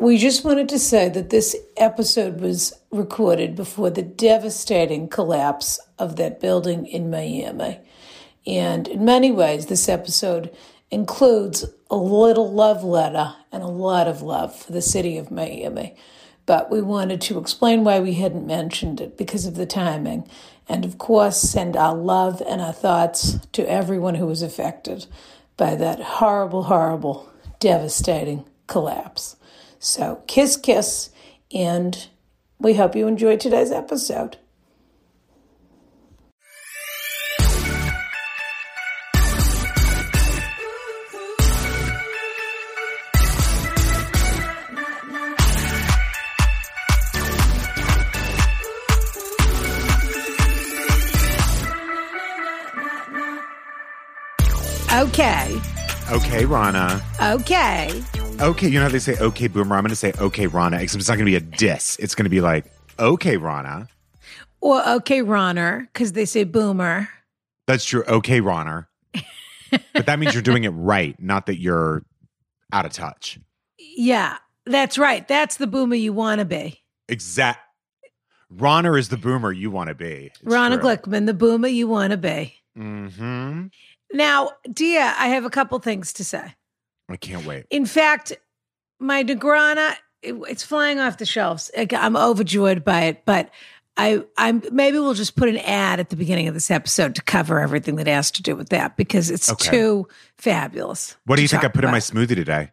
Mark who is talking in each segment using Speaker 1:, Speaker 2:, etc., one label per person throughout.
Speaker 1: We just wanted to say that this episode was recorded before the devastating collapse of that building in Miami. And in many ways, this episode includes a little love letter and a lot of love for the city of Miami. But we wanted to explain why we hadn't mentioned it because of the timing. And of course, send our love and our thoughts to everyone who was affected by that horrible, horrible, devastating collapse. So, kiss, kiss, and we hope you enjoyed today's episode.
Speaker 2: Okay.
Speaker 3: Okay, Rana.
Speaker 2: Okay.
Speaker 3: Okay, you know how they say okay, boomer? I'm going to say okay, Rana, except it's not going to be a diss. It's going to be like, okay, Rana.
Speaker 1: Or okay, Ronner, because they say boomer.
Speaker 3: That's true. Okay, Rana. But that means you're doing it right, not that you're out of touch.
Speaker 1: Yeah, that's right. That's the boomer you want to be.
Speaker 3: Exact. Rana is the boomer you want to be.
Speaker 1: Ronna Glickman, the boomer you want to be.
Speaker 3: Mm-hmm.
Speaker 1: Now, Dia, I have a couple things to say.
Speaker 3: I can't wait.
Speaker 1: In fact, my Negrana, it- it's flying off the shelves. Like, I'm overjoyed by it, but I, I'm maybe we'll just put an ad at the beginning of this episode to cover everything that has to do with that because it's
Speaker 3: Okay.
Speaker 1: too fabulous.
Speaker 3: What do
Speaker 1: to
Speaker 3: you think I
Speaker 1: talk
Speaker 3: put in my
Speaker 1: about.
Speaker 3: smoothie today?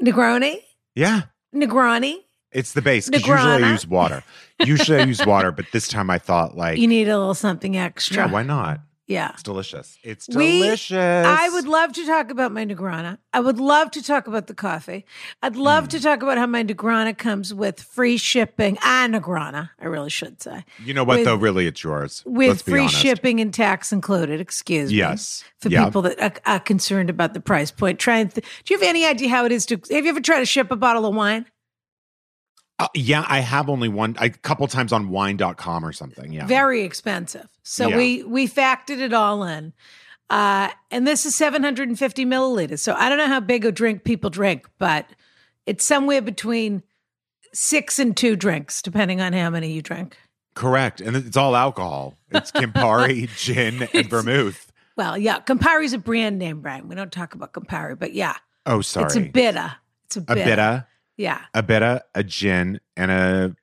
Speaker 1: Negroni?
Speaker 3: Yeah,
Speaker 1: Negroni?
Speaker 3: it's the base. 'cause usually I
Speaker 1: Negrana.
Speaker 3: use water. Usually I use water, but this time I thought like,
Speaker 1: You need a little something extra.
Speaker 3: yeah, why not?
Speaker 1: Yeah.
Speaker 3: It's delicious. It's
Speaker 1: We-
Speaker 3: delicious.
Speaker 1: I would love to talk about my Negrana. I would love to talk about the coffee. I'd
Speaker 3: Mm.
Speaker 1: love to talk about how my Negrana comes with free shipping. Ah, Negrana, I really should say.
Speaker 3: You know what
Speaker 1: with-
Speaker 3: though? Really, it's yours. Let's
Speaker 1: With
Speaker 3: be
Speaker 1: free
Speaker 3: honest.
Speaker 1: shipping and tax included, excuse me.
Speaker 3: Yes.
Speaker 1: For
Speaker 3: Yeah.
Speaker 1: people that are, are concerned about the price point. Try and th- do you have any idea how it is to have you ever tried to ship a bottle of wine?
Speaker 3: Uh, yeah, I have only one a couple times on wine.com or something. Yeah.
Speaker 1: Very expensive. So
Speaker 3: Yeah.
Speaker 1: we we factored it all in. Uh, and this is 750 milliliters. So I don't know how big a drink people drink, but it's somewhere between six and two drinks, depending on how many you drink.
Speaker 3: Correct. And it's all alcohol. It's Campari, gin, and vermouth.
Speaker 1: Well, yeah, Campari's a brand name, Brian. We don't talk about Campari, but yeah,
Speaker 3: Oh, sorry.
Speaker 1: it's a bitter. It's a
Speaker 3: A
Speaker 1: bitter.
Speaker 3: bitter,
Speaker 1: Yeah.
Speaker 3: a bitter, a gin, and a.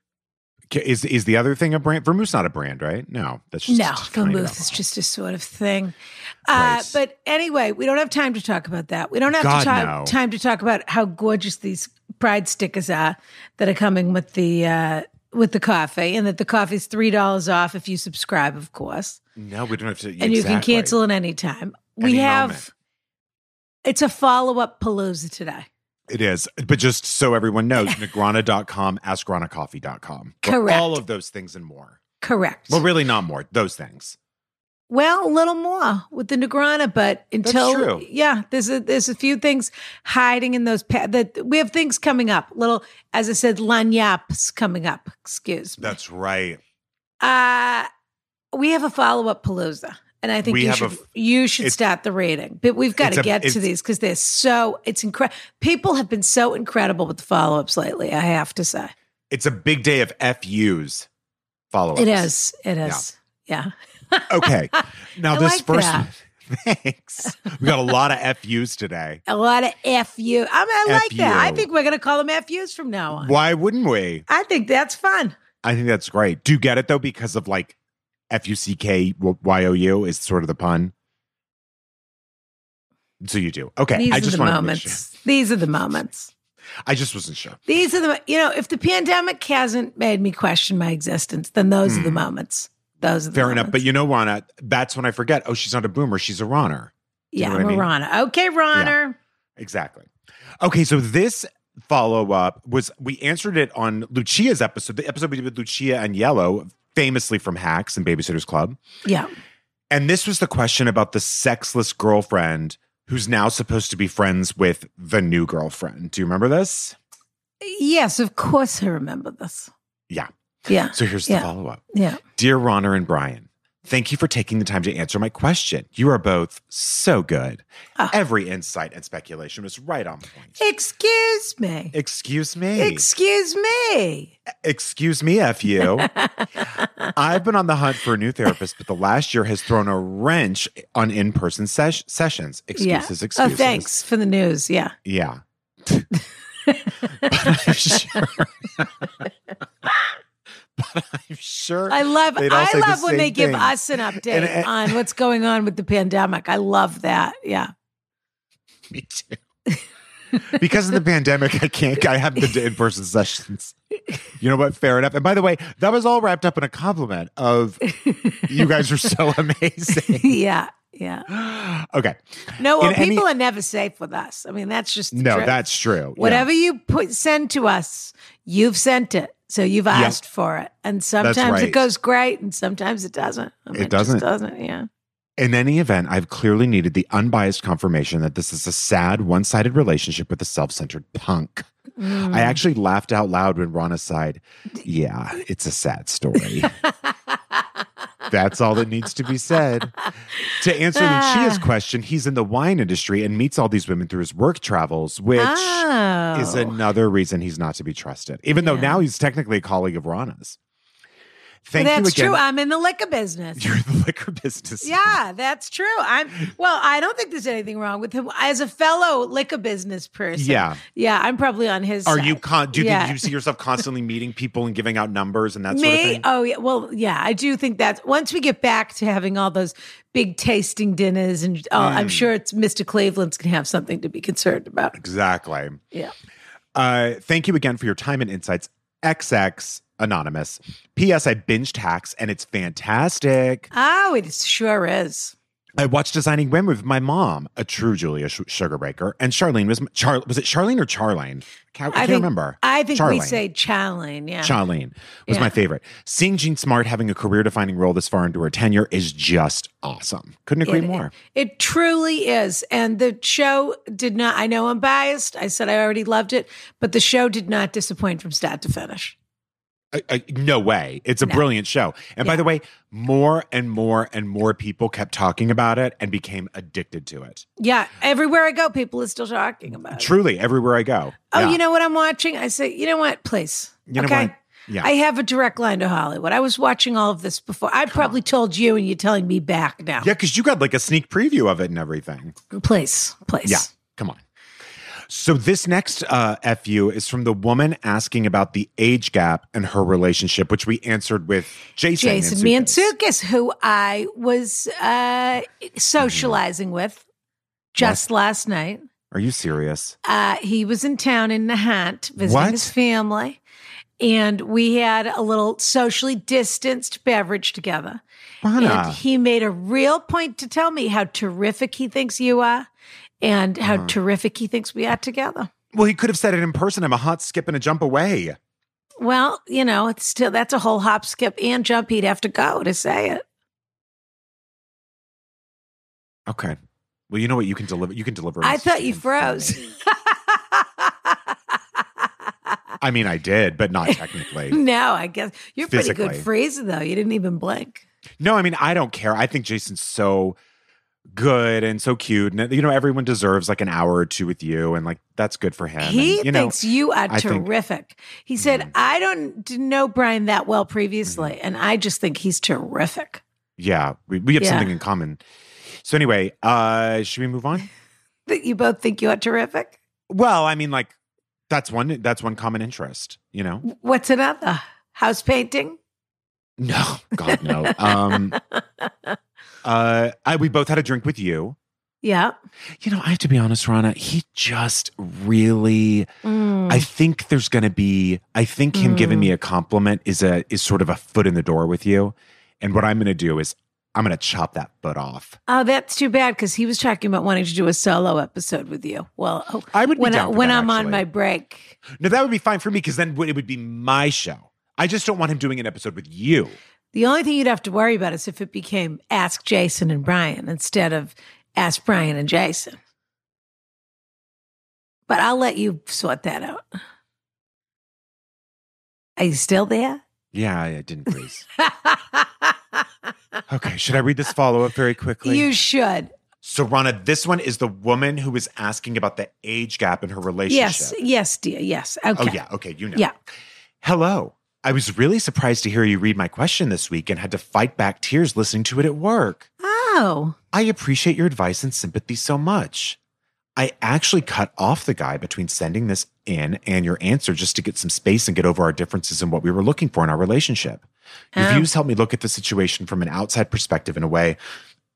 Speaker 3: K- Is is the other thing a brand? Vermouth's not a brand, right? No, that's just
Speaker 1: No,
Speaker 3: just kind of
Speaker 1: vermouth is
Speaker 3: alcohol.
Speaker 1: just a sort of thing. Uh,
Speaker 3: Price.
Speaker 1: but anyway, we don't have time to talk about that. We don't have
Speaker 3: God,
Speaker 1: to talk,
Speaker 3: no.
Speaker 1: time to talk about how gorgeous these pride stickers are that are coming with the uh, with the coffee, and that the coffee's three dollars off if you subscribe, of course,
Speaker 3: No, we don't have to.
Speaker 1: and you can
Speaker 3: exactly.
Speaker 1: cancel at any time. we
Speaker 3: Any
Speaker 1: have
Speaker 3: moment.
Speaker 1: it's a follow up palooza today.
Speaker 3: It is. But just so everyone knows, Negrana.com, AskRanaCoffee.com. We're
Speaker 1: Correct.
Speaker 3: All of those things and more.
Speaker 1: Correct.
Speaker 3: Well, really, not more. Those things.
Speaker 1: Well, a little more with the Negrana, but until
Speaker 3: true.
Speaker 1: yeah, there's a there's a few things hiding in those pa- that we have things coming up. Little, as I said, lagnaps coming up. Excuse me.
Speaker 3: That's right.
Speaker 1: Uh we have a follow up palooza, and I think
Speaker 3: We
Speaker 1: you
Speaker 3: have a
Speaker 1: should
Speaker 3: f-
Speaker 1: you should
Speaker 3: it's-
Speaker 1: start the rating. But we've got
Speaker 3: it's
Speaker 1: to
Speaker 3: a-
Speaker 1: get to
Speaker 3: it's-
Speaker 1: these because they're so it's incredible. People have been so incredible with the follow ups lately. I have to say,
Speaker 3: It's a big day of FUs follow ups.
Speaker 1: it is, it is, yeah.
Speaker 3: Okay. Now,
Speaker 1: I
Speaker 3: this
Speaker 1: like
Speaker 3: first
Speaker 1: that.
Speaker 3: one, Thanks. We got a lot of FUs today.
Speaker 1: A lot of FU. I'm, I like that. I
Speaker 3: FU.
Speaker 1: think we're going to call them FUs from now on.
Speaker 3: Why wouldn't we?
Speaker 1: I think that's fun.
Speaker 3: I think that's great. Do you get it though? Because of like F U C K Y O U is sort of the pun. So you do. Okay.
Speaker 1: These
Speaker 3: I
Speaker 1: are
Speaker 3: just
Speaker 1: the
Speaker 3: wanted to make sure.
Speaker 1: moments. These are the moments.
Speaker 3: I just wasn't sure.
Speaker 1: These are the, you know, if the pandemic hasn't made me question my existence, then those are the moments. Those are the
Speaker 3: Hmm. Fair enough.
Speaker 1: moments.
Speaker 3: But you know, Rana, that's when I forget. Oh, she's not a boomer. She's a Ronner.
Speaker 1: yeah,
Speaker 3: know
Speaker 1: I'm
Speaker 3: what I
Speaker 1: a
Speaker 3: mean?
Speaker 1: Rana. Okay, Ronner.
Speaker 3: Exactly. Okay, so this follow up was we answered it on Lucia's episode, the episode we did with Lucia and Yellow, famously from Hacks and Babysitters Club.
Speaker 1: Yeah.
Speaker 3: And this was the question about the sexless girlfriend who's now supposed to be friends with the new girlfriend. Do you remember this?
Speaker 1: Yes, of course I remember this.
Speaker 3: Yeah.
Speaker 1: Yeah.
Speaker 3: So here's
Speaker 1: Yeah.
Speaker 3: the follow up.
Speaker 1: Yeah.
Speaker 3: Dear Ronner and Brian, thank you for taking the time to answer my question. You are both so good.
Speaker 1: Ah.
Speaker 3: Every insight and speculation was right on point.
Speaker 1: Excuse me.
Speaker 3: Excuse me.
Speaker 1: Excuse me.
Speaker 3: Excuse me, F you. I've been on the hunt for a new therapist, but the last year has thrown a wrench on in person sesh- sessions. Excuses,
Speaker 1: yeah.
Speaker 3: excuses.
Speaker 1: Oh, thanks for the news. Yeah.
Speaker 3: Yeah. but I'm sure. but I'm sure.
Speaker 1: I love
Speaker 3: they'd all
Speaker 1: I
Speaker 3: say the
Speaker 1: love when they
Speaker 3: same
Speaker 1: give
Speaker 3: thing.
Speaker 1: us an update
Speaker 3: And uh, I-
Speaker 1: on what's going on with the pandemic. I love that. Yeah.
Speaker 3: Me too. because of the pandemic, I can't. I have the in person sessions. You know what? Fair enough. And by the way, that was all wrapped up in a compliment of you guys are so amazing.
Speaker 1: yeah. Yeah.
Speaker 3: okay.
Speaker 1: No, well,
Speaker 3: In any-
Speaker 1: people are never safe with us. I mean, that's just the
Speaker 3: No,
Speaker 1: truth.
Speaker 3: that's true. Yeah.
Speaker 1: whatever you put send to us, you've sent it. So you've asked for it. And sometimes
Speaker 3: right.
Speaker 1: it goes great and sometimes it doesn't. I mean,
Speaker 3: It doesn't.
Speaker 1: Just doesn't. Yeah.
Speaker 3: In any event, I've clearly needed the unbiased confirmation that this is a sad, one sided relationship with a self centered punk.
Speaker 1: Mm.
Speaker 3: I actually laughed out loud when Rana sighed, Yeah, it's a sad story. That's all that needs to be said. To answer Lucia's question, he's in the wine industry and meets all these women through his work travels, which
Speaker 1: oh.
Speaker 3: is another reason he's not to be trusted, even though now he's technically a colleague of Rana's. Thank you
Speaker 1: that's
Speaker 3: again.
Speaker 1: true. I'm in the liquor business.
Speaker 3: You're in the liquor business.
Speaker 1: Yeah, that's true. I'm well, I don't think there's anything wrong with him as a fellow liquor business person.
Speaker 3: Yeah.
Speaker 1: Yeah, I'm probably on his
Speaker 3: Are
Speaker 1: side.
Speaker 3: you con- do you
Speaker 1: Yeah.
Speaker 3: think you see yourself constantly meeting people and giving out numbers and that sort of
Speaker 1: me?
Speaker 3: thing?
Speaker 1: Oh yeah. Well, yeah, I do think that's once we get back to having all those big tasting dinners and oh, I'm
Speaker 3: Hmm.
Speaker 1: sure it's Mr. Cleveland's gonna have something to be concerned about.
Speaker 3: Exactly.
Speaker 1: Yeah.
Speaker 3: Uh, thank you again for your time and insights. XX Anonymous. P.S. I binged Hacks and it's fantastic.
Speaker 1: Oh, it sure is.
Speaker 3: I watched Designing Women with my mom, a true Julia Sh- Sugarbreaker, and Charlene was Char- was it Charlene or Charlene? I can't, I can't
Speaker 1: think,
Speaker 3: remember.
Speaker 1: I think we
Speaker 3: Charlene.
Speaker 1: say Charlene, yeah.
Speaker 3: Charlene was
Speaker 1: Yeah.
Speaker 3: my favorite. Seeing Jean Smart having a career defining role this far into her tenure is just awesome. Couldn't agree
Speaker 1: It-
Speaker 3: more.
Speaker 1: It, truly is. And the show did not, I know I'm biased. I said I already loved it, but the show did not disappoint from start to finish.
Speaker 3: I, I, Uh, no way. It's a brilliant show. And by the way, more and more and more people kept talking about it and became addicted to it.
Speaker 1: Yeah. Everywhere I go, people are still talking about it.
Speaker 3: Truly, everywhere I go.
Speaker 1: Oh,
Speaker 3: Yeah.
Speaker 1: you know what I'm watching? I say, you know what? Please.
Speaker 3: You know
Speaker 1: okay.
Speaker 3: what? Yeah.
Speaker 1: I have a direct line to Hollywood. I was watching all of this before. I probably told you, and you're telling me back now.
Speaker 3: Yeah, because you got like a sneak preview of it and everything.
Speaker 1: Please, please.
Speaker 3: Yeah, come on. So this next uh, fu is from the woman asking about the age gap and her relationship, which we answered with Jason.
Speaker 1: Jason
Speaker 3: Mantzoukas.
Speaker 1: Mansukis, who I was uh, socializing with just last night.
Speaker 3: Are you serious?
Speaker 1: Uh, he was in town in Nahant visiting
Speaker 3: What?
Speaker 1: his family, and we had a little socially distanced beverage together.
Speaker 3: Rana.
Speaker 1: And he made a real point to tell me how terrific he thinks you are, and how
Speaker 3: Uh-huh.
Speaker 1: terrific he thinks we are together.
Speaker 3: well, he could have said it in person. I'm a hot skip and a jump away.
Speaker 1: Well, you know, it's still that's a whole hop, skip, and jump. He'd have to go to say it.
Speaker 3: Okay. Well, you know what? You can deliver. You can deliver.
Speaker 1: I
Speaker 3: messages
Speaker 1: thought you
Speaker 3: in for me.
Speaker 1: froze.
Speaker 3: I mean, I did, but not technically.
Speaker 1: no, I guess you're pretty
Speaker 3: Physically.
Speaker 1: good freezer though. You didn't even blink.
Speaker 3: no, I mean, I don't care. I think Jason's so good and so cute, and you know, everyone deserves like an hour or two with you, and like that's good for him.
Speaker 1: He
Speaker 3: and, you know,
Speaker 1: thinks you are
Speaker 3: I think- Mm-hmm.
Speaker 1: terrific. he said, "I don't didn't know Brian that well previously, and I just think he's terrific."
Speaker 3: yeah, we, we have
Speaker 1: Yeah.
Speaker 3: something in common. So anyway, uh, should we move on?
Speaker 1: That you both think you are terrific.
Speaker 3: Well, I mean, like that's one that's one common interest, you know.
Speaker 1: What's another? House painting?
Speaker 3: No, God no. um, uh, I, we both had a drink with you.
Speaker 1: Yeah.
Speaker 3: You know, I have to be honest, Rana. He just really.
Speaker 1: Mm.
Speaker 3: I think there's going to be. I think him giving
Speaker 1: Mm.
Speaker 3: me a compliment is a is sort of a foot in the door with you. And what I'm going to do is I'm going to chop that foot off.
Speaker 1: Oh, that's too bad because he was talking about wanting to do a solo episode with you. Well, oh,
Speaker 3: I would be
Speaker 1: when,
Speaker 3: down
Speaker 1: I,
Speaker 3: for
Speaker 1: when
Speaker 3: that,
Speaker 1: I'm on
Speaker 3: actually.
Speaker 1: my break.
Speaker 3: No, that would be fine for me because then it would be my show. I just don't want him doing an episode with you.
Speaker 1: The only thing you'd have to worry about is if it became Ask Jason and Brian instead of Ask Brian and Jason. But I'll let you sort that out. Are you still there?
Speaker 3: Yeah, I didn't freeze. okay, should I read this follow up very quickly?
Speaker 1: you should.
Speaker 3: So, Rana, this one is the woman who was asking about the age gap in her relationship.
Speaker 1: Yes, yes, dear. Yes. Okay.
Speaker 3: Oh, yeah. Okay. You know.
Speaker 1: Yeah.
Speaker 3: Hello. I was really surprised to hear you read my question this week and had to fight back tears listening to it at work.
Speaker 1: Oh,
Speaker 3: I appreciate your advice and sympathy so much. I actually cut off the guy between sending this in and your answer just to get some space and get over our differences and what we were looking for in our relationship. Your
Speaker 1: Oh.
Speaker 3: views helped me look at the situation from an outside perspective in a way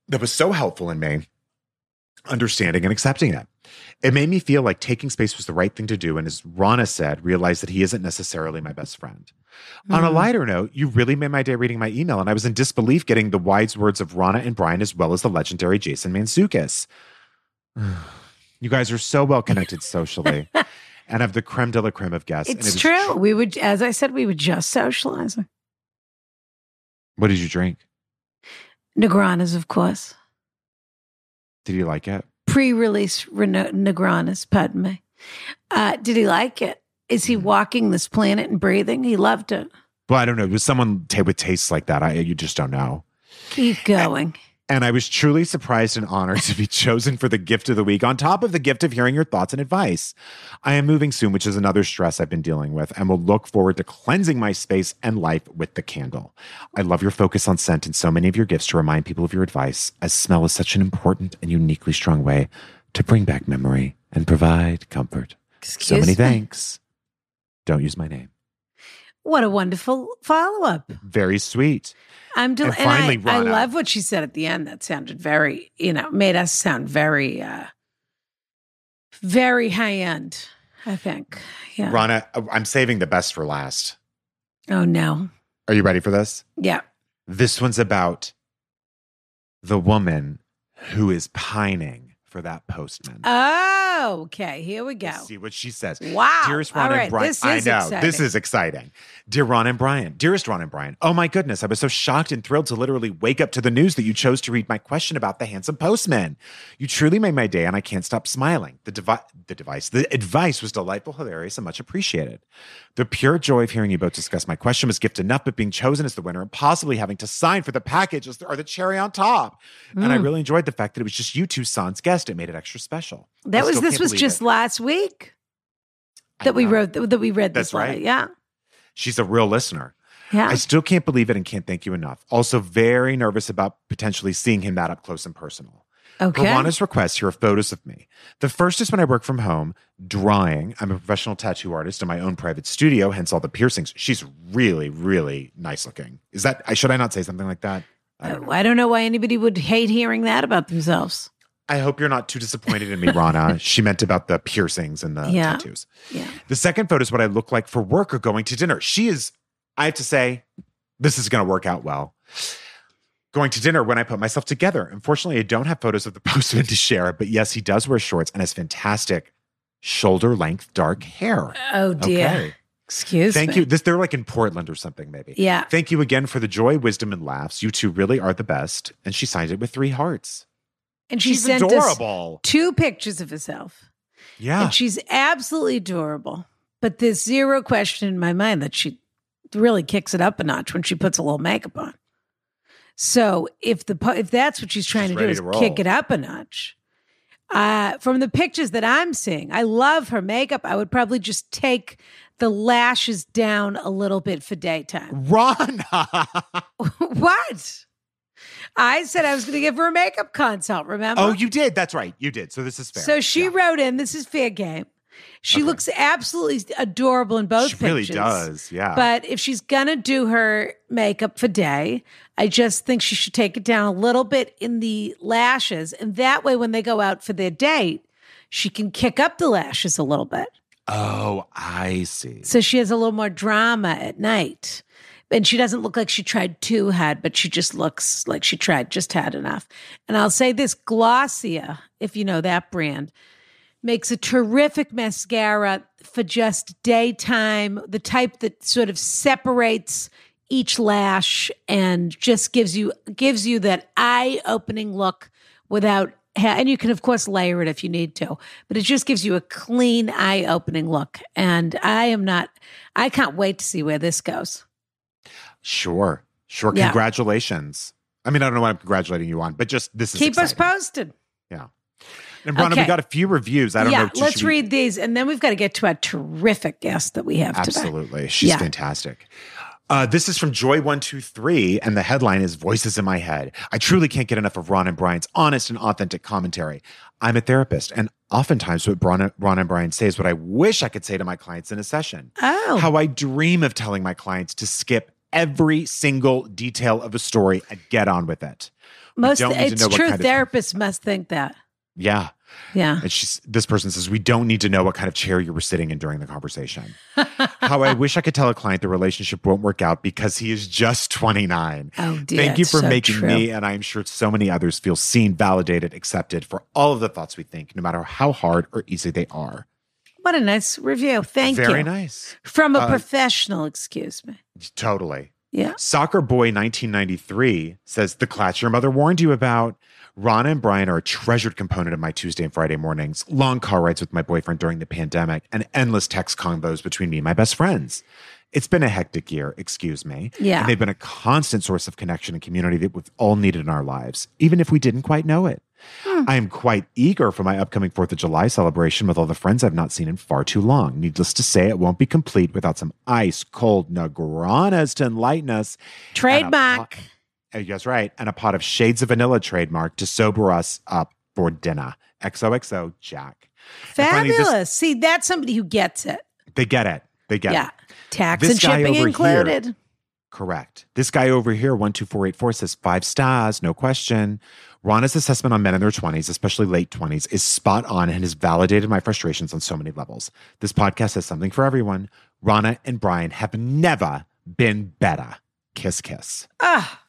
Speaker 3: that was so helpful in me understanding and accepting it. It made me feel like taking space was the right thing to do. And as Rana said, realize that he isn't necessarily my best friend. On a
Speaker 1: Mm-hmm.
Speaker 3: lighter note, you really made my day reading my email, and I was in disbelief getting the wise words of Rana and Brian as well as the legendary Jason Manzukis. you guys are so well connected socially and have the creme de la creme of guests. and it
Speaker 1: it's
Speaker 3: was
Speaker 1: true. We would, as I said, we were just socializing.
Speaker 3: What did you drink?
Speaker 1: Negranas, of course.
Speaker 3: Did you like it?
Speaker 1: pre-release Reno- Negranas, pardon me. Uh, did he like it? Is
Speaker 3: Mm.
Speaker 1: he walking this planet and breathing? He loved it.
Speaker 3: Well, I don't know. It was someone t- with tastes like that. I you just don't know.
Speaker 1: Keep going.
Speaker 3: And I was truly surprised and honored to be chosen for the gift of the week, on top of the gift of hearing your thoughts and advice. I am moving soon, which is another stress I've been dealing with, and will look forward to cleansing my space and life with the candle. I love your focus on scent and so many of your gifts to remind people of your advice, as smell is such an important and uniquely strong way to bring back memory and provide comfort. so many
Speaker 1: me.
Speaker 3: thanks. Don't use my name.
Speaker 1: What a wonderful follow-up.
Speaker 3: Very sweet.
Speaker 1: I'm del-
Speaker 3: And
Speaker 1: and,
Speaker 3: finally,
Speaker 1: I, I
Speaker 3: Rana.
Speaker 1: love what she said at the end. That sounded very, you know, made us sound very, uh, very high end. I think. Yeah.
Speaker 3: Rana, I'm saving the best for last.
Speaker 1: Oh no.
Speaker 3: Are you ready for this?
Speaker 1: Yeah.
Speaker 3: This one's about the woman who is pining for that postman.
Speaker 1: Oh, okay. Here we go.
Speaker 3: Let's see what she says.
Speaker 1: Wow.
Speaker 3: Dearest
Speaker 1: All
Speaker 3: Ron
Speaker 1: right.
Speaker 3: and Brian,
Speaker 1: This
Speaker 3: I
Speaker 1: is
Speaker 3: know this
Speaker 1: exciting.
Speaker 3: is exciting. Dear Ron and Brian, dearest Ron and Brian, oh my goodness, I was so shocked and thrilled to literally wake up to the news that you chose to read my question about the handsome postman. You truly made my day, and I can't stop smiling. The devi- the device, the advice was delightful, hilarious, and much appreciated. The pure joy of hearing you both discuss my question was gift enough, but being chosen as the winner and possibly having to sign for the package is- are the cherry on top. And I
Speaker 1: Mm.
Speaker 3: really enjoyed the fact that it was just you two, sans guest. It made it extra special. I
Speaker 1: That was
Speaker 3: still
Speaker 1: this
Speaker 3: can't
Speaker 1: was
Speaker 3: believe
Speaker 1: just
Speaker 3: it.
Speaker 1: last week
Speaker 3: I
Speaker 1: that we
Speaker 3: know.
Speaker 1: wrote that we read this
Speaker 3: That's right.
Speaker 1: letter. Yeah.
Speaker 3: She's a real listener.
Speaker 1: Yeah.
Speaker 3: I still can't believe it and can't thank you enough. Also, very nervous about potentially seeing him that up close and personal.
Speaker 1: okay.
Speaker 3: Piranha's requests here are photos of me. The first is when I work from home, drawing. I'm a professional tattoo artist in my own private studio, hence all the piercings. She's really, really nice looking. Is that, I- should I not say something like that? I don't know.
Speaker 1: Uh, I don't know why anybody would hate hearing that about themselves.
Speaker 3: I hope you're not too disappointed in me, Rana. she meant about the piercings and the
Speaker 1: Yeah.
Speaker 3: tattoos.
Speaker 1: Yeah.
Speaker 3: The second photo is what I look like for work or going to dinner. She is, I have to say, this is going to work out well. Going to dinner when I put myself together. Unfortunately, I don't have photos of the postman to share, but yes, he does wear shorts and has fantastic shoulder length dark hair.
Speaker 1: Oh dear. Excuse me.
Speaker 3: Thank you. This they're like in Portland or something, maybe.
Speaker 1: Yeah.
Speaker 3: Thank you again for the joy, wisdom, and laughs. You two really are the best. And she signed it with three hearts.
Speaker 1: And she
Speaker 3: She's
Speaker 1: sent us
Speaker 3: adorable.
Speaker 1: two pictures of herself.
Speaker 3: yeah.
Speaker 1: And she's absolutely adorable. But there's zero question in my mind that she really kicks it up a notch when she puts a little makeup on. So if the po- if that's what she's trying to
Speaker 3: She's
Speaker 1: do
Speaker 3: ready
Speaker 1: is
Speaker 3: to roll.
Speaker 1: kick it up a notch, uh, from the pictures that I'm seeing, I love her makeup. I would probably just take the lashes down a little bit for daytime.
Speaker 3: Rana.
Speaker 1: what? I said I was going to give her a makeup consult, remember?
Speaker 3: Oh, you did. That's right. You did. So this is fair.
Speaker 1: so she wrote in, this is fair game. She looks absolutely adorable in both
Speaker 3: she
Speaker 1: pictures.
Speaker 3: really does. Yeah.
Speaker 1: But if she's going to do her makeup for day, I just think she should take it down a little bit in the lashes. And that way, when they go out for their date, she can kick up the lashes a little bit.
Speaker 3: oh, I see.
Speaker 1: So she has a little more drama at night. And she doesn't look like she tried too hard, but she just looks like she tried just had enough. And I'll say this Glossia, if you know that brand, makes a terrific mascara for just daytime, the type that sort of separates each lash and just gives you gives you that eye-opening look without ha- and you can of course layer it if you need to but it just gives you a clean eye-opening look and i am not i can't wait to see where this goes
Speaker 3: Sure. Sure.
Speaker 1: Yeah.
Speaker 3: Congratulations. I mean, I don't know what I'm congratulating you on, but just this is
Speaker 1: keep us
Speaker 3: exciting.
Speaker 1: posted
Speaker 3: And Rhonda, we
Speaker 1: Okay.
Speaker 3: got a few reviews. I don't
Speaker 1: yeah
Speaker 3: know. should
Speaker 1: let's
Speaker 3: we-
Speaker 1: read these and then we've got to get to our terrific guest that we have today
Speaker 3: Absolutely. She's
Speaker 1: Yeah.
Speaker 3: fantastic. Uh, this is from Joy123, and the headline is Voices in My Head. I truly can't get enough of Ron and Brian's honest and authentic commentary. I'm a therapist, and oftentimes what Bron- Ron and Brian say is what I wish I could say to my clients in a session.
Speaker 1: oh
Speaker 3: How I dream of telling my clients to skip every single detail of a story and get on with it. We
Speaker 1: most
Speaker 3: don't need to
Speaker 1: it's
Speaker 3: know what
Speaker 1: true
Speaker 3: kind of-
Speaker 1: therapists must think that
Speaker 3: yeah.
Speaker 1: yeah
Speaker 3: And she's this person says, We don't need to know what kind of chair you were sitting in during the conversation. How I wish I could tell a client the relationship won't work out because he is just 29.
Speaker 1: oh dear
Speaker 3: Thank you
Speaker 1: it's
Speaker 3: for
Speaker 1: so
Speaker 3: making
Speaker 1: true.
Speaker 3: me, and I'm sure so many others, feel seen, validated, accepted for all of the thoughts we think, no matter how hard or easy they are.
Speaker 1: what a nice review thank
Speaker 3: Very
Speaker 1: you
Speaker 3: nice.
Speaker 1: from a
Speaker 3: Uh,
Speaker 1: professional excuse me
Speaker 3: Totally.
Speaker 1: yeah
Speaker 3: Soccer Boy 1993 says the clats your mother warned you about. Rana and Brian are a treasured component of my Tuesday and Friday mornings, long car rides with my boyfriend during the pandemic, and endless text combos between me and my best friends. It's been a hectic year, excuse me.
Speaker 1: Yeah.
Speaker 3: And they've been a constant source of connection and community that we've all needed in our lives, even if we didn't quite know it. I am quite eager for my upcoming 4th of July celebration with all the friends I've not seen in far too long. Needless to say, it won't be complete without some ice cold Negranas to enlighten us.
Speaker 1: trademark
Speaker 3: Uh, That's right. And a pot of Shades of Vanilla trademark to sober us up for dinner. XOXO Jack. And finally, this-
Speaker 1: Fabulous. See, that's somebody who gets it.
Speaker 3: they get it. They get
Speaker 1: Yeah.
Speaker 3: it.
Speaker 1: Tax
Speaker 3: This
Speaker 1: and
Speaker 3: guy
Speaker 1: shipping
Speaker 3: over
Speaker 1: included.
Speaker 3: Correct. This guy over here, 12484, says five stars, no question. Rana's assessment on men in their 20s, especially late 20s, is spot on and has validated my frustrations on so many levels. This podcast has something for everyone. Rana and Brian have never been better. Kiss, kiss.
Speaker 1: Ah,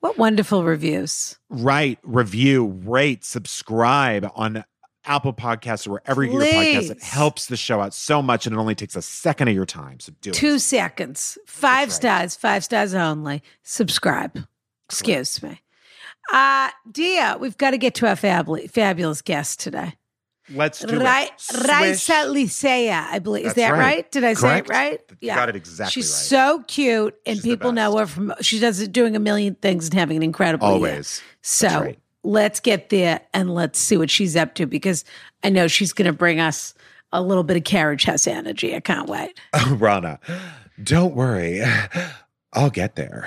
Speaker 1: what wonderful reviews.
Speaker 3: Write, review, rate, subscribe on Apple Podcasts or wherever you get your podcasts. It
Speaker 1: Please.
Speaker 3: helps the show out so much and it only takes a second of your time. So do
Speaker 1: Two
Speaker 3: it.
Speaker 1: seconds. Five
Speaker 3: That's
Speaker 1: stars, five stars only. Subscribe. Excuse me. Uh, Dia, we've got to get to our fabul- fabulous guest today.
Speaker 3: Let's do
Speaker 1: Rai-
Speaker 3: it.
Speaker 1: Raisa
Speaker 3: Swish.
Speaker 1: Licea, I believe. Is
Speaker 3: That's
Speaker 1: that
Speaker 3: right.
Speaker 1: right. Did I
Speaker 3: Correct.
Speaker 1: say it right?
Speaker 3: You Got it exactly
Speaker 1: She's
Speaker 3: right.
Speaker 1: so cute, and
Speaker 3: She's the
Speaker 1: people know her from. She does it doing a million things and having an incredible year.
Speaker 3: Always.
Speaker 1: So
Speaker 3: right.
Speaker 1: let's get there and let's see what she's up to because I know she's going to bring us a little bit of carriage house energy. I can't wait.
Speaker 3: Oh, Rana, don't worry. I'll get there.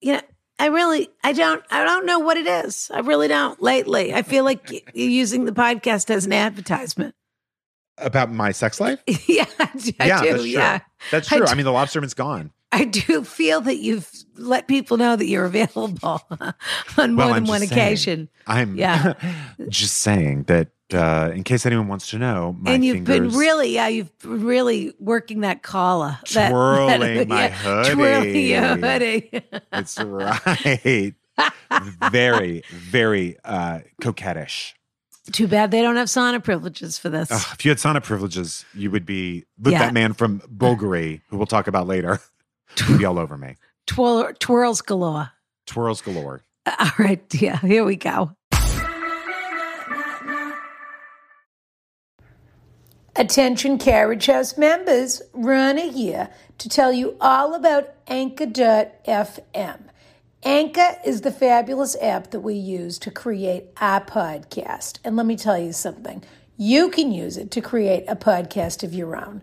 Speaker 1: You know, I really, I don't, I don't know what it is. I really don't. Lately, I feel like y- you're using the podcast as an advertisement.
Speaker 3: About my sex life?
Speaker 1: yeah, I do.
Speaker 3: yeah, that's true.
Speaker 1: yeah,
Speaker 3: That's
Speaker 1: I
Speaker 3: true. I,
Speaker 1: do.
Speaker 3: mean, the lobsterman's gone.
Speaker 1: I do feel that you've let people know that you're available on more
Speaker 3: Well,
Speaker 1: than
Speaker 3: I'm
Speaker 1: one
Speaker 3: just saying.
Speaker 1: occasion.
Speaker 3: I'm
Speaker 1: Yeah.
Speaker 3: just saying that uh, in case anyone wants to know, my
Speaker 1: and you've
Speaker 3: fingers
Speaker 1: been really, yeah, you've been really working that collar, that,
Speaker 3: twirling my hoodie.
Speaker 1: twirling your hoodie.
Speaker 3: It's right. very, very uh, coquettish.
Speaker 1: Too bad they don't have sauna privileges for this.
Speaker 3: Ugh, if you had sauna privileges, you would be with
Speaker 1: Yeah.
Speaker 3: that man from Bulgari, who we'll talk about later, would be all over me.
Speaker 1: Twirl, twirls galore.
Speaker 3: Twirls galore.
Speaker 1: All right, yeah, here we go.
Speaker 4: Attention Carriage House members, Rana here to tell you all about Anchor.fm. Anchor is the fabulous app that we use to create our podcast. And let me tell you something You can use it to create a podcast of your own.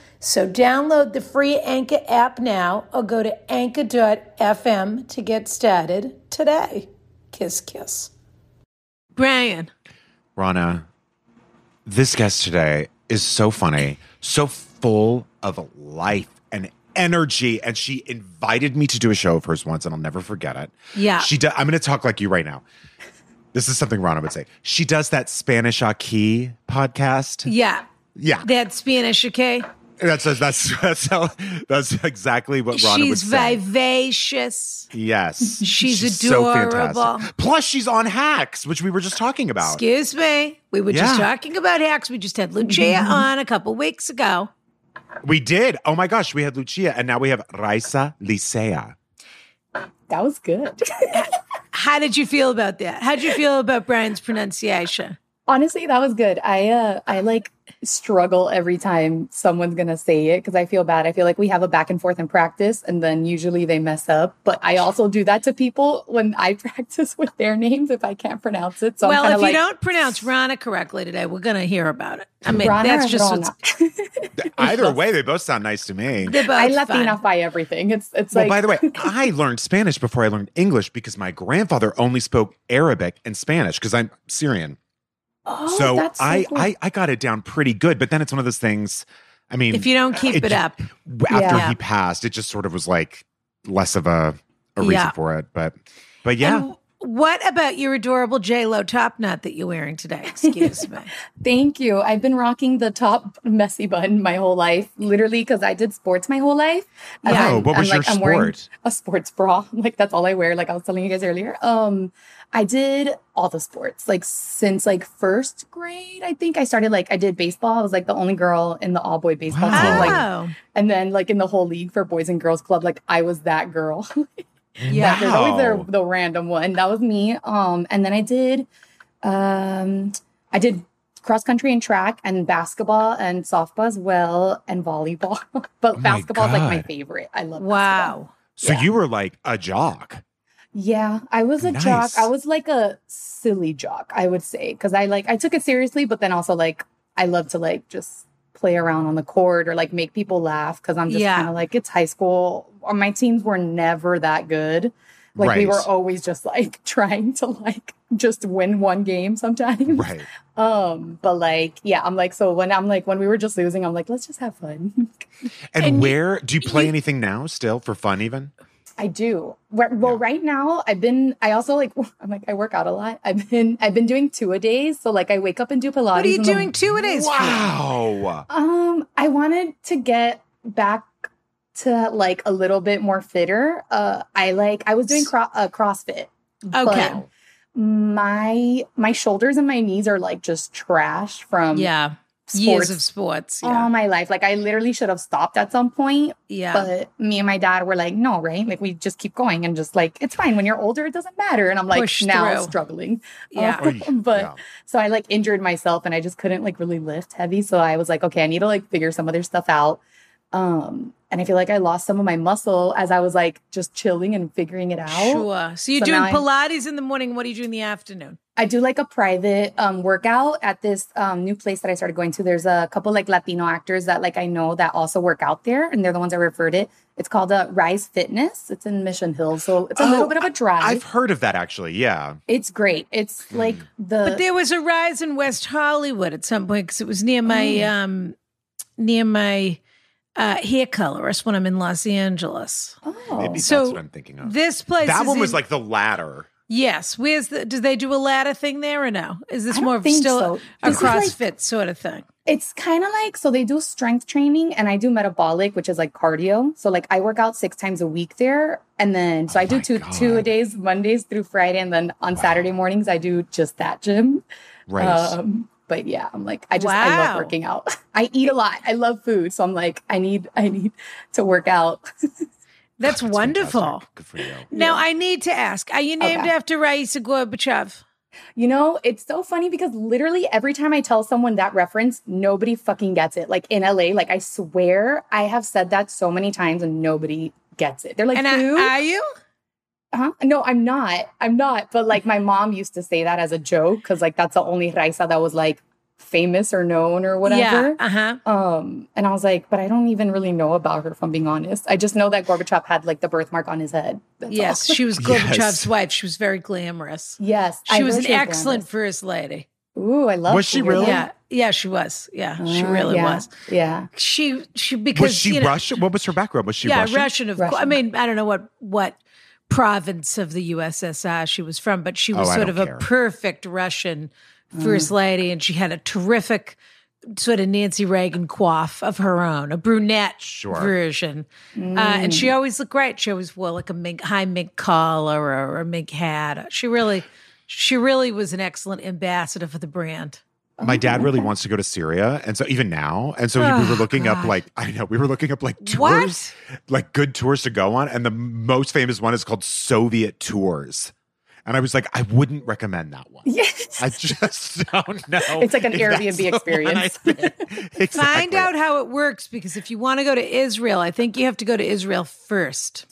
Speaker 4: So download the free Anchor app now or go to anchor.fm to get started today. Kiss, kiss.
Speaker 1: Brian.
Speaker 3: Rana, this guest today is so funny, so full of life and energy. And she invited me to do a show of hers once, and I'll never forget it.
Speaker 1: Yeah.
Speaker 3: She do- I'm going to talk like you right now. This is something Rana would say. She does that Spanish Aki podcast.
Speaker 1: Yeah.
Speaker 3: Yeah.
Speaker 1: That's Spanish, okay?
Speaker 3: That's that's that's that's, how, that's exactly what Rana would
Speaker 1: She's
Speaker 3: say.
Speaker 1: vivacious.
Speaker 3: yes.
Speaker 1: She's
Speaker 3: so fantastic.
Speaker 1: adorable.
Speaker 3: Plus she's on Hacks, which we were just talking about.
Speaker 1: Excuse me. We were just
Speaker 3: Yeah. Mm-hmm.
Speaker 1: talking about hacks. We just had Lucia on a couple weeks ago.
Speaker 3: We did. Oh my gosh, we had Lucia and now we have Raisa Licea.
Speaker 5: That was good.
Speaker 1: How did you feel about that? How did you feel about Brian's pronunciation?
Speaker 5: Honestly, that was good. I uh I like struggle every time someone's gonna say it because I feel bad. I feel like we have a back and forth in practice and then usually they mess up. But I also do that to people when I practice with their names if I can't pronounce it. So
Speaker 1: well, if
Speaker 5: I'm kinda
Speaker 1: you
Speaker 5: like,
Speaker 1: don't pronounce Rana correctly today, we're going to hear about it. I mean,
Speaker 5: "Rana
Speaker 1: that's
Speaker 5: or
Speaker 1: just
Speaker 5: Rona?"
Speaker 1: what's
Speaker 3: Either way, they both sound nice to me.
Speaker 1: they're both
Speaker 5: I
Speaker 1: fun.
Speaker 5: Latinify everything. It's it's
Speaker 3: Well,
Speaker 5: like
Speaker 3: by the way, I learned Spanish before I learned English because my grandfather only spoke Arabic and Spanish because I'm Syrian.
Speaker 5: oh,
Speaker 3: so
Speaker 5: that's
Speaker 3: I,
Speaker 5: cool.
Speaker 3: I I got it down pretty good, but then it's one of those things. I mean,
Speaker 1: If you don't keep it,
Speaker 3: It-
Speaker 1: up,
Speaker 3: after
Speaker 1: Yeah.
Speaker 3: he passed, it just sort of was like less of a a reason
Speaker 1: Yeah.
Speaker 3: for it. But but yeah,
Speaker 1: And what about your adorable J Lo top knot that you're wearing today? Excuse me.
Speaker 5: Thank you. I've been rocking the top messy bun my whole life, literally, because I did sports my whole life. And
Speaker 1: Yeah.
Speaker 3: Oh, what was
Speaker 5: I'm
Speaker 3: your
Speaker 5: I'm wearing
Speaker 3: sport?
Speaker 5: a sports bra. Like that's all I wear. Like I was telling you guys earlier. Um, I did all the sports. Like since like first grade, I think I started like I did baseball. I was like the only girl in the all boy baseball
Speaker 3: Wow.
Speaker 5: team. Like,
Speaker 1: Oh,
Speaker 5: and then like in the whole league for boys and girls club, like I was that girl.
Speaker 1: yeah.
Speaker 5: There's always
Speaker 3: Wow.
Speaker 5: the, the random one. That was me. Um, and then I did, um, I did cross country and track and basketball and softball as well and volleyball. but
Speaker 3: Oh my
Speaker 5: basketball is like my
Speaker 3: God.
Speaker 5: favorite. I love basketball.
Speaker 1: wow.
Speaker 3: so
Speaker 5: yeah.
Speaker 3: you were like a jock.
Speaker 5: Yeah, I was a jock.
Speaker 3: Nice.
Speaker 5: I was like a silly jock, I would say, because I like I took it seriously, but then also like I love to like just play around on the court or like make people laugh because I'm just
Speaker 1: Yeah.
Speaker 5: kind of like it's high school. Or My teams were never that good. Like we
Speaker 3: Right.
Speaker 5: were always just like trying to like just win one game sometimes.
Speaker 3: Right.
Speaker 5: Um, but like yeah, I'm like so when I'm like when we were just losing, I'm like let's just have fun.
Speaker 3: And,
Speaker 1: And you-
Speaker 3: where do you play
Speaker 1: you-
Speaker 3: anything now still for fun even?
Speaker 5: I do. Well, well,
Speaker 3: Yeah.
Speaker 5: right now I've been. I also like. I'm like I work out a lot. I've been. I've been doing two a days. So like I wake up and do Pilates.
Speaker 1: What are you
Speaker 5: in the-
Speaker 1: doing two a days? for? Ah.
Speaker 3: Wow.
Speaker 5: Um, I wanted to get back to like a little bit more fitter. Uh, I like. I was doing cro- uh, CrossFit.
Speaker 1: Okay.
Speaker 5: But my my shoulders and my knees are like just trash from
Speaker 1: yeah. Years
Speaker 5: um, sports Um,
Speaker 1: of sports. Yeah.
Speaker 5: all my life. Like I literally should have stopped at some point.
Speaker 1: yeah.
Speaker 5: But me and my dad were like, no, right? Like we just keep going and just like it's fine. When you're older, it doesn't matter. And I'm like
Speaker 1: Push
Speaker 5: now
Speaker 1: through.
Speaker 5: struggling.
Speaker 1: yeah.
Speaker 5: Oh. But-
Speaker 3: yeah.
Speaker 5: So I like injured myself and I just couldn't like really lift heavy. So I was like, okay, I need to like figure some other stuff out. Um, and I feel like I lost some of my muscle as I was like just chilling and figuring it out.
Speaker 1: Sure. So you're
Speaker 5: So
Speaker 1: doing
Speaker 5: now I'm-
Speaker 1: Pilates in the morning. What do you do in the afternoon?
Speaker 5: I do like a private um, workout at this um, new place that I started going to. There's a couple like Latino actors that like I know that also work out there, and they're the ones I referred it. It's called uh, Rise Fitness. It's in Mission Hill, so it's a
Speaker 3: Oh,
Speaker 5: little bit of a drive.
Speaker 3: I've Hmm. heard of that actually. Yeah.
Speaker 5: It's great. It's like the
Speaker 1: But there was a rise in West Hollywood at some point because it was near my
Speaker 5: Oh.
Speaker 1: um near my uh hair colorist when I'm in Los Angeles.
Speaker 5: oh
Speaker 3: Maybe
Speaker 1: So
Speaker 3: that's what I'm thinking of.
Speaker 1: This place
Speaker 3: That
Speaker 1: is
Speaker 3: one was
Speaker 1: in-
Speaker 3: like the latter.
Speaker 1: Yes. Where's the do they do a ladder thing there or no? Is this
Speaker 5: I don't
Speaker 1: more of
Speaker 5: think
Speaker 1: still
Speaker 5: so.
Speaker 1: a
Speaker 5: This is like-
Speaker 1: CrossFit sort of thing?
Speaker 5: it's kind of like so they do strength training and I do metabolic, which is like cardio. So like I work out six times a week there, and then so
Speaker 3: Oh
Speaker 5: I do
Speaker 3: my
Speaker 5: two
Speaker 3: God.
Speaker 5: two a days, Mondays through Friday, and then on
Speaker 3: Wow.
Speaker 5: Saturday mornings I do just that gym.
Speaker 1: Uh,
Speaker 3: Right.
Speaker 5: Um, but yeah, I'm like, I just I love
Speaker 1: Wow.
Speaker 5: working out. I eat a lot. I love food, so I'm like, I need I need to work out.
Speaker 1: That's
Speaker 3: It's
Speaker 1: wonderful.
Speaker 3: fantastic. Good for you.
Speaker 1: Now I need to ask: Are you named
Speaker 5: Okay.
Speaker 1: after Raisa Gorbachev?
Speaker 5: You know, it's so funny because literally every time I tell someone that reference, nobody fucking gets it. Like in LA, like I swear I have said that so many times and nobody gets it. They're like,
Speaker 1: and I,
Speaker 5: "Who?"
Speaker 1: are you?
Speaker 5: huh? No, I'm not. I'm not. But like my mom used to say that as a joke because like that's the only Raisa that was like famous or known or
Speaker 1: Yeah.
Speaker 5: whatever.
Speaker 1: Uh huh.
Speaker 5: Um, and I was like, but I don't even really know about her, if I'm being honest. I just know that Gorbachev had like the birthmark on his head. That's all.
Speaker 1: Yes, she was Gorbachev's
Speaker 3: Yes.
Speaker 1: wife. She was very glamorous.
Speaker 5: Yes. I
Speaker 1: She was
Speaker 5: know
Speaker 1: an
Speaker 5: glamorous.
Speaker 1: excellent first lady.
Speaker 5: Ooh, I love
Speaker 3: Was she
Speaker 5: to hear
Speaker 3: really?
Speaker 5: that.
Speaker 1: Yeah, yeah, she was. Yeah, she
Speaker 5: Ah,
Speaker 1: really
Speaker 5: yeah,
Speaker 1: was.
Speaker 5: Yeah.
Speaker 1: She she because
Speaker 3: Was she
Speaker 1: you know-
Speaker 3: Russian? What was her background? Was she
Speaker 1: yeah,
Speaker 3: Russian?
Speaker 1: of course. I
Speaker 5: Russian.
Speaker 1: mean, I don't know what what province of the USSR she was from, but she was
Speaker 3: Oh, I
Speaker 1: sort of
Speaker 3: don't
Speaker 1: a
Speaker 3: care. Mm.
Speaker 1: perfect Russian first lady, and she had a terrific sort of Nancy Reagan coif of her own, a brunette
Speaker 3: Sure. Mm.
Speaker 1: version, uh, and she always looked great. She always wore like a mink, high mink collar or, a mink hat. She really. She really was an excellent ambassador for the brand.
Speaker 3: My dad really wants to go to Syria, and so even now, and so he, we
Speaker 1: Oh,
Speaker 3: were looking up
Speaker 1: God.
Speaker 3: like I know we were looking up like tours,
Speaker 1: What?
Speaker 3: like good tours to go on, and the most famous one is called Soviet Tours, and I was like, I wouldn't recommend that one.
Speaker 5: Yes.
Speaker 3: I just don't know.
Speaker 5: It's like an
Speaker 3: if that's
Speaker 5: Airbnb
Speaker 3: the one I
Speaker 5: experience.
Speaker 3: think.
Speaker 1: Find
Speaker 3: Exactly.
Speaker 1: out how it works because if you want to go to Israel, I think you have to go to Israel first.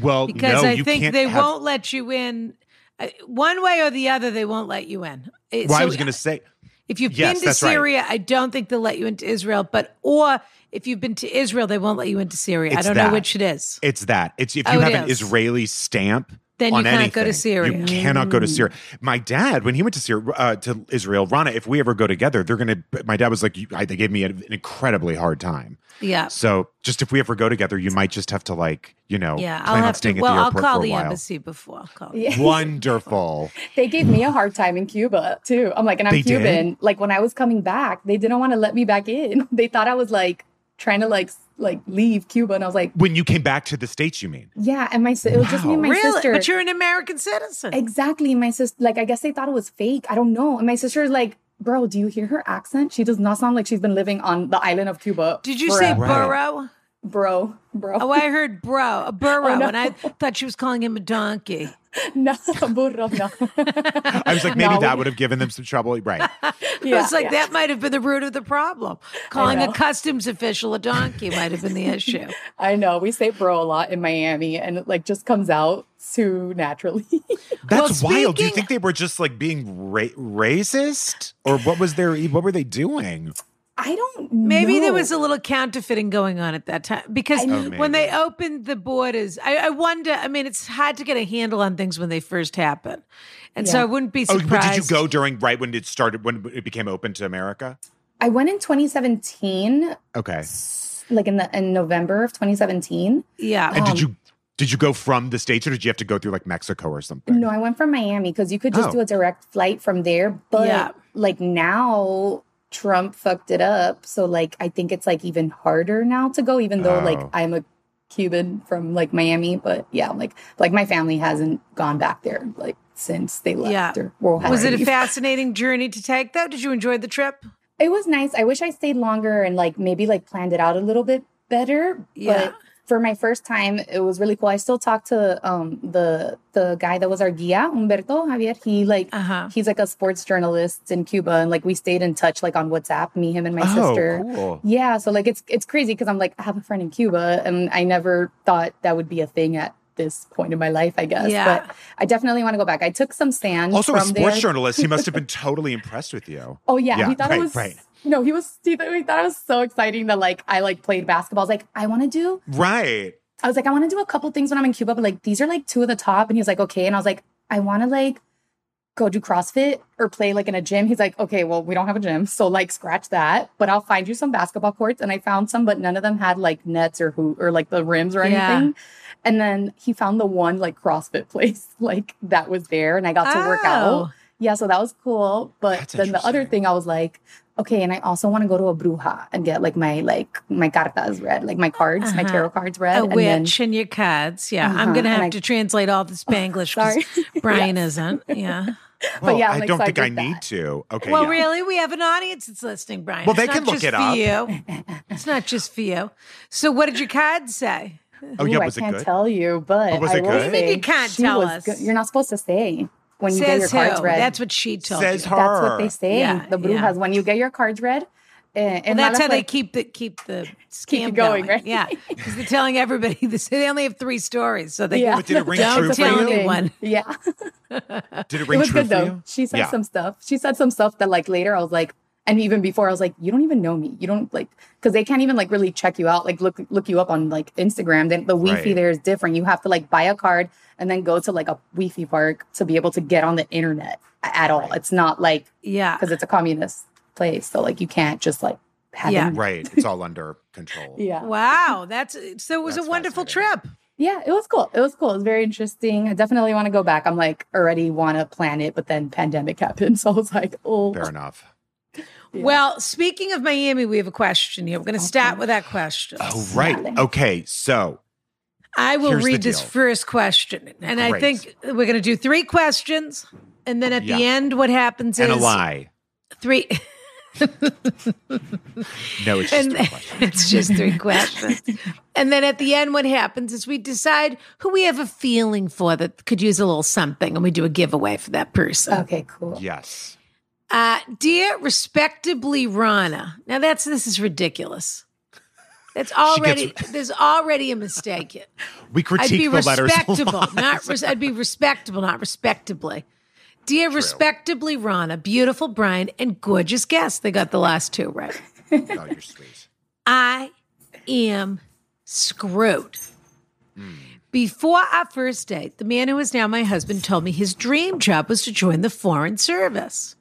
Speaker 3: Well,
Speaker 1: because
Speaker 3: Oh, no,
Speaker 1: I
Speaker 3: you
Speaker 1: think
Speaker 3: can't
Speaker 1: they
Speaker 3: have-
Speaker 1: won't let you in. Uh, One way or the other, they won't let you in. Uh,
Speaker 3: Well, I
Speaker 1: so
Speaker 3: was going to say,
Speaker 1: if you've
Speaker 3: yes,
Speaker 1: been to
Speaker 3: that's right.
Speaker 1: Syria, I don't think they'll let you into Israel. But or if you've been to Israel, they won't let you into Syria. I
Speaker 3: It's
Speaker 1: don't know
Speaker 3: that.
Speaker 1: which it is.
Speaker 3: It's that. It's if
Speaker 1: Oh,
Speaker 3: you
Speaker 1: it
Speaker 3: have an
Speaker 1: is.
Speaker 3: Israeli stamp.
Speaker 1: Then you
Speaker 3: on
Speaker 1: can't go to
Speaker 3: anything,
Speaker 1: Syria.
Speaker 3: You cannot go to Syria. My dad, when he went to Syria uh, to Israel, Rana, if we ever go together, they're gonna. My dad was like, you, I, they gave me an incredibly hard time.
Speaker 1: Yeah,
Speaker 3: So just if we ever go together, you might just have to like, you know,
Speaker 1: yeah.
Speaker 3: plan
Speaker 1: I'll
Speaker 3: on
Speaker 1: have to.
Speaker 3: staying at
Speaker 1: Well,
Speaker 3: the
Speaker 1: I'll
Speaker 3: airport
Speaker 1: call
Speaker 3: for a
Speaker 1: the
Speaker 3: while.
Speaker 1: embassy before. I'll call.
Speaker 5: Yeah.
Speaker 3: Wonderful.
Speaker 5: They gave me a hard time in Cuba too. I'm like, and I'm
Speaker 3: They did?
Speaker 5: Cuban. Like when I was coming back, they didn't want to let me back in. They thought I was like trying to like s- like leave Cuba, and I was like,
Speaker 3: When you came back to the states, you mean?
Speaker 5: yeah. And my si- it was just me and my
Speaker 1: Really?
Speaker 5: sister.
Speaker 1: But you're an American citizen.
Speaker 5: exactly my sister. Like I guess they thought it was fake. I don't know. And my sister's like, bro, do you hear her accent? She does not sound like she's been living on the island of Cuba.
Speaker 1: Did you say
Speaker 5: forever.
Speaker 3: Right.
Speaker 1: burrow?
Speaker 5: bro, bro?
Speaker 1: Oh, I heard bro, a burrow,
Speaker 5: Oh, no.
Speaker 1: and I thought she was calling him a donkey.
Speaker 5: no, burro, no.
Speaker 3: I was like, maybe
Speaker 5: No,
Speaker 3: that
Speaker 5: we-
Speaker 3: would have given them some trouble, right?
Speaker 5: Yeah,
Speaker 1: it's like
Speaker 5: yeah.
Speaker 1: that might have been the root of the problem. Calling a
Speaker 5: know.
Speaker 1: customs official a donkey might have been the issue.
Speaker 5: I know we say bro a lot in Miami, and it like just comes out so naturally.
Speaker 3: That's
Speaker 1: Well,
Speaker 3: wild. Do you
Speaker 1: speaking-
Speaker 3: think they were just like being ra- racist, or what was their? e, What were they doing?
Speaker 5: I don't.
Speaker 1: Maybe there
Speaker 5: know.
Speaker 1: was a little counterfeiting going on at that time because
Speaker 5: I
Speaker 3: know. Oh,
Speaker 1: when they
Speaker 3: maybe.
Speaker 1: opened the borders, I, I wonder. I mean, it's hard to get a handle on things when they first happen, and so
Speaker 5: Yeah.
Speaker 1: I wouldn't be
Speaker 3: Oh,
Speaker 1: surprised.
Speaker 3: but did you go during right when it started when it became open to America?
Speaker 5: I went in 2017,
Speaker 3: Okay.
Speaker 5: like in the in November of 2017.
Speaker 1: Yeah,
Speaker 3: And did
Speaker 5: Um,
Speaker 3: you did you go from the states or did you have to go through like Mexico or something?
Speaker 5: No, I went from Miami because you could just
Speaker 3: Oh.
Speaker 5: do a direct flight from there. But
Speaker 1: Yeah.
Speaker 5: like now, Trump fucked it up. So like I think it's like even harder now to go, even though like
Speaker 3: Oh.
Speaker 5: I'm a Cuban from like Miami. But yeah, like like my family hasn't gone back there like since they left.
Speaker 1: Yeah.
Speaker 5: Or, well, had
Speaker 1: was
Speaker 5: to
Speaker 1: it a
Speaker 5: leave.
Speaker 1: fascinating journey to take though? Did you enjoy the trip?
Speaker 5: it was nice. I wish I stayed longer and like maybe like planned it out a little bit better.
Speaker 1: Yeah.
Speaker 5: But for my first time, it was really cool. I still talk to um the the guy that was our guia, Humberto Javier. He like
Speaker 1: Uh
Speaker 3: Uh-huh.
Speaker 1: huh.
Speaker 5: he's like a sports journalist in Cuba and like we stayed in touch like on WhatsApp, me, him and my
Speaker 3: oh,
Speaker 5: sister.
Speaker 3: cool.
Speaker 5: Yeah. So like it's it's crazy because I'm like, I have a friend in Cuba and I never thought that would be a thing at this point in my life, I guess.
Speaker 1: Yeah.
Speaker 5: But I definitely want to go back. I took some sand.
Speaker 3: Also, a
Speaker 5: from
Speaker 3: sports
Speaker 5: there.
Speaker 3: journalist, he must have been totally impressed with you.
Speaker 5: Oh yeah,
Speaker 3: Yeah,
Speaker 5: he thought
Speaker 3: right,
Speaker 5: it was
Speaker 3: right.
Speaker 5: No, he was. He thought, he thought it was so exciting that like I like played basketball. I was like, I want to do.
Speaker 3: Right.
Speaker 5: I was like, I want to do a couple things when I'm in Cuba, but like these are like two of the top. And he was like, okay. And I was like, I want to like go do CrossFit or play like in a gym. He's like, okay, well we don't have a gym, so like scratch that. But I'll find you some basketball courts. And I found some, but none of them had like nets or hoop or like the rims or
Speaker 1: Yeah.
Speaker 5: anything. And then he found the one like CrossFit place like that was there, and I got to work
Speaker 1: Oh.
Speaker 5: out. Yeah, so that was cool. But
Speaker 3: That's
Speaker 5: then the other
Speaker 3: interesting.
Speaker 5: thing I was like, okay, and I also want to go to a bruja and get like my like my cartas read, like my cards, my
Speaker 1: Uh-huh.
Speaker 5: tarot cards read.
Speaker 1: A
Speaker 5: and then
Speaker 1: witch in your cards. Yeah, I'm
Speaker 5: Uh-huh,
Speaker 1: gonna
Speaker 5: and
Speaker 1: have
Speaker 5: I-
Speaker 1: to translate all this Spanglish. 'cause
Speaker 5: sorry.
Speaker 1: Brian isn't. Yeah.
Speaker 3: Well,
Speaker 5: yeah,
Speaker 3: I
Speaker 5: like,
Speaker 3: don't
Speaker 5: so I
Speaker 3: think I,
Speaker 5: did
Speaker 3: need
Speaker 5: that.
Speaker 3: to. Okay.
Speaker 1: Well,
Speaker 3: yeah.
Speaker 1: really, we have an audience that's listening, Brian.
Speaker 3: Well, they
Speaker 1: It's
Speaker 3: can
Speaker 1: not
Speaker 3: look
Speaker 1: just
Speaker 3: it up.
Speaker 1: For you. It's not just for you. So, what did your card say?
Speaker 3: Oh, yeah,
Speaker 5: Ooh,
Speaker 3: was
Speaker 5: I
Speaker 3: it
Speaker 5: can't
Speaker 3: good?
Speaker 5: tell you, but
Speaker 3: Oh, was
Speaker 5: I
Speaker 3: it
Speaker 5: will
Speaker 3: good? You
Speaker 5: say
Speaker 1: mean you can't
Speaker 5: she
Speaker 1: tell
Speaker 5: was
Speaker 1: us?
Speaker 5: good. You're not supposed to say when you get your
Speaker 1: Says who?
Speaker 5: cards read.
Speaker 1: That's what she told
Speaker 3: Says
Speaker 1: you.
Speaker 3: her.
Speaker 5: That's what they say.
Speaker 1: Yeah,
Speaker 5: the
Speaker 1: yeah.
Speaker 5: brujas. When you get your cards read, uh,
Speaker 1: Well,
Speaker 5: and
Speaker 1: that's how they keep the keep the scam
Speaker 5: Keep it going, right?
Speaker 1: Yeah, 'Cause they're telling everybody this. They only have three stories, so they
Speaker 5: Yeah.
Speaker 3: But did it ring
Speaker 1: Don't
Speaker 3: true for
Speaker 1: tell
Speaker 3: you?
Speaker 1: anyone.
Speaker 5: Yeah,
Speaker 3: Did it
Speaker 5: it
Speaker 3: ring
Speaker 5: was
Speaker 3: true
Speaker 5: good
Speaker 3: for
Speaker 5: though.
Speaker 3: you?
Speaker 5: She said
Speaker 3: Yeah.
Speaker 5: some stuff. She said some stuff that like later I was like, and even before I was like, you don't even know me. You don't like because they can't even like really check you out. Like look look you up on like Instagram. Then the Wi-Fi
Speaker 3: Right.
Speaker 5: there is different. You have to like buy a card and then go to like a Wi-Fi park to be able to get on the internet a- at all. It's not like
Speaker 1: yeah.
Speaker 5: because it's a communist place, so like you can't just like have
Speaker 1: Yeah.
Speaker 5: internet.
Speaker 3: Right. It's all under control.
Speaker 5: Yeah.
Speaker 1: Wow, that's so. It was
Speaker 3: That's
Speaker 1: a wonderful
Speaker 3: fascinating.
Speaker 1: trip.
Speaker 5: Yeah, it was cool. It was cool. It was very interesting. I definitely want to go back. I'm like already want to plan it, but then pandemic happened, so I was like, oh,
Speaker 3: Fair enough.
Speaker 5: Yeah.
Speaker 1: Well, speaking of Miami, we have a question here. We're going to start with that question.
Speaker 3: Oh, right. Okay. So
Speaker 1: I will
Speaker 3: Here's the
Speaker 1: read this
Speaker 3: deal.
Speaker 1: first question, and I
Speaker 3: Great.
Speaker 1: think we're going to do three questions, and then at the
Speaker 3: Yeah.
Speaker 1: end, what happens
Speaker 3: and a
Speaker 1: is
Speaker 3: lie.
Speaker 1: three.
Speaker 3: No, it's just
Speaker 1: and
Speaker 3: a question.
Speaker 1: it's just three questions. And then at the end, what happens is we decide who we have a feeling for that could use a little something, and we do a giveaway for that person.
Speaker 5: okay, cool.
Speaker 3: Yes.
Speaker 1: Uh, dear respectably Rana. Now that's this is ridiculous. That's already there's already a mistake. here. I'd be
Speaker 3: We critique the letters. a
Speaker 1: respectable,
Speaker 3: lot.
Speaker 1: not res- I'd be respectable, not respectably. Dear respectably Rana, beautiful Brian, and gorgeous guest. They got the last two right.
Speaker 3: No, you're sweet.
Speaker 1: I am screwed. Before our first date, the man who is now my husband told me his dream job was to join the Foreign Service.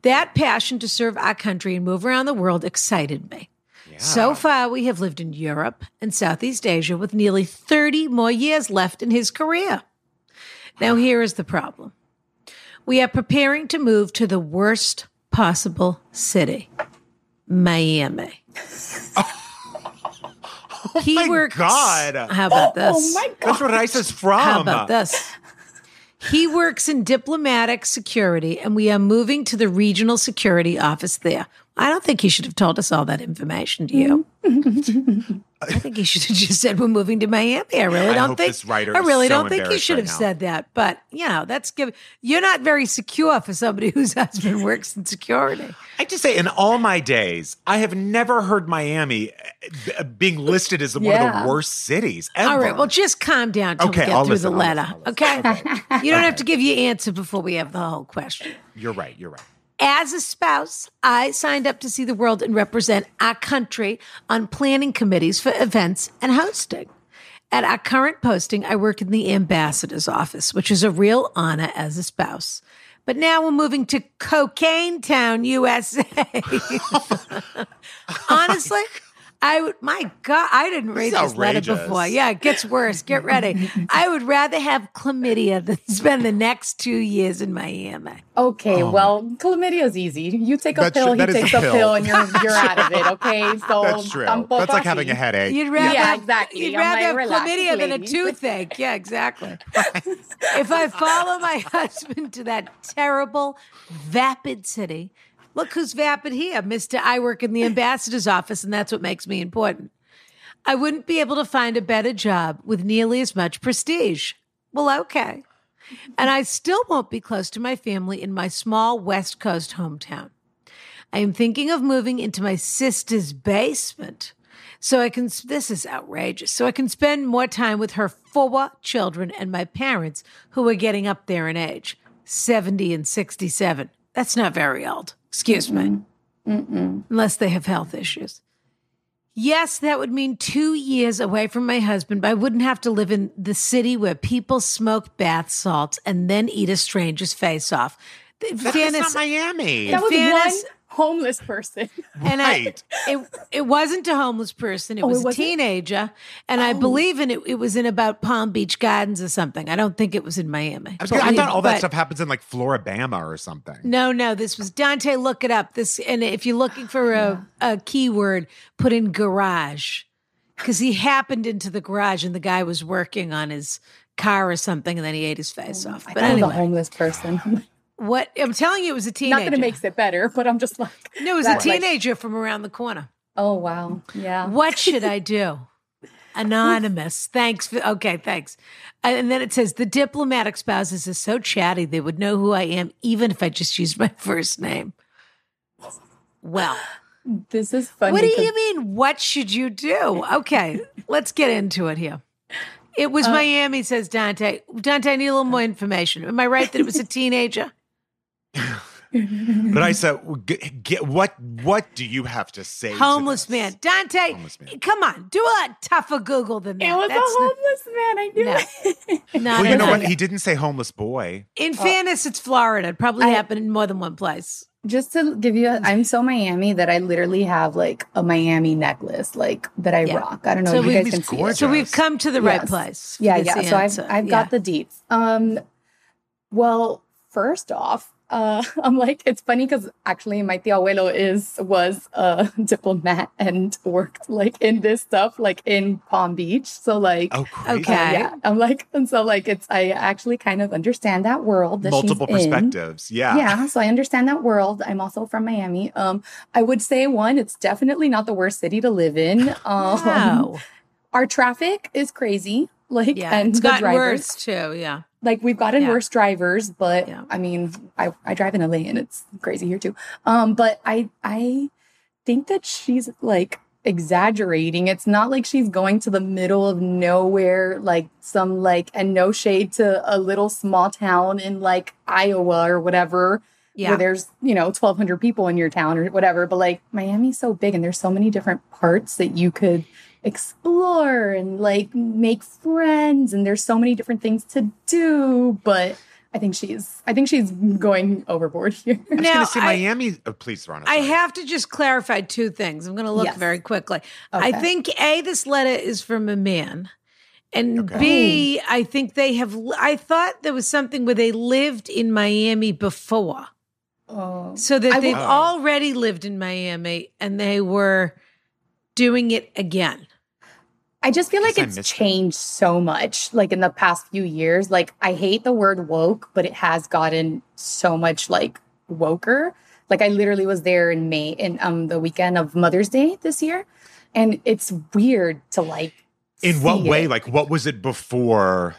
Speaker 1: That passion to serve our country and move around the world excited me. So far, we have lived in Europe and Southeast Asia with nearly 30 more years left in his career. Now, here is the problem we are preparing to move to the worst possible city, Miami he
Speaker 3: Oh my
Speaker 1: works.
Speaker 3: God.
Speaker 1: How about this?
Speaker 5: Oh my god.
Speaker 3: That's what ISIS from.
Speaker 1: How about this? He works in diplomatic security, and we are moving to the regional security office there. I don't think he should have told us all that information to you. I think he should have just said we're moving to Miami. I really
Speaker 3: I
Speaker 1: don't
Speaker 3: hope
Speaker 1: think
Speaker 3: this writer
Speaker 1: I
Speaker 3: is
Speaker 1: really
Speaker 3: so
Speaker 1: don't think he
Speaker 3: embarrassed
Speaker 1: should
Speaker 3: right
Speaker 1: have
Speaker 3: now.
Speaker 1: said that. But you know, that's giving you're not very secure for somebody whose husband works in security.
Speaker 3: I just say, in all my days, I have never heard Miami uh, being listed as one of
Speaker 5: Yeah.
Speaker 3: the worst cities ever.
Speaker 1: All right. Well, just calm down till
Speaker 3: Okay,
Speaker 1: we get
Speaker 3: I'll
Speaker 1: through
Speaker 3: listen,
Speaker 1: the
Speaker 3: I'll listen,
Speaker 1: letter.
Speaker 3: I'll
Speaker 1: okay.
Speaker 3: listen.
Speaker 1: You don't have to give your answer before we have the whole question.
Speaker 3: you're right. You're right.
Speaker 1: As a spouse, I signed up to see the world and represent our country on planning committees for events and hosting. At our current posting, I work in the ambassador's office, which is a real honor as a spouse. But now we're moving to Cocaine Town, USA. Honestly, I would, my God, I didn't read
Speaker 3: This is
Speaker 1: this letter
Speaker 3: outrageous.
Speaker 1: before. Yeah, it gets worse. Get ready. I would rather have chlamydia than spend the next two years in Miami.
Speaker 5: Okay, well, chlamydia is easy. You take a
Speaker 3: Um, That's
Speaker 5: pill,
Speaker 3: true.
Speaker 5: he
Speaker 3: That is
Speaker 5: takes
Speaker 3: a
Speaker 5: a pill.
Speaker 3: pill.
Speaker 5: and you're you're out of it. Okay,
Speaker 1: Oh,
Speaker 5: so um,
Speaker 3: That's true.
Speaker 5: tampoco
Speaker 3: That's like having
Speaker 5: así.
Speaker 3: a headache.
Speaker 1: You'd rather
Speaker 5: Yeah,
Speaker 1: have-
Speaker 5: exactly.
Speaker 1: You'd
Speaker 5: I'm
Speaker 1: rather
Speaker 5: like,
Speaker 1: have
Speaker 5: relax,
Speaker 1: chlamydia than a
Speaker 5: ladies.
Speaker 1: toothache. Yeah, exactly. if I follow my husband to that terrible, vapid city, look who's vapid here, Mister. I work in the ambassador's office, and that's what makes me important. I wouldn't be able to find a better job with nearly as much prestige. Well, okay. And I still won't be close to my family in my small West Coast hometown. I am thinking of moving into my sister's basement so I can, this is outrageous, so I can spend more time with her four children and my parents who are getting up there in age 70 and 67. That's not very old. Excuse me. Unless they have health issues. Yes, that would mean two years away from my husband, but I wouldn't have to live in the city where people smoke bath salts and then eat a stranger's face off.
Speaker 3: That's not Miami.
Speaker 5: That was
Speaker 1: Fairness-
Speaker 5: one homeless person.
Speaker 1: And
Speaker 3: Right.
Speaker 1: I, it it wasn't a homeless person. It
Speaker 5: Oh, it
Speaker 1: was a
Speaker 5: wasn't? Oh.
Speaker 1: teenager, and I believe in it. It was in about Palm Beach Gardens or something. I don't think it was in Miami.
Speaker 3: I, was gonna- I thought all that
Speaker 1: But-
Speaker 3: stuff happens in like Floribama or something.
Speaker 1: No, no, this was Dante. Look it up. This, and if you're looking for a, a keyword, put in garage, because he happened into the garage and the guy was working on his car or something, and then he ate his face off.
Speaker 5: Oh, I
Speaker 1: But
Speaker 5: thought it was a
Speaker 1: anyway,
Speaker 5: homeless person.
Speaker 1: what I'm telling you, it was a teenager.
Speaker 5: Not that it makes it better, but I'm just like,
Speaker 1: no, it was
Speaker 5: that,
Speaker 1: a
Speaker 5: like-
Speaker 1: teenager from around the corner.
Speaker 5: oh wow, yeah.
Speaker 1: What should I do? Anonymous. Thanks. For, okay, thanks. Uh, And then it says the diplomatic spouses is so chatty they would know who I am even if I just used my first name. Well,
Speaker 5: This is funny.
Speaker 1: what do
Speaker 5: 'cause-
Speaker 1: you mean? What should you do? Okay, let's get into it here. It
Speaker 5: Uh,
Speaker 1: was Miami, says Dante. Dante, I need a little more information. Am I right that it was a teenager?
Speaker 3: Raisa, g- get, what what do you have to say? to
Speaker 1: Homeless
Speaker 3: this?
Speaker 1: man. Dante,
Speaker 3: Homeless man.
Speaker 1: come on, do a lot tougher Google than that.
Speaker 5: It was a
Speaker 1: That's not-
Speaker 5: homeless man. I knew
Speaker 1: No.
Speaker 5: it.
Speaker 1: not
Speaker 3: Well, you know
Speaker 1: enough.
Speaker 3: what? He didn't say homeless boy.
Speaker 1: In fairness, it's Florida. It probably
Speaker 5: Oh. I-
Speaker 1: happened in more than one place.
Speaker 5: Just to give you, a, I'm so Miami that I literally have like a Miami necklace, like that I
Speaker 1: Yeah.
Speaker 5: rock. I don't know
Speaker 1: So
Speaker 5: if you
Speaker 1: we-
Speaker 5: guys
Speaker 3: Miami's
Speaker 5: can see
Speaker 3: gorgeous.
Speaker 5: it.
Speaker 1: So we've
Speaker 3: Yes.
Speaker 1: come to the right
Speaker 5: Yes.
Speaker 1: place. for
Speaker 5: Yeah,
Speaker 1: this
Speaker 5: yeah. So I've
Speaker 1: answer.
Speaker 5: I've
Speaker 1: Yeah.
Speaker 5: got the deets. Um, well, first off, uh, I'm like it's funny because actually my tía abuelo is was a diplomat and worked like in this stuff, like in Palm Beach. So like.
Speaker 3: Oh, crazy.
Speaker 1: Okay.
Speaker 5: Yeah, I'm like, and so like it's. I actually kind of understand that world. That
Speaker 3: Multiple
Speaker 5: she's in
Speaker 3: perspectives. Yeah.
Speaker 5: yeah so i understand that world i'm also from miami um i would say one it's definitely not the worst city to live in um
Speaker 1: Wow.
Speaker 5: our traffic is crazy like
Speaker 1: Yeah,
Speaker 5: and
Speaker 1: it's
Speaker 5: the
Speaker 1: gotten
Speaker 5: drivers
Speaker 1: worse too. Yeah.
Speaker 5: like we've gotten
Speaker 1: Yeah.
Speaker 5: worse drivers but
Speaker 1: Yeah.
Speaker 5: i mean I, I drive in la and it's crazy here too um but i i think that she's like exaggerating it's not like she's going to the middle of nowhere like some like and no shade to a little small town in like iowa or whatever
Speaker 1: Yeah.
Speaker 5: where there's you know 1200 people in your town or whatever but like miami's so big and there's so many different parts that you could explore and like make friends and there's so many different things to do but i think she's i think she's going overboard here
Speaker 3: I was going
Speaker 1: Now,
Speaker 3: to say
Speaker 1: I-
Speaker 3: Miami. Oh, please, Ron.
Speaker 1: I have to just clarify two things. I'm going to look
Speaker 5: Yes.
Speaker 1: very quickly. I
Speaker 5: Okay.
Speaker 1: think A, this letter is from a man. And
Speaker 3: Okay.
Speaker 1: B, I think they have, I thought there was something where they lived in Miami before.
Speaker 5: oh
Speaker 1: So that
Speaker 5: I
Speaker 1: they've
Speaker 3: will- Oh.
Speaker 1: already lived in Miami and they were doing it again.
Speaker 5: i just feel like
Speaker 3: Guess I
Speaker 5: it's
Speaker 3: missed it.
Speaker 5: changed so much like in the past few years like i hate the word woke but it has gotten so much like woker like i literally was there in may in um the weekend of mother's day this year and it's weird to like
Speaker 3: In what
Speaker 5: see
Speaker 3: way?
Speaker 5: it.
Speaker 3: Like, what was it before?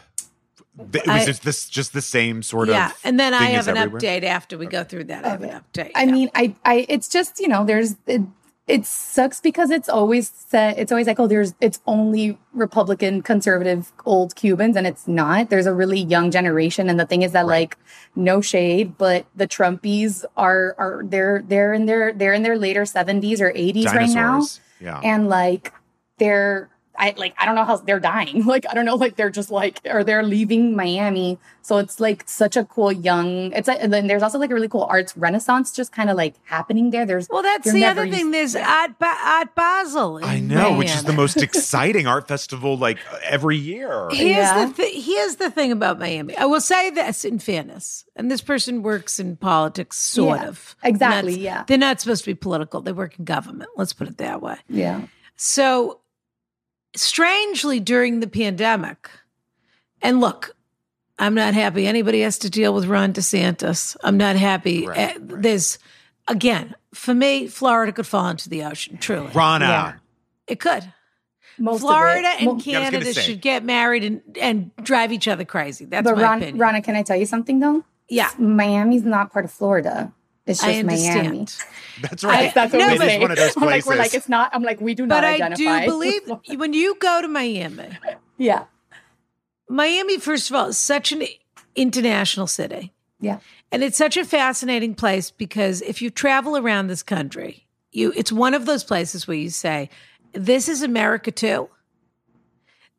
Speaker 3: Th- It was
Speaker 1: I-
Speaker 3: just this, just the same sort
Speaker 1: yeah.
Speaker 3: of.
Speaker 1: And then I
Speaker 3: thing
Speaker 1: have
Speaker 3: is
Speaker 1: an
Speaker 3: everywhere?
Speaker 1: update after we go through that. I have an update.
Speaker 5: I
Speaker 1: yeah.
Speaker 5: mean, I, I, it's just you know, there's it, it sucks because it's always said it's always like oh, there's it's only Republican, conservative, old Cubans, and it's not. There's a really young generation, and the thing is that like no shade, but the Trumpies are are they're they're in their they're in their later seventies or eighties right now,
Speaker 3: Dinosaurs. Yeah.
Speaker 5: and like they're I like I don't know how they're dying. Like I don't know, like they're just like or they're leaving Miami. So it's like such a cool young. It's like, and then there's also like a really cool arts renaissance just kind of like happening there. There's
Speaker 1: well, that's
Speaker 5: you're
Speaker 1: the
Speaker 5: never
Speaker 1: other
Speaker 5: used-
Speaker 1: thing. There's
Speaker 5: yeah.
Speaker 1: Art, ba- Art Basel. in
Speaker 3: I know, which is
Speaker 1: Miami.
Speaker 3: the most exciting art festival like every year.
Speaker 1: Here's
Speaker 5: Yeah.
Speaker 1: the th- here's the thing about Miami. I will say this in fairness, and this person works in politics, sort
Speaker 5: Yeah,
Speaker 1: of.
Speaker 5: exactly,
Speaker 1: Not-
Speaker 5: yeah.
Speaker 1: they're not supposed to be political. They work in government. Let's put it that way.
Speaker 5: yeah.
Speaker 1: So, strangely, during the pandemic, and look, I'm not happy anybody has to deal with Ron DeSantis. I'm not happy.
Speaker 3: Right,
Speaker 1: Uh, There's again for me, Florida could fall into the ocean. Truly,
Speaker 3: Rana.
Speaker 5: Yeah.
Speaker 1: it could.
Speaker 5: Most of it-
Speaker 1: Florida
Speaker 5: mo-
Speaker 1: and
Speaker 3: Yeah, I was gonna
Speaker 1: Canada
Speaker 3: say.
Speaker 1: should get married and, and drive each other crazy. That's
Speaker 5: but
Speaker 1: my
Speaker 5: Ron,
Speaker 1: opinion.
Speaker 5: Rana, can I tell you something though?
Speaker 1: yeah,
Speaker 5: Miami's not part of Florida. It's just
Speaker 1: I understand.
Speaker 5: Miami.
Speaker 3: That's right.
Speaker 1: I- that's what
Speaker 3: it
Speaker 1: we
Speaker 3: is
Speaker 1: say.
Speaker 3: one of those
Speaker 5: I'm like
Speaker 3: places.
Speaker 5: we're like it's not. I'm like we do not
Speaker 1: But I
Speaker 5: identify.
Speaker 1: do believe when you go to Miami,
Speaker 5: yeah,
Speaker 1: Miami, first of all, is such an international city.
Speaker 5: yeah,
Speaker 1: And it's such a fascinating place because if you travel around this country, you it's one of those places where you say, This is America too.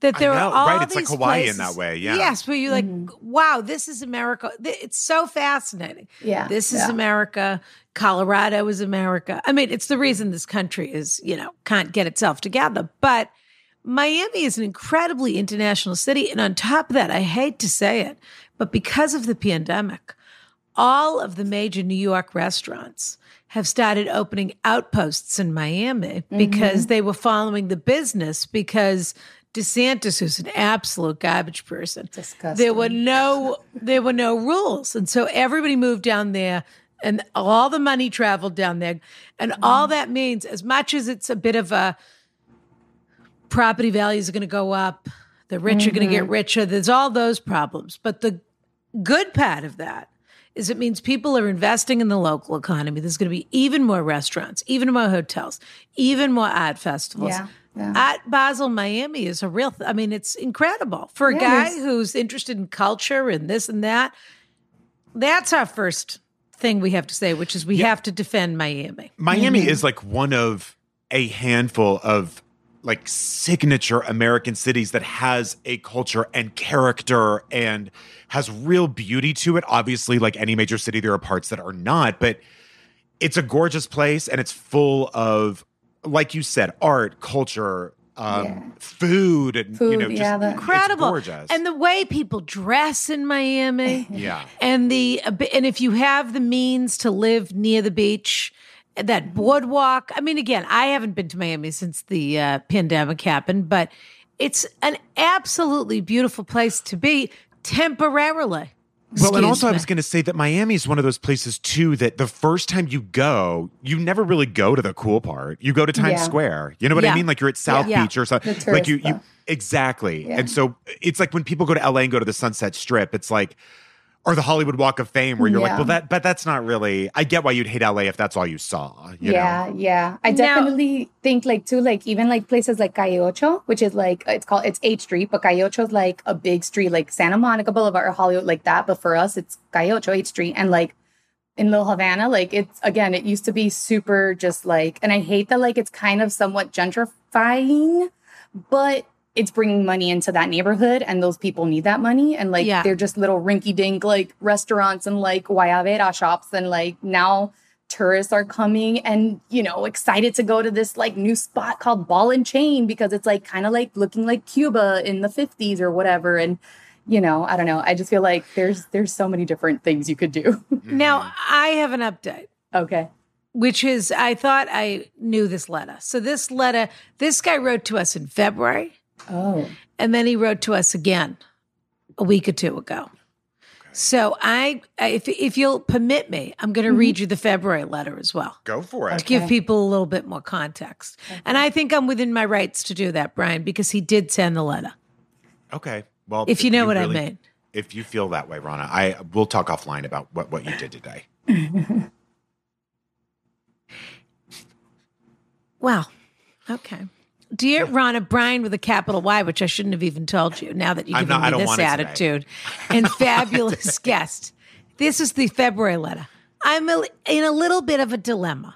Speaker 1: That
Speaker 3: I
Speaker 1: there
Speaker 3: know,
Speaker 1: are all
Speaker 3: right, it's like
Speaker 1: these
Speaker 3: Hawaii in
Speaker 1: places-
Speaker 3: that way, yeah.
Speaker 1: Yes, where you're like,
Speaker 5: Mm-hmm.
Speaker 1: wow, this is America. Th- It's so fascinating.
Speaker 5: Yeah,
Speaker 1: This is
Speaker 5: yeah.
Speaker 1: America. Colorado is America. I mean, it's the
Speaker 5: Mm-hmm.
Speaker 1: reason this country is, you know, can't get itself together. But Miami is an incredibly international city. And on top of that, I hate to say it, but because of the pandemic, all of the major New York restaurants have started opening outposts in Miami because they were following the business because DeSantis, who's an absolute garbage person,
Speaker 5: Disgusting.
Speaker 1: there were no there were no rules. And so everybody moved down there and all the money traveled down there. And all that means, as much as it's a bit of a property values are going to go up. The rich are going to
Speaker 5: Mm-hmm.
Speaker 1: get richer. There's all those problems. But the good part of that is it means people are investing in the local economy. There's going to be even more restaurants, even more hotels, even more art festivals.
Speaker 5: Yeah, yeah.
Speaker 1: At Basel, Miami is a real, th- I mean, it's incredible. For a guy who's interested in culture and this and that, that's our first thing we have to say, which is we have to defend Miami.
Speaker 3: Miami
Speaker 5: Mm-hmm.
Speaker 3: is like one of a handful of like signature American cities that has a culture and character and has real beauty to it. Obviously, like any major city, there are parts that are not, but it's a gorgeous place and it's full of, like you said, art, culture, um, food, and you
Speaker 5: Food,
Speaker 3: know, just
Speaker 5: yeah, the-
Speaker 3: it's
Speaker 1: Incredible.
Speaker 3: gorgeous.
Speaker 1: And the way people dress in Miami.
Speaker 3: yeah.
Speaker 1: and the and if you have the means to live near the beach that boardwalk i mean again i haven't been to miami since the uh, pandemic happened but it's an absolutely beautiful place to be temporarily
Speaker 3: Well,
Speaker 1: Excuse
Speaker 3: and also I
Speaker 1: me.
Speaker 3: was going to say that Miami is one of those places too that the first time you go, you never really go to the cool part. You go to Times
Speaker 5: Yeah.
Speaker 3: Square. You know what
Speaker 1: Yeah.
Speaker 3: I mean? Like you're at South
Speaker 1: Yeah.
Speaker 3: Beach or something.
Speaker 5: The
Speaker 3: Like you,
Speaker 5: tourist
Speaker 3: you
Speaker 5: stuff.
Speaker 3: exactly. And so it's like when people go to LA and go to the Sunset Strip, it's like or the Hollywood Walk of Fame where you're like,
Speaker 5: Yeah.
Speaker 3: well, that but that's not really. I get why you'd hate LA if that's all you saw. You
Speaker 5: yeah, yeah. I
Speaker 1: Now-
Speaker 5: definitely think like too, like even like places like Calle Ocho, which is like it's called it's H Street, but Calle Ocho is like a big street, like Santa Monica Boulevard or Hollywood, like that. But for us, it's Calle Ocho H Street, and like in Little Havana, like it's again, it used to be super just like, and I hate that like it's kind of somewhat gentrifying, but. It's bringing money into that neighborhood, and those people need that money. And like,
Speaker 1: Yeah.
Speaker 5: they're just little rinky-dink like restaurants and like guayabera shops, and like now tourists are coming and you know excited to go to this like new spot called ball and chain because it's like kind of like looking like cuba in the 50s or whatever and you know i don't know i just feel like there's there's so many different things you could do
Speaker 1: now
Speaker 3: Mm-hmm.
Speaker 1: i have an update
Speaker 5: okay
Speaker 1: which is i thought i knew this letter so this letter this guy wrote to us in february
Speaker 5: oh
Speaker 1: and then he wrote to us again a week or two ago. So I, I- if if you'll permit me, I'm going to read you the February letter as well
Speaker 3: go for it.
Speaker 1: to give people a little bit more context. And I think I'm within my rights to do that, Brian, because he did send the letter.
Speaker 3: Okay. Well,
Speaker 1: If you know what
Speaker 3: really-
Speaker 1: I mean.
Speaker 3: If you feel that way, Rana, I we'll talk offline about what what you did today.
Speaker 1: Wow. Okay. Dear Ronna Bryan with a capital Y, which I shouldn't have even told you now that you've
Speaker 3: I'm
Speaker 1: given
Speaker 3: not- I
Speaker 1: me
Speaker 3: don't
Speaker 1: this
Speaker 3: want it today.
Speaker 1: attitude. And fabulous guest. This is the February letter. I'm a, in a little bit of a dilemma.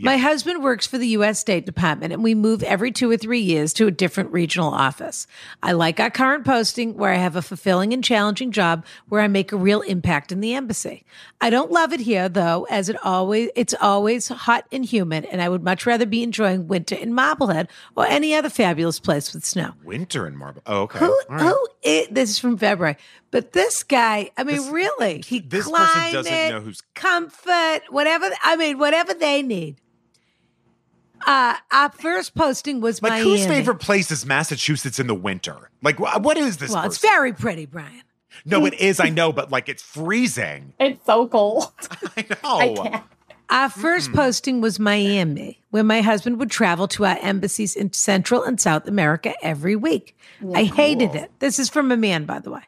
Speaker 1: My husband works for the U.S. State Department, and we move every two or three years to a different regional office. I like our current posting where I have a fulfilling and challenging job where I make a real impact in the embassy. I don't love it here, though, as it always it's always hot and humid, and I would much rather be enjoying winter in Marblehead or any other fabulous place with snow.
Speaker 3: Winter in Marble. Oh, okay.
Speaker 1: Who,
Speaker 3: All right.
Speaker 1: who is, this is from February, but this guy, I mean, really, he
Speaker 3: this
Speaker 1: climate,
Speaker 3: person doesn't know who's-
Speaker 1: comfort, whatever, I mean, whatever they need. Uh, our first posting was
Speaker 3: Like,
Speaker 1: Miami.
Speaker 3: whose favorite place is Massachusetts in the winter? Like, wh- what is this?
Speaker 1: Well, it's
Speaker 3: person?
Speaker 1: very pretty, Brian.
Speaker 3: no, it is. I know, but like, it's freezing.
Speaker 5: it's so cold
Speaker 3: I know.
Speaker 1: Our 1st posting was Miami, where my husband would travel to our embassies in Central and South America every week. I hated it. This is from a man, by the way.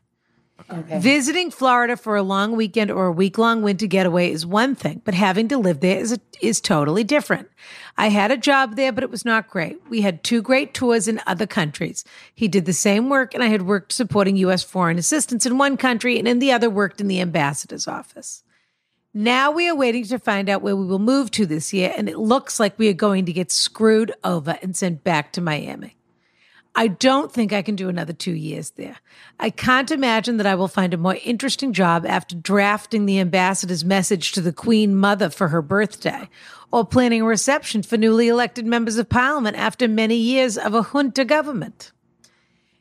Speaker 5: okay
Speaker 1: Visiting Florida for a long weekend or a week long winter getaway is one thing, but having to live there is, is totally different. I had a job there, but it was not great. We had two great tours in other countries. He did the same work, and I had worked supporting U.S. foreign assistance in one country and in the other worked in the ambassador's office. Now we are waiting to find out where we will move to this year, and it looks like we are going to get screwed over and sent back to Miami. I don't think I can do another two years there. I can't imagine that I will find a more interesting job after drafting the ambassador's message to the Queen Mother for her birthday, or planning a reception for newly elected members of parliament after many years of a junta government.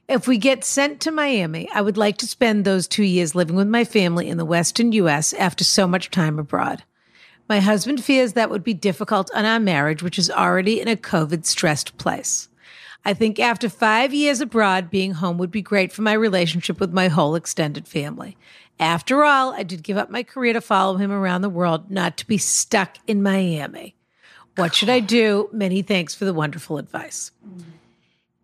Speaker 1: If we get sent to Miami, I would like to spend those two years living with my family in the Western US after so much time abroad. My husband fears that would be difficult on our marriage, which is already in a COVID stressed place. I think after five years abroad, being home would be great for my relationship with my whole extended family. After all, I did give up my career to follow him around the world, not to be stuck in Miami. What should I do? Many thanks for the wonderful advice.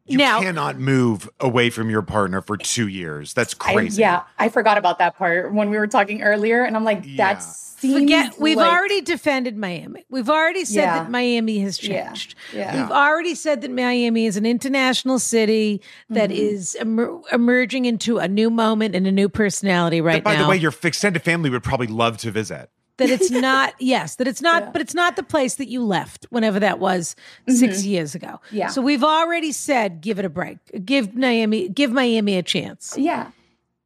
Speaker 3: You
Speaker 1: Now-
Speaker 3: cannot move away from your partner for two years. That's
Speaker 5: I-
Speaker 3: crazy.
Speaker 5: yeah, I forgot about that part when we were talking earlier, and I'm like,
Speaker 3: Yeah.
Speaker 5: that seems
Speaker 1: Forget we've
Speaker 5: like-
Speaker 1: already defended Miami. We've already said
Speaker 5: Yeah.
Speaker 1: that Miami has
Speaker 5: Yeah.
Speaker 1: changed.
Speaker 5: Yeah.
Speaker 1: We've already said that Miami is an international city that
Speaker 5: Mm-hmm.
Speaker 1: is emer- emerging into a new moment and a new personality right
Speaker 3: But by
Speaker 1: now.
Speaker 3: the way, your extended family would probably love to visit.
Speaker 1: that it's not yes that it's not but it's not the place that you left whenever that was 6 years ago
Speaker 5: Mm-hmm. Yeah.
Speaker 1: so we've already said give it a break give miami give miami a chance
Speaker 5: Yeah.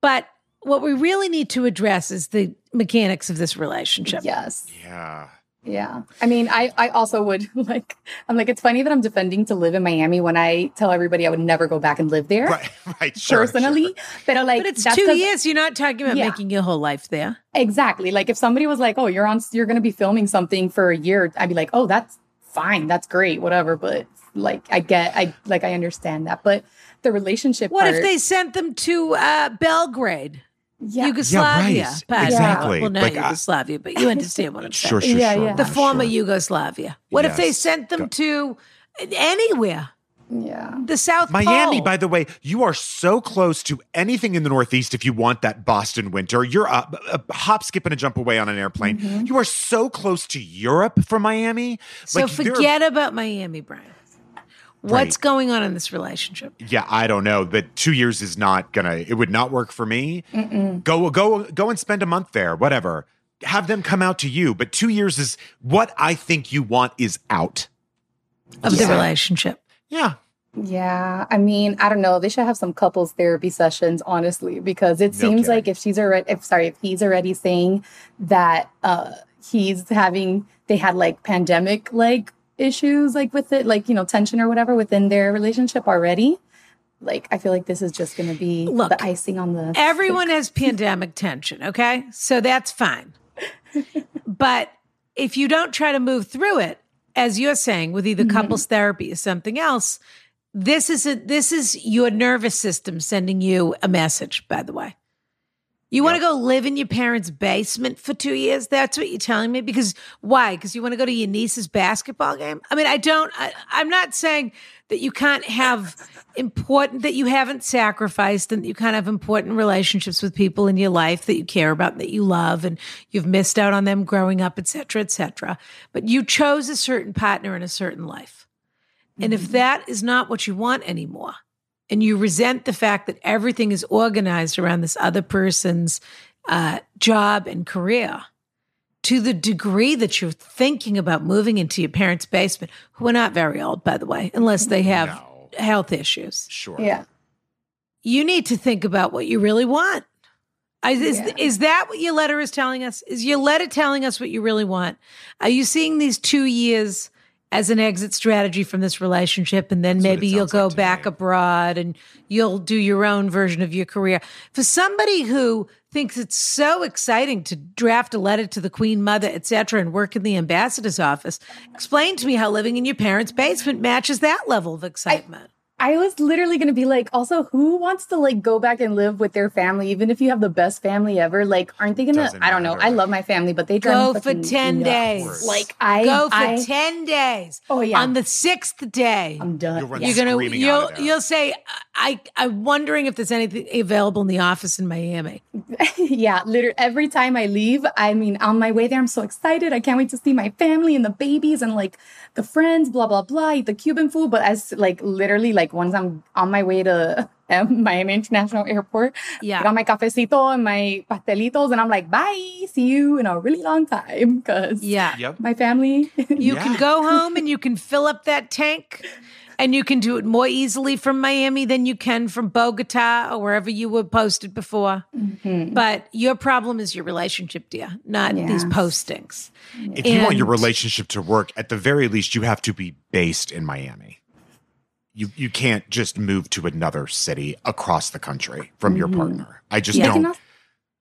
Speaker 1: but what we really need to address is the mechanics of this relationship
Speaker 5: Yes.
Speaker 3: Yeah.
Speaker 5: Yeah. I mean, I, I also would like, I'm like, it's funny that I'm defending to live in Miami when I tell everybody I would never go back and live there
Speaker 3: Right. Right. Sure,
Speaker 5: personally. But uh, like,
Speaker 1: but it's
Speaker 5: that's
Speaker 1: two
Speaker 5: 'cause-
Speaker 1: years you're not talking about
Speaker 5: Yeah.
Speaker 1: making your whole life there
Speaker 5: Exactly. Like if somebody was like, oh, you're on, you're going to be filming something for a year. I'd be like, oh, that's fine. That's great. Whatever. But like, I get, I like, I understand that. But the relationship
Speaker 1: what if
Speaker 5: part-
Speaker 1: they sent them to uh, belgrade
Speaker 5: yeah.
Speaker 1: yugoslavia
Speaker 3: Yeah, right.
Speaker 1: Pardon.
Speaker 3: Exactly.
Speaker 1: well not
Speaker 3: Like, I-
Speaker 1: yugoslavia but you understand what i'm saying
Speaker 3: Sure, sure,
Speaker 5: Yeah,
Speaker 3: sure.
Speaker 5: yeah.
Speaker 1: the
Speaker 3: Sure.
Speaker 1: former Yugoslavia. What if they
Speaker 3: Yes.
Speaker 1: sent them to anywhere?
Speaker 5: yeah.
Speaker 1: The South
Speaker 3: Miami,
Speaker 1: Pole.
Speaker 3: by the way, you are so close to anything in the Northeast if you want that Boston winter. You're a, a hop, skip, and a jump away on an airplane. You are so close to Europe from Miami.
Speaker 1: Mm-hmm. so
Speaker 3: there-
Speaker 1: forget about Miami, Brian. What's going on in this relationship?
Speaker 3: Yeah, I don't know, but two years is not gonna. It would not work for me. Go, go, go, and spend a month there. Whatever. Have them come out to you. But two years is what I think you want is out.
Speaker 1: Of the
Speaker 3: Yeah.
Speaker 1: relationship.
Speaker 3: Yeah.
Speaker 5: Yeah, I mean, I don't know. They should have some couples therapy sessions, honestly, because it
Speaker 3: No
Speaker 5: seems
Speaker 3: kidding.
Speaker 5: like if she's already, if sorry, if he's already saying that uh he's having, they had like pandemic like issues, like with it, like you know, tension or whatever within their relationship already. Like, I feel like this is just going to be
Speaker 1: Look, eh,
Speaker 5: the icing on the.
Speaker 1: Everyone has pandemic tension, okay? So that's fine. but if you don't try to move through it, as you're saying, with either couples therapy or something else, this is a, this is your nervous system sending you a message, by the way. You want to go live in your parents' basement for two years? That's what you're telling me? Because why? Because you want to go to your niece's basketball game? I mean, I don't, I, I'm not saying that you can't have important, that you haven't sacrificed and that you can't have important relationships with people in your life that you care about and that you love and you've missed out on them growing up, et cetera, et cetera. But you chose a certain partner in a certain life. And if that is not what you want anymore, and you resent the fact that everything is organized around this other person's uh, job and career to the degree that you're thinking about moving into your parents' basement, who are not very old, by the way, unless they have
Speaker 3: No.
Speaker 1: health issues,
Speaker 3: Sure.
Speaker 5: yeah,
Speaker 1: you need to think about what you really want. I- Is,
Speaker 5: Yeah.
Speaker 1: is that what your letter is telling us? Is your letter telling us what you really want? Are you seeing these two years as an exit strategy from this relationship? And then
Speaker 3: what
Speaker 1: maybe
Speaker 3: it
Speaker 1: you'll
Speaker 3: sounds like
Speaker 1: go
Speaker 3: to
Speaker 1: back
Speaker 3: me.
Speaker 1: abroad and you'll do your own version of your career. For somebody who thinks it's so exciting to draft a letter to the Queen Mother, et cetera, and work in the ambassador's office, explain to me how living in your parents' basement matches that level of excitement.
Speaker 5: I was literally going to be like, also, who wants to like go back and live with their family, even if you have the best family ever? Like, aren't they going to?
Speaker 3: Doesn't
Speaker 5: I don't know.
Speaker 3: matter.
Speaker 5: I love my family, but they drive
Speaker 1: Go
Speaker 5: me
Speaker 1: for
Speaker 5: fucking
Speaker 1: 10
Speaker 5: nuts.
Speaker 1: days.
Speaker 5: Like I
Speaker 1: go for
Speaker 5: I,
Speaker 1: 10 days.
Speaker 5: Oh, yeah.
Speaker 1: On the sixth day,
Speaker 5: I'm done.
Speaker 3: You'll run
Speaker 1: you're going to
Speaker 3: screaming out
Speaker 1: you'll
Speaker 3: of there.
Speaker 1: you'll say I I'm wondering if there's anything available in the office in Miami.
Speaker 5: yeah, literally every time I leave, I mean, on my way there, I'm so excited. I can't wait to see my family and the babies and like the friends, blah blah blah, eat the Cuban food. But as like literally, like once I'm on my way to um, Miami International Airport,
Speaker 1: Yeah.
Speaker 5: I got my cafecito and my pastelitos, and I'm like, bye, see you in a really long time, because
Speaker 1: Yeah.
Speaker 3: Yep.
Speaker 5: my family.
Speaker 1: You
Speaker 3: Yeah.
Speaker 1: can go home and you can fill up that tank and you can do it more easily from Miami than you can from Bogota or wherever you were posted before. But your problem is your relationship, dear, not these
Speaker 5: Mm-hmm. Yes.
Speaker 1: postings.
Speaker 3: If you want your
Speaker 1: And-
Speaker 3: relationship to work, at the very least, you have to be based in Miami. You you can't just move to another city across the country from your partner. I just
Speaker 1: Mm-hmm. Yeah.
Speaker 5: They can
Speaker 3: don't.
Speaker 5: also-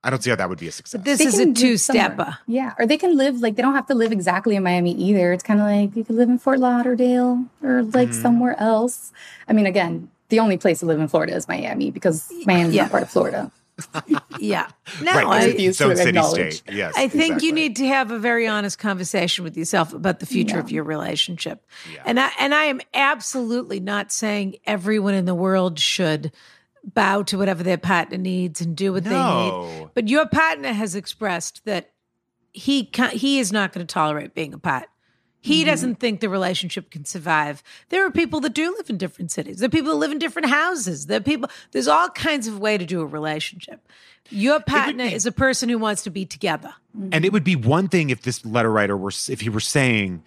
Speaker 3: I don't see how that would be a success.
Speaker 1: This
Speaker 5: they
Speaker 1: is
Speaker 5: can
Speaker 1: a
Speaker 5: live
Speaker 1: two
Speaker 5: somewhere.
Speaker 1: stepper.
Speaker 5: Yeah, or they can live like they don't have to live exactly in Miami either. It's kind of like you could live in Fort Lauderdale or like somewhere else. I mean, again, the only place to live in Florida is Miami because Miami's
Speaker 1: Yeah.
Speaker 5: not part of Florida.
Speaker 1: yeah. No,
Speaker 3: right.
Speaker 1: I,
Speaker 3: It's its own
Speaker 5: refuse to
Speaker 3: city
Speaker 5: acknowledge.
Speaker 3: state. Yes.
Speaker 1: I think
Speaker 3: exactly.
Speaker 1: you need to have a very honest conversation with yourself about the future of your relationship.
Speaker 3: Yeah.
Speaker 1: And I and I am absolutely not saying everyone in the world should bow to whatever their partner needs and do what they need.
Speaker 3: No.
Speaker 1: But your partner has expressed that he ca- he is not going to tolerate being apart. He
Speaker 3: Mm-hmm.
Speaker 1: doesn't think the relationship can survive. There are people that do live in different cities. There are people that live in different houses. There are people. There's all kinds of way to do a relationship. Your partner is a person who wants to be together.
Speaker 3: And it would be one thing if this letter writer were if he were saying,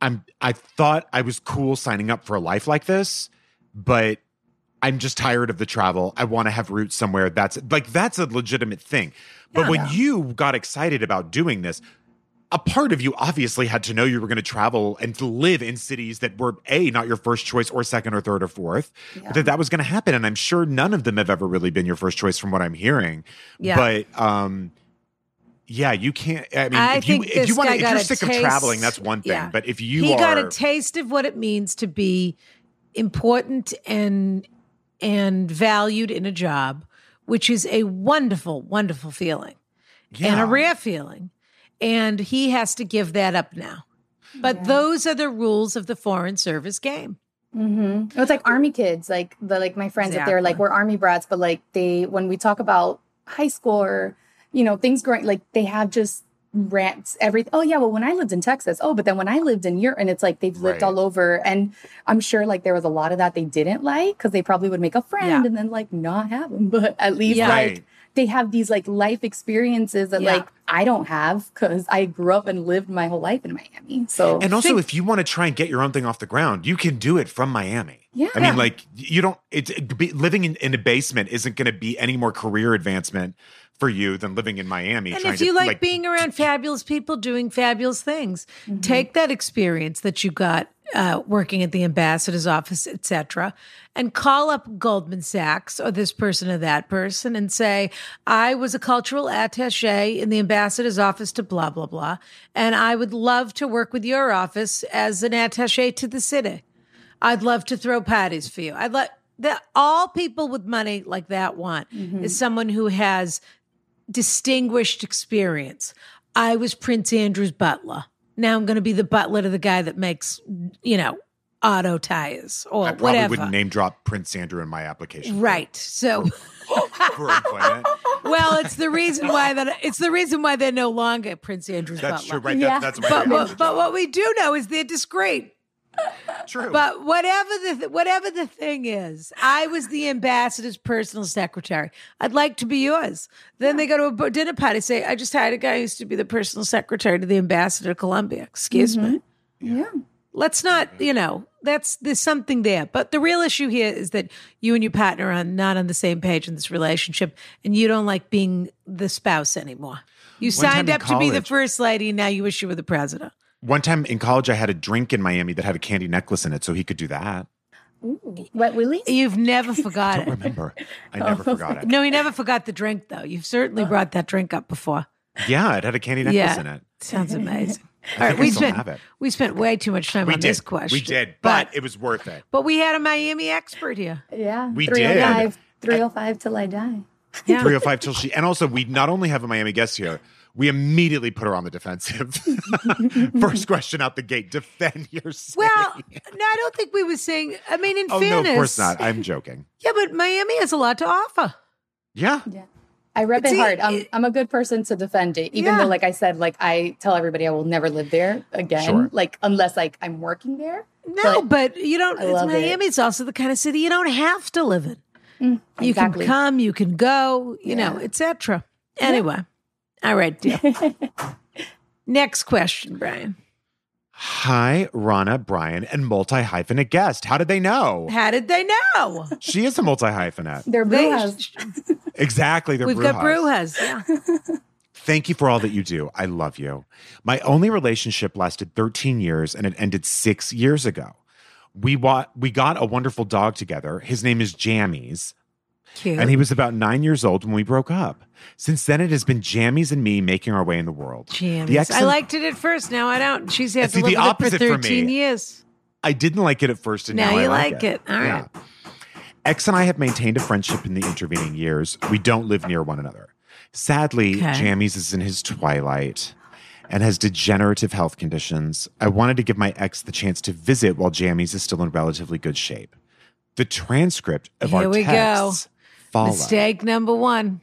Speaker 3: "I'm I thought I was cool signing up for a life like this, but I'm just tired of the travel. I want to have roots somewhere." That's like that's a legitimate thing. But when you got excited about doing this, a part of you obviously had to know you were going to travel and to live in cities that were a not your first choice or second or third or fourth but that that was going to happen and i'm sure none of them have ever really been your first choice from what i'm hearing
Speaker 1: Yeah.
Speaker 3: but um yeah you can't i mean
Speaker 1: I
Speaker 3: if you
Speaker 1: think
Speaker 3: if you
Speaker 1: this
Speaker 3: want
Speaker 1: guy
Speaker 3: if
Speaker 1: got
Speaker 3: you're
Speaker 1: a
Speaker 3: sick
Speaker 1: taste-
Speaker 3: of traveling that's one thing
Speaker 1: yeah.
Speaker 3: but if you
Speaker 1: he
Speaker 3: are
Speaker 1: got a taste of what it means to be important and and valued in a job, which is a wonderful, wonderful feeling and
Speaker 3: Yeah.
Speaker 1: a rare feeling. And he has to give that up now. But those are the rules of the foreign service game.
Speaker 5: hmm It's like army kids, like the like my friends that they're like
Speaker 1: Exactly.
Speaker 5: we're army brats, but like they when we talk about high school or you know things growing, like they have just rants every oh yeah well when i lived in texas oh but then when i lived in europe and it's like they've lived
Speaker 3: Right.
Speaker 5: all over and i'm sure like there was a lot of that they didn't like because they probably would make a friend
Speaker 1: Yeah.
Speaker 5: and then like not have them but at least
Speaker 1: Yeah.
Speaker 5: like
Speaker 3: Right.
Speaker 5: they have these like life experiences that
Speaker 1: Yeah.
Speaker 5: like i don't have because i grew up and lived my whole life in miami so
Speaker 3: and also
Speaker 1: think-
Speaker 3: if you want to try and get your own thing off the ground you can do it from miami
Speaker 5: Yeah.
Speaker 3: i mean like you don't it's it, be, living in, in a basement isn't going to be any more career advancement for you than living in miami
Speaker 1: And
Speaker 3: trying
Speaker 1: if
Speaker 3: to,
Speaker 1: you like, being around fabulous people doing fabulous things, take that experience that you got uh, working at the ambassador's office, etc., and call up Goldman Sachs or this person or that person and say, "I was a cultural attaché in the ambassador's office to blah blah blah, and I would love to work with your office as an attaché to the city. I'd love to throw parties for you. I'd love." That all people with money like that want is someone who has distinguished experience. I was Prince Andrew's butler. Now I'm going to be the butler to the guy that makes, you know, auto tires or
Speaker 3: I probably
Speaker 1: whatever.
Speaker 3: wouldn't name drop Prince Andrew in my application. for-
Speaker 1: right. So,
Speaker 3: For employment.
Speaker 1: well, it's the reason why that it's the reason why they're no longer Prince Andrew's
Speaker 3: That's true,
Speaker 1: butler.
Speaker 3: right?
Speaker 5: Yeah.
Speaker 3: That's, that's
Speaker 1: But,
Speaker 3: my
Speaker 1: what, but what we do know is they're discreet.
Speaker 3: true.
Speaker 1: But whatever the th- whatever the thing is, I was the ambassador's personal secretary. I'd like to be yours. Then they go to a bo- dinner party. Say, I just hired a guy who used to be the personal secretary to the ambassador to Colombia. Excuse me.
Speaker 5: yeah
Speaker 1: Let's not, you know, that's there's something there. But the real issue here is that you and your partner are not on the same page in this relationship, and you don't like being the spouse anymore. You
Speaker 3: One time
Speaker 1: signed
Speaker 3: in
Speaker 1: up to be the
Speaker 3: college-
Speaker 1: first lady, and now you wish you were the president.
Speaker 3: One time in college, I had a drink in Miami that had a candy necklace in it, so he could do that.
Speaker 5: Ooh. wet willies
Speaker 1: You've never forgot
Speaker 3: I
Speaker 1: it.
Speaker 3: don't remember. I never forgot it.
Speaker 1: No, he never forgot the drink, though. You've certainly brought that drink up before.
Speaker 3: Yeah, it had a candy necklace
Speaker 1: Yeah.
Speaker 3: in it.
Speaker 1: Sounds amazing.
Speaker 3: I
Speaker 1: All
Speaker 3: think
Speaker 1: right,
Speaker 3: I
Speaker 1: we
Speaker 3: still have
Speaker 1: spent
Speaker 3: it.
Speaker 1: we spent way too much time
Speaker 3: We
Speaker 1: on
Speaker 3: did.
Speaker 1: this question.
Speaker 3: We did, but, it was worth it.
Speaker 1: but we had a Miami expert here.
Speaker 5: Yeah.
Speaker 3: We
Speaker 5: 305,
Speaker 3: did.
Speaker 5: 305 till I die.
Speaker 1: Yeah.
Speaker 3: 305 till she. And also, we not only have a Miami guest here, we immediately put her on the defensive. First question out the gate: defend yourself.
Speaker 1: Well, no, I don't think we were saying. I mean, in
Speaker 3: oh
Speaker 1: fairness,
Speaker 3: no, of course not. I'm joking.
Speaker 1: Yeah, but Miami has a lot to offer.
Speaker 3: Yeah,
Speaker 5: I rep it
Speaker 1: See,
Speaker 5: hard. I'm,
Speaker 1: it-
Speaker 5: I'm a good person to defend it, even
Speaker 1: Yeah.
Speaker 5: though, like I said, like I tell everybody I will never live there again,
Speaker 3: Sure.
Speaker 5: like unless like I'm working there.
Speaker 1: No, but, you don't.
Speaker 5: I love it. Mm,
Speaker 1: Miami's also the kind of city you don't have to live in. You
Speaker 5: exactly.
Speaker 1: can come, you can go, you know,
Speaker 5: Yeah.
Speaker 1: etc. Anyway, all right, dear. Next question, Brian.
Speaker 3: Hi, Rana, Brian, and multi hyphenate guest. How did they know?
Speaker 1: How did they know?
Speaker 3: She is a multi hyphenate.
Speaker 5: They're
Speaker 1: They-
Speaker 5: brujas.
Speaker 3: Exactly. They're
Speaker 1: We've got Brujas. Yeah.
Speaker 3: Thank you for all that you do. I love you. My only relationship lasted 13 years and it ended six years ago. We, wa- we got a wonderful dog together. His name is Jammies.
Speaker 1: Cute.
Speaker 3: And he was about nine years old when we broke up. Since then, it has been Jammies and me making our way in the world.
Speaker 1: Jammies.
Speaker 3: The ex-
Speaker 1: I liked it at first. Now I don't. She's had
Speaker 3: See,
Speaker 1: to
Speaker 3: the
Speaker 1: live with it
Speaker 3: opposite for
Speaker 1: for 13
Speaker 3: me.
Speaker 1: years.
Speaker 3: I didn't like it at first, and
Speaker 1: Now
Speaker 3: now, I
Speaker 1: you
Speaker 3: like,
Speaker 1: like
Speaker 3: it.
Speaker 1: it. All right.
Speaker 3: X and I have maintained a friendship in the intervening years. We don't live near one another. Sadly,
Speaker 1: Okay.
Speaker 3: Jammies is in his twilight and has degenerative health conditions. I wanted to give my ex the chance to visit while Jammies is still in relatively good shape. The transcript of
Speaker 1: Here
Speaker 3: our
Speaker 1: we go.
Speaker 3: texts follow
Speaker 1: Mistake number one.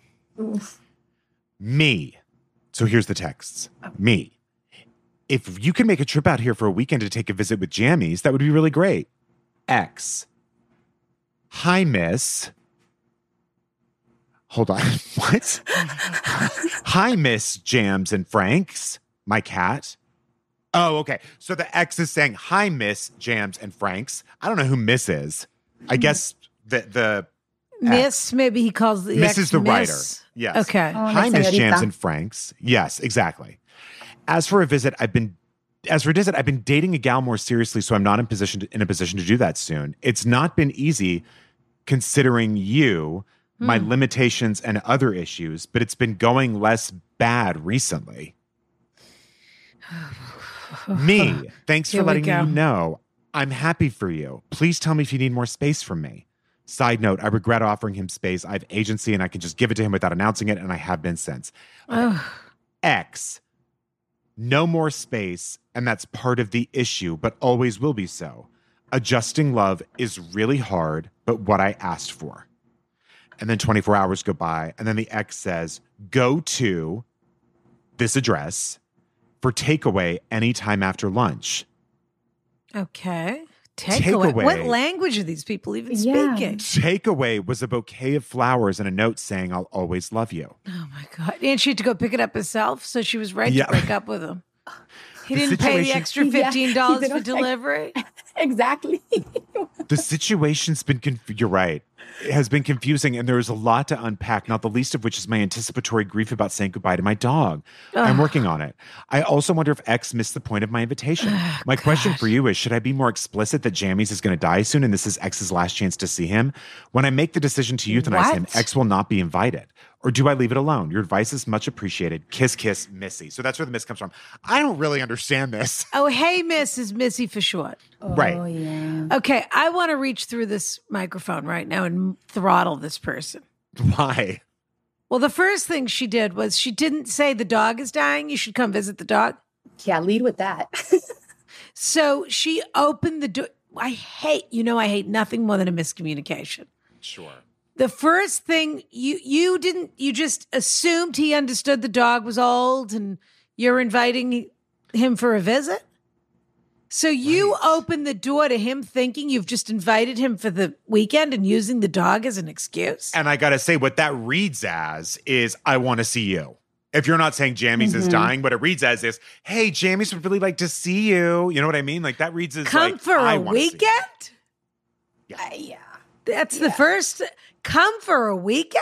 Speaker 3: me. So here's the texts. Me. If you can make a trip out here for a weekend to take a visit with Jammies, that would be really great. X. Hi, miss. Hold on. What? Hi, Miss Jams and Franks, my cat. Oh, okay. So the X is saying, Hi, Miss Jams and Franks. I don't know who Miss is. I guess the, the
Speaker 1: Miss, maybe he calls the
Speaker 3: Miss
Speaker 1: ex
Speaker 3: is the writer.
Speaker 1: miss.
Speaker 3: Yes.
Speaker 1: Okay.
Speaker 5: Oh,
Speaker 3: Hi,
Speaker 5: la
Speaker 3: Miss Jams
Speaker 5: señorita.
Speaker 3: and Franks. Yes, exactly. As for a visit, I've been as for a visit, I've been dating a gal more seriously, so I'm not in position to, in a position to do that soon. It's not been easy considering you, my
Speaker 1: Hmm.
Speaker 3: limitations and other issues, but it's been going less bad recently. me, thanks
Speaker 1: Here
Speaker 3: for
Speaker 1: we
Speaker 3: letting
Speaker 1: go.
Speaker 3: you know. I'm happy for you. Please tell me if you need more space from me. Side note, I regret offering him space. I have agency and I can just give it to him without announcing it, and I have been since. Okay. X, no more space, and that's part of the issue, but always will be so. Adjusting love is really hard, but what I asked for. And then 24 hours go by, and then the X says, go to this address for takeaway anytime after lunch.
Speaker 1: Okay.
Speaker 3: Takeaway.
Speaker 1: Takeaway. What language are these people even
Speaker 5: Yeah.
Speaker 1: speaking?
Speaker 3: Takeaway was a bouquet of flowers and a note saying, I'll always love you.
Speaker 1: Oh my god! And she had to go pick it up herself, so she was right
Speaker 3: Yeah.
Speaker 1: to break up with him. He
Speaker 3: The
Speaker 1: didn't pay the
Speaker 3: situation-
Speaker 1: extra
Speaker 5: Yeah,
Speaker 1: fifteen dollars
Speaker 5: he
Speaker 1: for
Speaker 5: didn't pay.
Speaker 1: delivery.
Speaker 5: Exactly.
Speaker 3: The situation's been, conf- you're right, it has been confusing, and there is a lot to unpack, not the least of which is my anticipatory grief about saying goodbye to my dog. I'm working on it. I also wonder if X missed the point of my invitation. my question for you is Should I be more explicit that Jammies is going to die soon and this is X's last chance to see him? When I make the decision to euthanize him,
Speaker 1: What?
Speaker 3: X will not be invited. Or do I leave it alone? Your advice is much appreciated. Kiss, kiss, Missy. So that's where the miss comes from. I don't really understand this.
Speaker 1: Oh, hey, Miss is Missy for short.
Speaker 3: right.
Speaker 5: Oh yeah.
Speaker 1: Okay, I want to reach through this microphone right now and throttle this person.
Speaker 3: Why?
Speaker 1: Well, the first thing she did was she didn't say the dog is dying. You should come visit the dog.
Speaker 5: Yeah, lead with that.
Speaker 1: So she opened the door. I hate, you know, I hate nothing more than a miscommunication.
Speaker 3: Sure.
Speaker 1: the first thing you you didn't you just assumed he understood the dog was old and you're inviting him for a visit so you open the door to him thinking you've just invited him for the weekend and using the dog as an excuse
Speaker 3: And I gotta say, what that reads as is, I wanna see you. If you're not saying Jammies
Speaker 1: Mm-hmm.
Speaker 3: is dying, what it reads as is, hey, Jammies would really like to see you. You know what I mean? Like that reads as
Speaker 1: come
Speaker 3: like,
Speaker 1: for
Speaker 3: a
Speaker 1: a weekend
Speaker 5: yeah.
Speaker 1: that's the first come for a weekend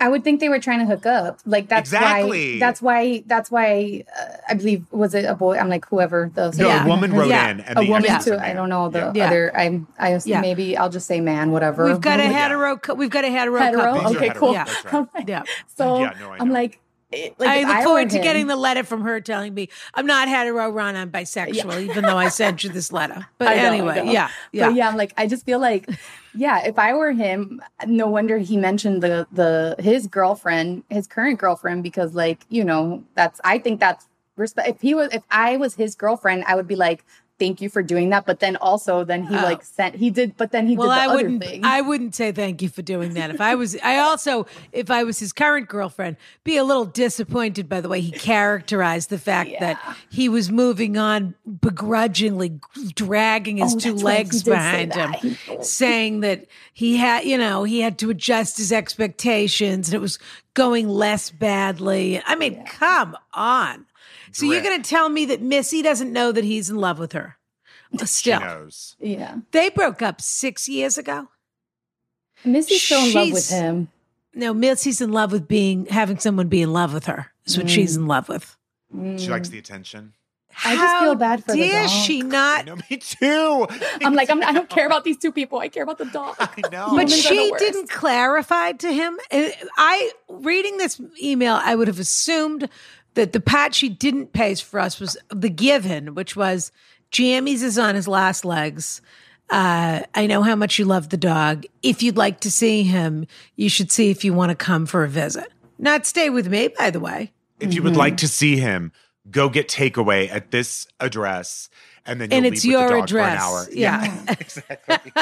Speaker 5: I would think they were trying to hook up. Like that's
Speaker 3: Exactly.
Speaker 5: why. That's why. That's why. Uh, I believe was it a boy? I'm like whoever the
Speaker 3: No,
Speaker 1: Yeah.
Speaker 3: a woman wrote
Speaker 1: Yeah.
Speaker 3: in, and
Speaker 5: A
Speaker 3: the
Speaker 5: woman
Speaker 3: ex is
Speaker 5: too.
Speaker 3: a
Speaker 5: I
Speaker 3: man.
Speaker 5: don't know the
Speaker 1: Yeah.
Speaker 5: other. I'm. I assume
Speaker 1: Yeah.
Speaker 5: maybe I'll just say man. Whatever.
Speaker 1: we've got a
Speaker 3: Yeah.
Speaker 1: hetero cou- we've got a hetero,
Speaker 3: These
Speaker 5: hetero.
Speaker 1: couple
Speaker 3: are
Speaker 5: Okay,
Speaker 3: hetero,
Speaker 5: cool.
Speaker 3: that's right.
Speaker 5: I'm like-
Speaker 1: yeah
Speaker 5: So
Speaker 3: Yeah, no, I
Speaker 5: I'm
Speaker 3: know.
Speaker 5: like, it- like
Speaker 1: I
Speaker 5: if
Speaker 1: look
Speaker 5: were
Speaker 1: forward to
Speaker 5: him-
Speaker 1: getting the letter from her telling me I'm not hetero, Ron. I'm bisexual, even though I sent you this letter. But
Speaker 5: I know, I
Speaker 1: anyway,
Speaker 5: know.
Speaker 1: yeah, yeah.
Speaker 5: But yeah, I'm like, I just feel like, yeah, if I were him, no wonder he mentioned the the his girlfriend, his current girlfriend, because like, you know, that's I think that's respect. If he was, if I was his girlfriend, I would be like, thank you for doing that. But then also, then he
Speaker 1: Oh.
Speaker 5: like sent, he did, but then he
Speaker 1: Well,
Speaker 5: did the
Speaker 1: I
Speaker 5: other
Speaker 1: wouldn't.
Speaker 5: thing.
Speaker 1: I wouldn't say thank you for doing that. If I was, I also, if I was his current girlfriend, be a little disappointed by the way he characterized the fact that he was moving on begrudgingly, dragging his
Speaker 5: Oh,
Speaker 1: two
Speaker 5: that's right. He
Speaker 1: legs
Speaker 5: did say
Speaker 1: behind him,
Speaker 5: that.
Speaker 1: saying that he had, you know, he had to adjust his expectations and it was going less badly. I mean, come on. So you're
Speaker 3: Drip.
Speaker 1: going to tell me that Missy doesn't know that he's in love with her? Still,
Speaker 3: She knows.
Speaker 5: yeah.
Speaker 1: they broke up six years ago.
Speaker 5: Missy's still in love with
Speaker 1: she's-
Speaker 5: him.
Speaker 1: No, Missy's in love with being having someone be in love with her. Is what
Speaker 3: Mm.
Speaker 1: she's in love with.
Speaker 3: She
Speaker 1: Mm.
Speaker 3: likes the attention.
Speaker 5: I just feel bad for the
Speaker 1: dare
Speaker 5: dog.
Speaker 1: she
Speaker 3: I
Speaker 1: not?
Speaker 3: know me too.
Speaker 5: I'm like, I'm, I don't care about these two people. I care about the dog.
Speaker 3: I know.
Speaker 1: But
Speaker 5: Humans are the
Speaker 1: she
Speaker 5: worst.
Speaker 1: didn't clarify to him. And I reading this email, I would have assumed that the part she didn't pay for us was the given, which was Jammies is on his last legs, uh, I know how much you love the dog. If you'd like to see him, you should see if you want to come for a visit. Not stay with me, by the way.
Speaker 3: If you
Speaker 1: Mm-hmm.
Speaker 3: would like to see him, go get takeaway at this address, and then
Speaker 1: and
Speaker 3: you'll
Speaker 1: it's
Speaker 3: leave
Speaker 1: your
Speaker 3: with the dog
Speaker 1: address.
Speaker 3: for an hour.
Speaker 1: Yeah.
Speaker 3: exactly.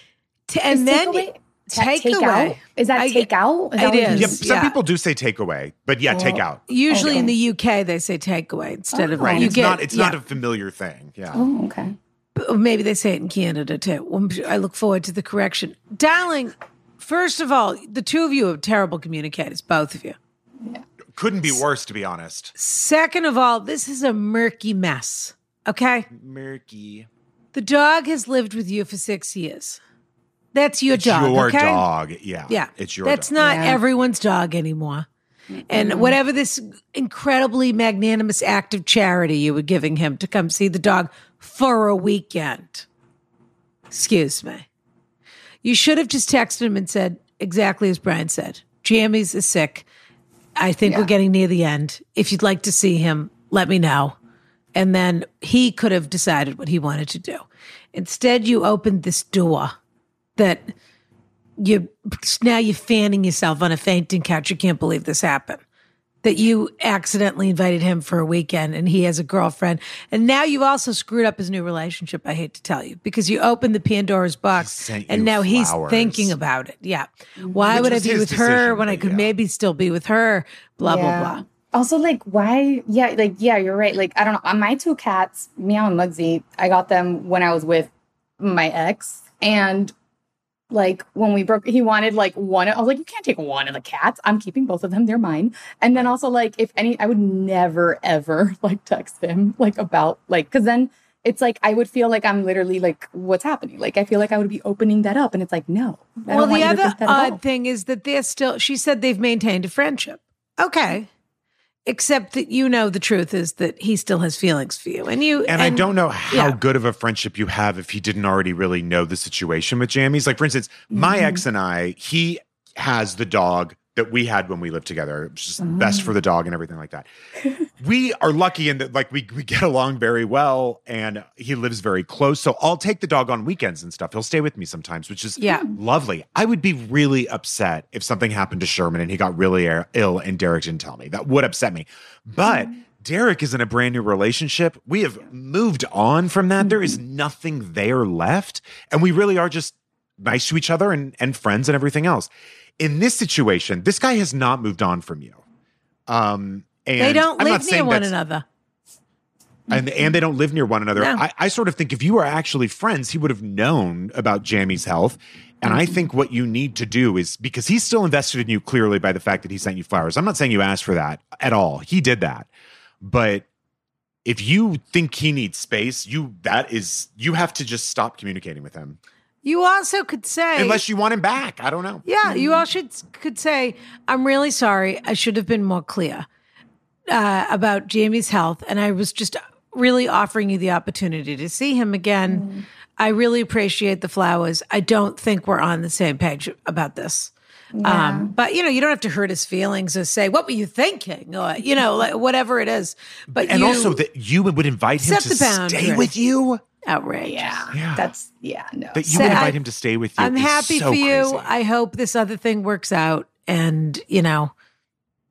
Speaker 1: T- and then
Speaker 5: takeaway- Ta-
Speaker 1: takeaway.
Speaker 5: takeout? Is that
Speaker 1: I-
Speaker 5: takeout? that
Speaker 1: it
Speaker 5: what
Speaker 1: is.
Speaker 3: Yep,
Speaker 1: Yep.
Speaker 3: some
Speaker 1: Yeah.
Speaker 3: people do say takeaway, but yeah, takeout.
Speaker 1: Usually
Speaker 5: Okay.
Speaker 1: in the UK, they say takeaway instead of
Speaker 3: Right?
Speaker 1: You
Speaker 3: it's
Speaker 1: get,
Speaker 3: not. It's
Speaker 1: yeah.
Speaker 3: not a familiar thing. Yeah.
Speaker 5: Oh, okay.
Speaker 1: But maybe they say it in Canada too. Well, I look forward to the correction, darling. First of all, the two of you are terrible communicators, both of you.
Speaker 3: Couldn't be worse, to be honest.
Speaker 1: Second of all, this is a murky mess. Okay,
Speaker 3: Murky.
Speaker 1: the dog has lived with you for six years. That's your
Speaker 3: It's
Speaker 1: dog.
Speaker 3: your
Speaker 1: okay?
Speaker 3: dog. Yeah.
Speaker 1: Yeah.
Speaker 3: It's your
Speaker 1: That's
Speaker 3: dog.
Speaker 1: not
Speaker 5: Yeah.
Speaker 1: everyone's dog anymore. And whatever this incredibly magnanimous act of charity you were giving him to come see the dog for a weekend. Excuse me. You should have just texted him and said exactly as Brian said. Jammies is sick. I think we're getting near the end. If you'd like to see him, let me know. And then he could have decided what he wanted to do. Instead, you opened this door that you now you're fanning yourself on a fainting couch. You can't believe this happened. That you accidentally invited him for a weekend and he has a girlfriend. And now you've also screwed up his new relationship, I hate to tell you, because you opened the Pandora's box
Speaker 3: sent
Speaker 1: and
Speaker 3: you
Speaker 1: now he's
Speaker 3: flowers.
Speaker 1: thinking about it. Yeah. Why would I
Speaker 3: was
Speaker 1: be
Speaker 3: his
Speaker 1: with her
Speaker 3: decision,
Speaker 1: when I
Speaker 3: but
Speaker 1: could
Speaker 3: yeah.
Speaker 1: maybe still be with her? Blah, blah, blah.
Speaker 5: Also, like, why? Yeah, like, yeah, you're right. Like, I don't know. My two cats, Meow and Mugsy, I got them when I was with my ex. And like, when we broke, he wanted like one. I was like, you can't take one of the cats. I'm keeping both of them. They're mine. And then also, like, if any, I would never, ever like text him, like, about like, cause then it's like, I would feel like I'm literally like, what's happening? Like, I feel like I would be opening that up. And it's like, no. I don't
Speaker 1: Well,
Speaker 5: want
Speaker 1: the
Speaker 5: you to
Speaker 1: other
Speaker 5: think that at all.
Speaker 1: odd thing is that they're still, she said they've maintained a friendship. Okay. Except that you know the truth is that he still has feelings for you. And you,
Speaker 3: And, I don't know how
Speaker 1: yeah.
Speaker 3: good of a friendship you have if he didn't already really know the situation with Jammies. Like, for instance, my
Speaker 1: Mm-hmm.
Speaker 3: ex and I, he has the dog that we had when we lived together. It was just best
Speaker 1: Mm-hmm.
Speaker 3: for the dog and everything like that. we are lucky in that, like, we, we get along very well and he lives very close. So I'll take the dog on weekends and stuff. He'll stay with me sometimes, which is
Speaker 1: Yeah.
Speaker 3: lovely. I would be really upset if something happened to Sherman and he got really air- ill and Derek didn't tell me. That would upset me. But
Speaker 1: Mm-hmm.
Speaker 3: Derek is in a brand new relationship. We have moved on from that. There is
Speaker 1: Mm-hmm.
Speaker 3: nothing there left. And we really are just nice to each other and, and friends and everything else. In this situation, this guy has not moved on from you. Um, and
Speaker 1: they don't
Speaker 3: I'm not
Speaker 1: live near
Speaker 3: saying
Speaker 1: one
Speaker 3: that's-
Speaker 1: another.
Speaker 3: and and they don't live near one another.
Speaker 1: No.
Speaker 3: I, I sort of think if you were actually friends, he would have known about Jammy's health. And I
Speaker 1: Mm-hmm.
Speaker 3: think what you need to do is because he's still invested in you clearly by the fact that he sent you flowers. I'm not saying you asked for that at all. He did that, but if you think he needs space, you that is you have to just stop communicating with him
Speaker 1: You also could say,
Speaker 3: unless you want him back. I don't know.
Speaker 1: yeah, you all should could say, I'm really sorry. I should have been more clear uh, about Jamie's health. And I was just really offering you the opportunity to see him again.
Speaker 3: Mm.
Speaker 1: I really appreciate the flowers. I don't think we're on the same page about this. Um, but you know, you don't have to hurt his feelings or say, what were you thinking? Or, you know, like, whatever it is, but
Speaker 3: And
Speaker 1: you,
Speaker 3: also that you would invite him
Speaker 1: Set
Speaker 3: to
Speaker 1: the
Speaker 3: stay
Speaker 1: boundary.
Speaker 3: with you.
Speaker 1: outrageous.
Speaker 5: Yeah.
Speaker 3: Yeah.
Speaker 5: That's, yeah, no.
Speaker 3: That you
Speaker 1: Say,
Speaker 3: would
Speaker 1: I-
Speaker 3: invite him to stay with you.
Speaker 1: I'm
Speaker 3: is
Speaker 1: happy
Speaker 3: so
Speaker 1: for you.
Speaker 3: crazy.
Speaker 1: I hope this other thing works out. And, you know,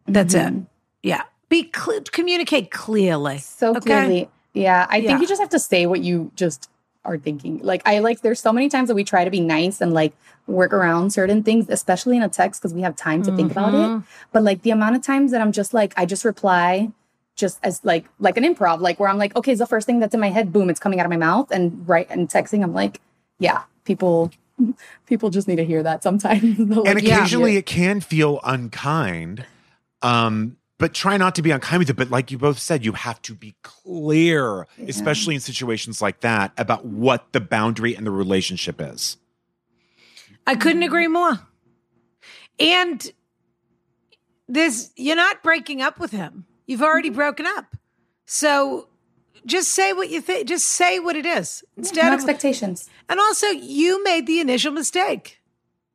Speaker 1: that's it. Yeah. Be cl- communicate clearly.
Speaker 5: so clearly. Yeah, I
Speaker 1: Yeah.
Speaker 5: think you just have to say what you just are thinking. Like I like there's so many times that we try to be nice and like work around certain things, especially in a text because we have time to think about it. But like the amount of times that I'm just like I just reply just as like like an improv, like where I'm like, okay, it's the first thing that's in my head, boom, it's coming out of my mouth, and right and texting, I'm like, yeah, people. People just need to hear that sometimes.
Speaker 3: and
Speaker 5: Like,
Speaker 3: occasionally
Speaker 5: yeah.
Speaker 3: it can feel unkind um but try not to be unkind with it but like you both said you have to be clear especially in situations like that about what the boundary and the relationship is
Speaker 1: I couldn't agree more. And this, you're not breaking up with him. You've already broken up. So just say what you think. Just say what it is instead
Speaker 5: no
Speaker 1: of
Speaker 5: expectations.
Speaker 1: And also, you made the initial mistake.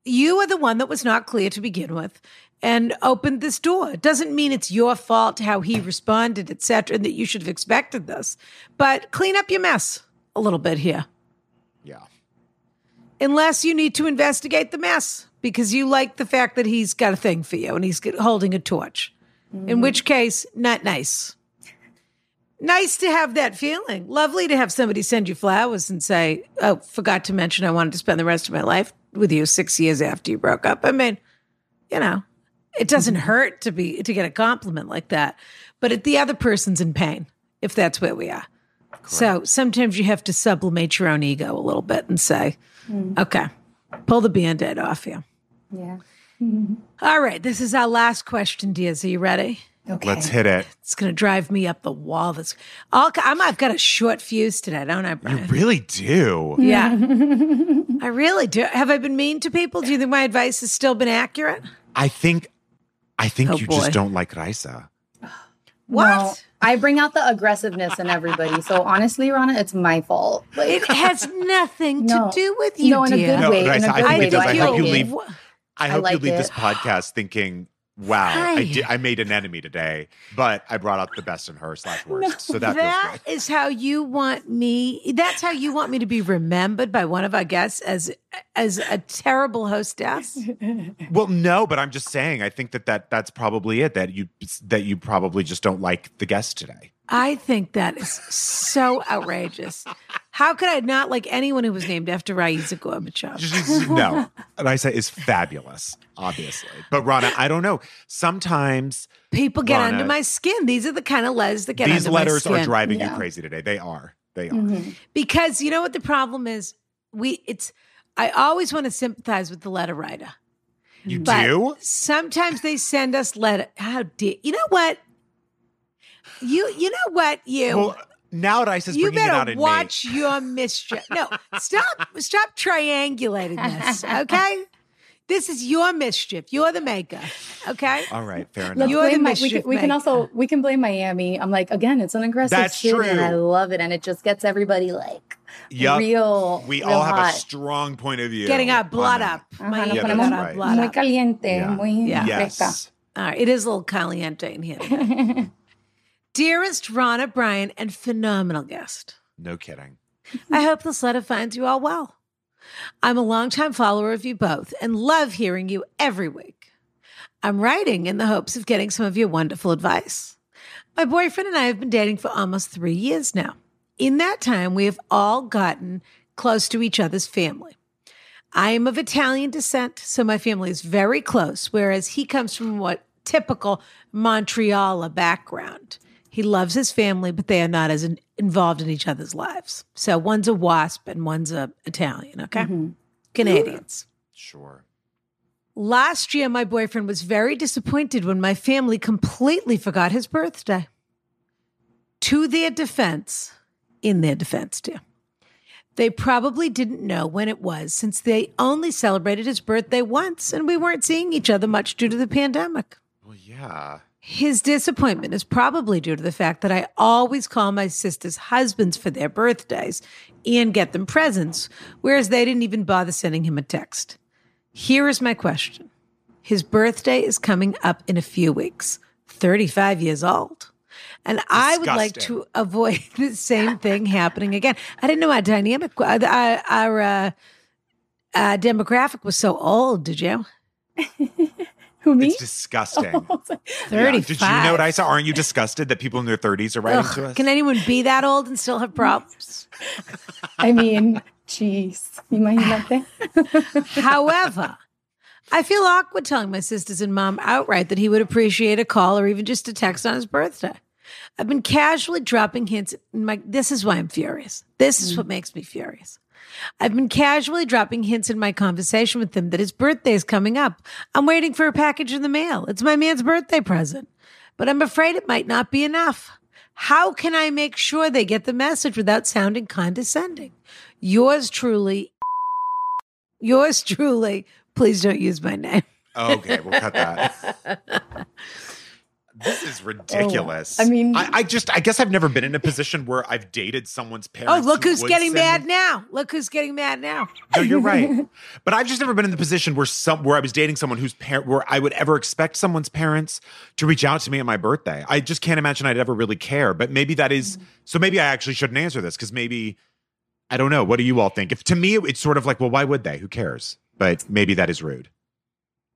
Speaker 1: You are the one that was not clear to begin with and opened this door. It doesn't mean it's your fault how he responded, et cetera, and that you should have expected this. But clean up your mess a little bit here.
Speaker 3: yeah
Speaker 1: unless you need to investigate the mess because you like the fact that he's got a thing for you and he's get- holding a torch. In which case, not nice. Nice to have that feeling. Lovely to have somebody send you flowers and say, "Oh, forgot to mention I wanted to spend the rest of my life with you 6 years after you broke up." I mean, you know, it doesn't hurt to be to get a compliment like that, but it, the other person's in pain if that's where we are. So sometimes you have to sublimate your own ego a little bit and say, okay, pull the band aid off you.
Speaker 5: Yeah.
Speaker 1: All right, this is our last question, Diaz. Are you ready?
Speaker 5: Okay.
Speaker 3: Let's hit it.
Speaker 1: It's going to drive me up the wall. This, I'll, I'm, I've got a short fuse today, don't I,
Speaker 3: You
Speaker 1: Brian?
Speaker 3: really do.
Speaker 1: Yeah. I really do. Have I been mean to people? Do you think my advice has still been accurate?
Speaker 3: I think, I think
Speaker 1: Oh,
Speaker 3: you
Speaker 1: boy.
Speaker 3: just don't like Risa.
Speaker 5: No,
Speaker 1: What?
Speaker 5: I bring out the aggressiveness in everybody. So honestly, Rana, it's my fault. Like,
Speaker 1: It has nothing
Speaker 5: No.
Speaker 1: to do with you,
Speaker 5: no, in a
Speaker 1: dear.
Speaker 5: good
Speaker 3: No,
Speaker 5: way.
Speaker 3: Risa,
Speaker 5: in a
Speaker 3: I
Speaker 5: good
Speaker 3: think
Speaker 5: way,
Speaker 3: it does.
Speaker 5: though.
Speaker 3: I hope
Speaker 5: like
Speaker 3: you
Speaker 5: it.
Speaker 3: leave- I hope
Speaker 5: like
Speaker 3: you leave
Speaker 5: it.
Speaker 3: this podcast thinking, "Wow,
Speaker 1: Hi.
Speaker 3: I did. I made an enemy today, but I brought out the best in her slash worst." so that, feels
Speaker 1: That
Speaker 3: good.
Speaker 1: is how you want me. That's how you want me to be remembered by one of our guests as as a terrible hostess.
Speaker 3: Well, no, but I'm just saying. I think that, that that's probably it. That you that you probably just don't like the guest today.
Speaker 1: I think that is so outrageous. How could I not like anyone who was named after Raisa Gorbachev?
Speaker 3: Just- no, Risa is fabulous, obviously. But Rana, I don't know. Sometimes
Speaker 1: People get
Speaker 3: Rana.
Speaker 1: under my skin. These are the kind of letters that get
Speaker 3: these
Speaker 1: under
Speaker 3: letters
Speaker 1: my
Speaker 3: are
Speaker 1: skin. Mm-hmm.
Speaker 3: driving you
Speaker 5: Yeah.
Speaker 3: crazy today. They are. They are.
Speaker 1: because you know what the problem is. We it's. I always want to sympathize with the letter writer.
Speaker 3: You
Speaker 1: But
Speaker 3: do?
Speaker 1: Sometimes they send us letter. How dare you know what? You you know what you
Speaker 3: Well, now Risa's
Speaker 1: you
Speaker 3: bringing it out
Speaker 1: better
Speaker 3: in me.
Speaker 1: watch your mischief. No, stop stop triangulating this. Okay, this is your mischief. You're the maker. Okay,
Speaker 3: All right, fair enough.
Speaker 5: Let's
Speaker 1: You are the
Speaker 5: blame Mi- we,
Speaker 1: mischief
Speaker 5: can, we can
Speaker 1: maker.
Speaker 5: also we can blame Miami. I'm like again, it's an aggressive
Speaker 3: That's
Speaker 5: city, and
Speaker 3: true.
Speaker 5: I love it, and it just gets everybody like
Speaker 3: Yup.
Speaker 5: real.
Speaker 3: we
Speaker 5: real
Speaker 3: all have
Speaker 5: hot.
Speaker 3: a strong point of view.
Speaker 1: getting our
Speaker 3: on
Speaker 1: blood
Speaker 3: that.
Speaker 1: up. My
Speaker 5: Uh-huh,
Speaker 3: Yeah,
Speaker 1: got
Speaker 3: that's
Speaker 1: our
Speaker 3: right.
Speaker 1: blood
Speaker 5: muy
Speaker 1: up.
Speaker 5: caliente,
Speaker 3: Yeah.
Speaker 5: muy
Speaker 1: Yeah.
Speaker 5: fresca.
Speaker 3: Yes.
Speaker 1: All right, it is a little caliente in here. today. Dearest Ronna Bryan and phenomenal guest.
Speaker 3: No kidding.
Speaker 1: I hope this letter finds you all well. I'm a longtime follower of you both and love hearing you every week. I'm writing in the hopes of getting some of your wonderful advice. My boyfriend and I have been dating for almost three years now. In that time, we have all gotten close to each other's family. I am of Italian descent, so my family is very close, whereas he comes from what typical Montreal background. He loves his family, but they are not as in- involved in each other's lives. So one's a wasp and one's a Italian, okay? Canadians.
Speaker 3: Sure.
Speaker 1: Last year, my boyfriend was very disappointed when my family completely forgot his birthday. To their defense, in their defense, dear, they probably didn't know when it was since they only celebrated his birthday once and we weren't seeing each other much due to the pandemic.
Speaker 3: Well, yeah.
Speaker 1: His disappointment is probably due to the fact that I always call my sisters husbands for their birthdays and get them presents, whereas they didn't even bother sending him a text. Here is my question His birthday is coming up in a few weeks, 35 years old. And I would like to
Speaker 3: Disgusting.
Speaker 1: avoid the same thing happening again. I didn't know our dynamic, our, our, our uh, uh, demographic was so old, did you?
Speaker 5: Who me?
Speaker 3: It's disgusting. Yeah.
Speaker 1: 35.
Speaker 3: Did you know, Disa? Aren't you disgusted that people in their 30s are writing to
Speaker 1: Ugh,
Speaker 3: us?
Speaker 1: can anyone be that old and still have problems?
Speaker 5: I mean, jeez, imagínate.
Speaker 1: However, I feel awkward telling my sisters and mom outright that he would appreciate a call or even just a text on his birthday. I've been casually dropping hints. In my, this is why I'm furious. This is what makes me furious. I've been casually dropping hints in my conversation with him that his birthday is coming up. I'm waiting for a package in the mail. It's my man's birthday present, but I'm afraid it might not be enough. How can I make sure they get the message without sounding condescending? Yours truly, yours truly. Please don't use my name.
Speaker 3: Oh, okay, we'll cut that. this is ridiculous.
Speaker 1: Oh,
Speaker 5: I mean-
Speaker 3: I, I just, I guess I've never been in a position where I've dated someone's
Speaker 1: Oh,
Speaker 3: parents.
Speaker 1: look
Speaker 3: who
Speaker 1: who's
Speaker 3: would
Speaker 1: getting
Speaker 3: send
Speaker 1: mad
Speaker 3: me-
Speaker 1: now. Look who's getting mad now.
Speaker 3: No, you're right. But I've just never been in the position where some where I was dating someone whose parent where I would ever expect someone's parents to reach out to me at my birthday. I
Speaker 5: Mm-hmm.
Speaker 3: just can't imagine I'd ever really care. But maybe that is so maybe I actually shouldn't answer this because maybe I don't know. What do you all think? If to me, it- it's sort of like, well, why would they? Who cares? But maybe that is rude.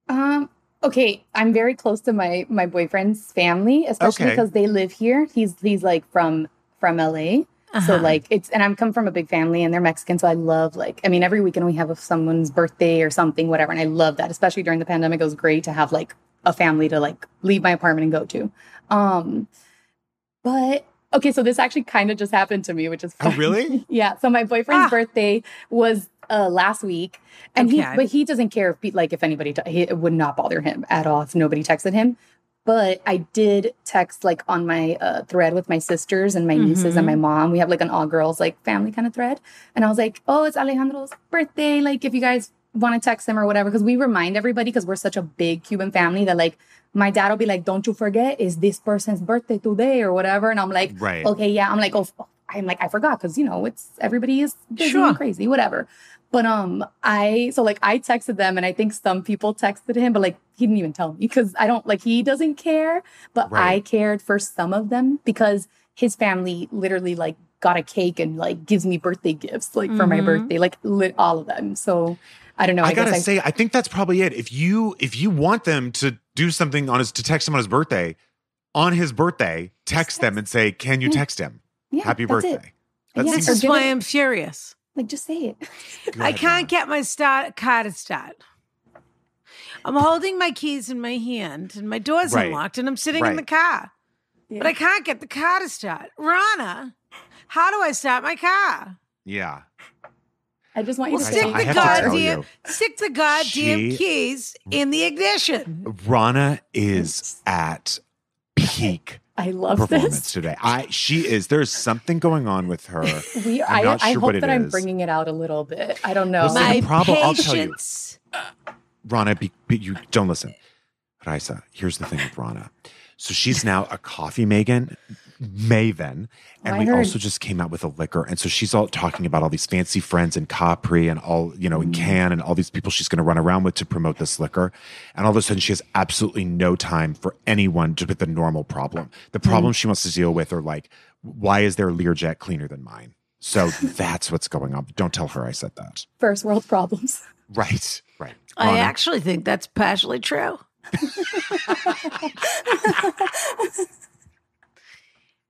Speaker 5: Um. Okay, I'm very close to my my boyfriend's family, especially
Speaker 3: Okay.
Speaker 5: because they live here. He's he's like from from LA, so
Speaker 1: Uh-huh.
Speaker 5: like it's and I'm come from a big family, and they're Mexican, so I love like I mean every weekend we have a, someone's birthday or something, whatever, and I love that. Especially during the pandemic, it was great to have like a family to like leave my apartment and go to. Um, but okay, so this actually kind of just happened to me, which is
Speaker 3: Oh,
Speaker 5: fun.
Speaker 3: really?
Speaker 5: yeah. So my boyfriend's
Speaker 1: Ah.
Speaker 5: birthday was uh, last week, and
Speaker 1: Okay.
Speaker 5: he but he doesn't care if pe- like if anybody t- he, it would not bother him at all if nobody texted him. But I did text like on my uh, thread with my sisters and my nieces
Speaker 1: Mm-hmm.
Speaker 5: and my mom. We have like an all girls like family kind of thread, and I was like, "Oh, it's Alejandro's birthday! Like, if you guys want to text him or whatever, because we remind everybody because we're such a big Cuban family that like my dad will be like, "Don't you forget, is this person's birthday today or whatever?" And I'm like,
Speaker 3: Right.
Speaker 5: okay, yeah." I'm like, "Oh, f- I'm like, I forgot because you know it's everybody is busy
Speaker 1: Sure.
Speaker 5: and crazy, whatever." But um, I so like I texted them, and I think some people texted him, but like he didn't even tell me because I don't like he doesn't care, but I
Speaker 3: Right.
Speaker 5: cared for some of them because his family literally like got a cake and like gives me birthday gifts like for my
Speaker 1: Mhm.
Speaker 5: birthday, like lit all of them. So I don't know. I,
Speaker 3: Mm-hmm. I
Speaker 5: guess
Speaker 3: gotta
Speaker 5: I,
Speaker 3: say, I think that's probably it. If you if you want them to do something on his to text him on his birthday, on his birthday, text them and say, "Can you
Speaker 5: Yeah.
Speaker 3: text him?
Speaker 5: Mm. yeah,
Speaker 3: Happy
Speaker 5: that's it.
Speaker 3: birthday." That
Speaker 5: Yeah,
Speaker 3: seems
Speaker 1: This
Speaker 5: or
Speaker 1: is
Speaker 5: give
Speaker 1: why
Speaker 5: it-
Speaker 1: I'm furious.
Speaker 5: Like just say it.
Speaker 3: good.
Speaker 1: I can't get my start car to start. I'm holding my keys in my hand and my door's
Speaker 3: Right.
Speaker 1: unlocked and I'm sitting in
Speaker 3: Right.
Speaker 1: the car. But
Speaker 5: Yeah.
Speaker 1: I can't get the car to start. Rana, how do I start my car?
Speaker 3: Yeah.
Speaker 5: I just want you
Speaker 1: Well,
Speaker 5: to
Speaker 3: I-
Speaker 5: say
Speaker 1: stick
Speaker 3: I
Speaker 1: the
Speaker 3: have to tell
Speaker 1: goddamn
Speaker 3: you.
Speaker 1: stick the goddamn
Speaker 3: She-
Speaker 1: keys in the ignition.
Speaker 3: Rana is at peak
Speaker 5: I love
Speaker 3: performance
Speaker 5: this.
Speaker 3: today. I she is. There's something going on with her.
Speaker 5: We,
Speaker 3: I'm
Speaker 5: I,
Speaker 3: not
Speaker 5: I
Speaker 3: sure
Speaker 5: hope
Speaker 3: what it
Speaker 5: that I'm
Speaker 3: is.
Speaker 5: bringing it out a little bit. I don't know.
Speaker 3: Well, see,
Speaker 1: My
Speaker 3: the problem- I'll tell you.
Speaker 1: patience.
Speaker 3: Rana, be, be, you don't listen. Raisa, here's the thing with Rana. So she's now a coffee Megan, maven, and
Speaker 5: Oh, I
Speaker 3: we
Speaker 5: heard.
Speaker 3: also just came out with a liquor. And so she's all talking about all these fancy friends in Capri and all, you know,
Speaker 5: Mm.
Speaker 3: in Cannes and all these people she's going to run around with to promote this liquor. And all of a sudden, she has absolutely no time for anyone to put the normal problem. The
Speaker 5: Mm.
Speaker 3: problems she wants to deal with are like, why is their Learjet cleaner than mine? So that's what's going on. Don't tell her I said that.
Speaker 5: First world problems.
Speaker 3: Right, right.
Speaker 1: I
Speaker 3: Rana,
Speaker 1: actually think that's partially true.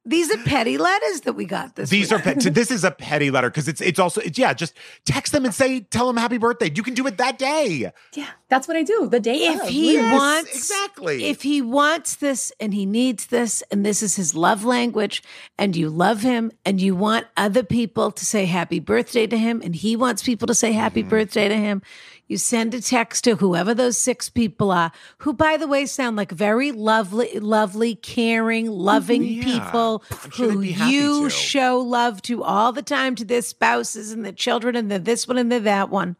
Speaker 1: These are petty letters that we got this
Speaker 3: These
Speaker 1: week.
Speaker 3: are pet- this is a petty letter because it's it's also it's, yeah just text them and say tell them happy birthday you can do it that day
Speaker 5: Yeah, that's what I do. The day
Speaker 1: if
Speaker 5: of,
Speaker 1: he
Speaker 5: literally.
Speaker 1: wants
Speaker 3: exactly.
Speaker 1: if he wants this and he needs this and this is his love language and you love him and you want other people to say happy birthday to him and he wants people to say
Speaker 3: Mm-hmm.
Speaker 1: happy birthday to him you send a text to whoever those six people are who by the way sound like very lovely lovely caring loving
Speaker 3: Yeah.
Speaker 1: people
Speaker 3: I'm sure they'd
Speaker 1: who
Speaker 3: be happy
Speaker 1: you
Speaker 3: to.
Speaker 1: show love to all the time to their spouses and their children and their this one and their that one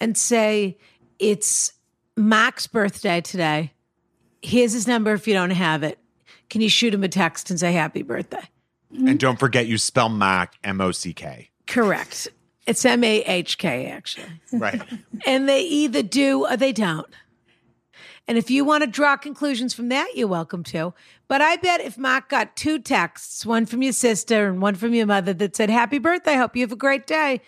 Speaker 1: and say it's Mac's birthday today. Here's his number if you don't have it. Can you shoot him a text and say happy birthday? Mm-hmm.
Speaker 3: and don't forget you spell Mac M O C K
Speaker 1: Correct. It's M A H K actually.
Speaker 3: right
Speaker 1: And they either do or they don't. And if you want to draw conclusions from that, you're welcome to. But I bet if Mark got two texts, one from your sister and one from your mother that said, Happy birthday, hope you have a great day,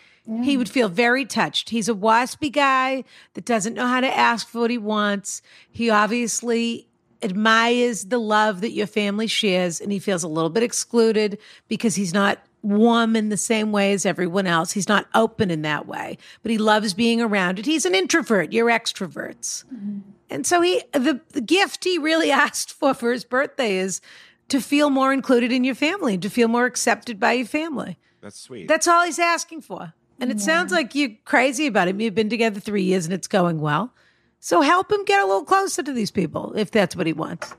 Speaker 1: he would feel very touched. He's a waspy guy that doesn't know how to ask for what he wants. He obviously admires the love that your family shares, and he feels a little bit excluded because he's not warm in the same way as everyone else. He's not open in that way, but he loves being around it. He's an introvert. You're extroverts. And so he the, the gift he really asked for for his birthday is to feel more included in your family, to feel more accepted by your family.
Speaker 3: that's sweet
Speaker 1: That's all he's asking for. And it sounds like you're crazy about him. You've been together 3 years and it's going well. So help him get a little closer to these people if that's what he wants.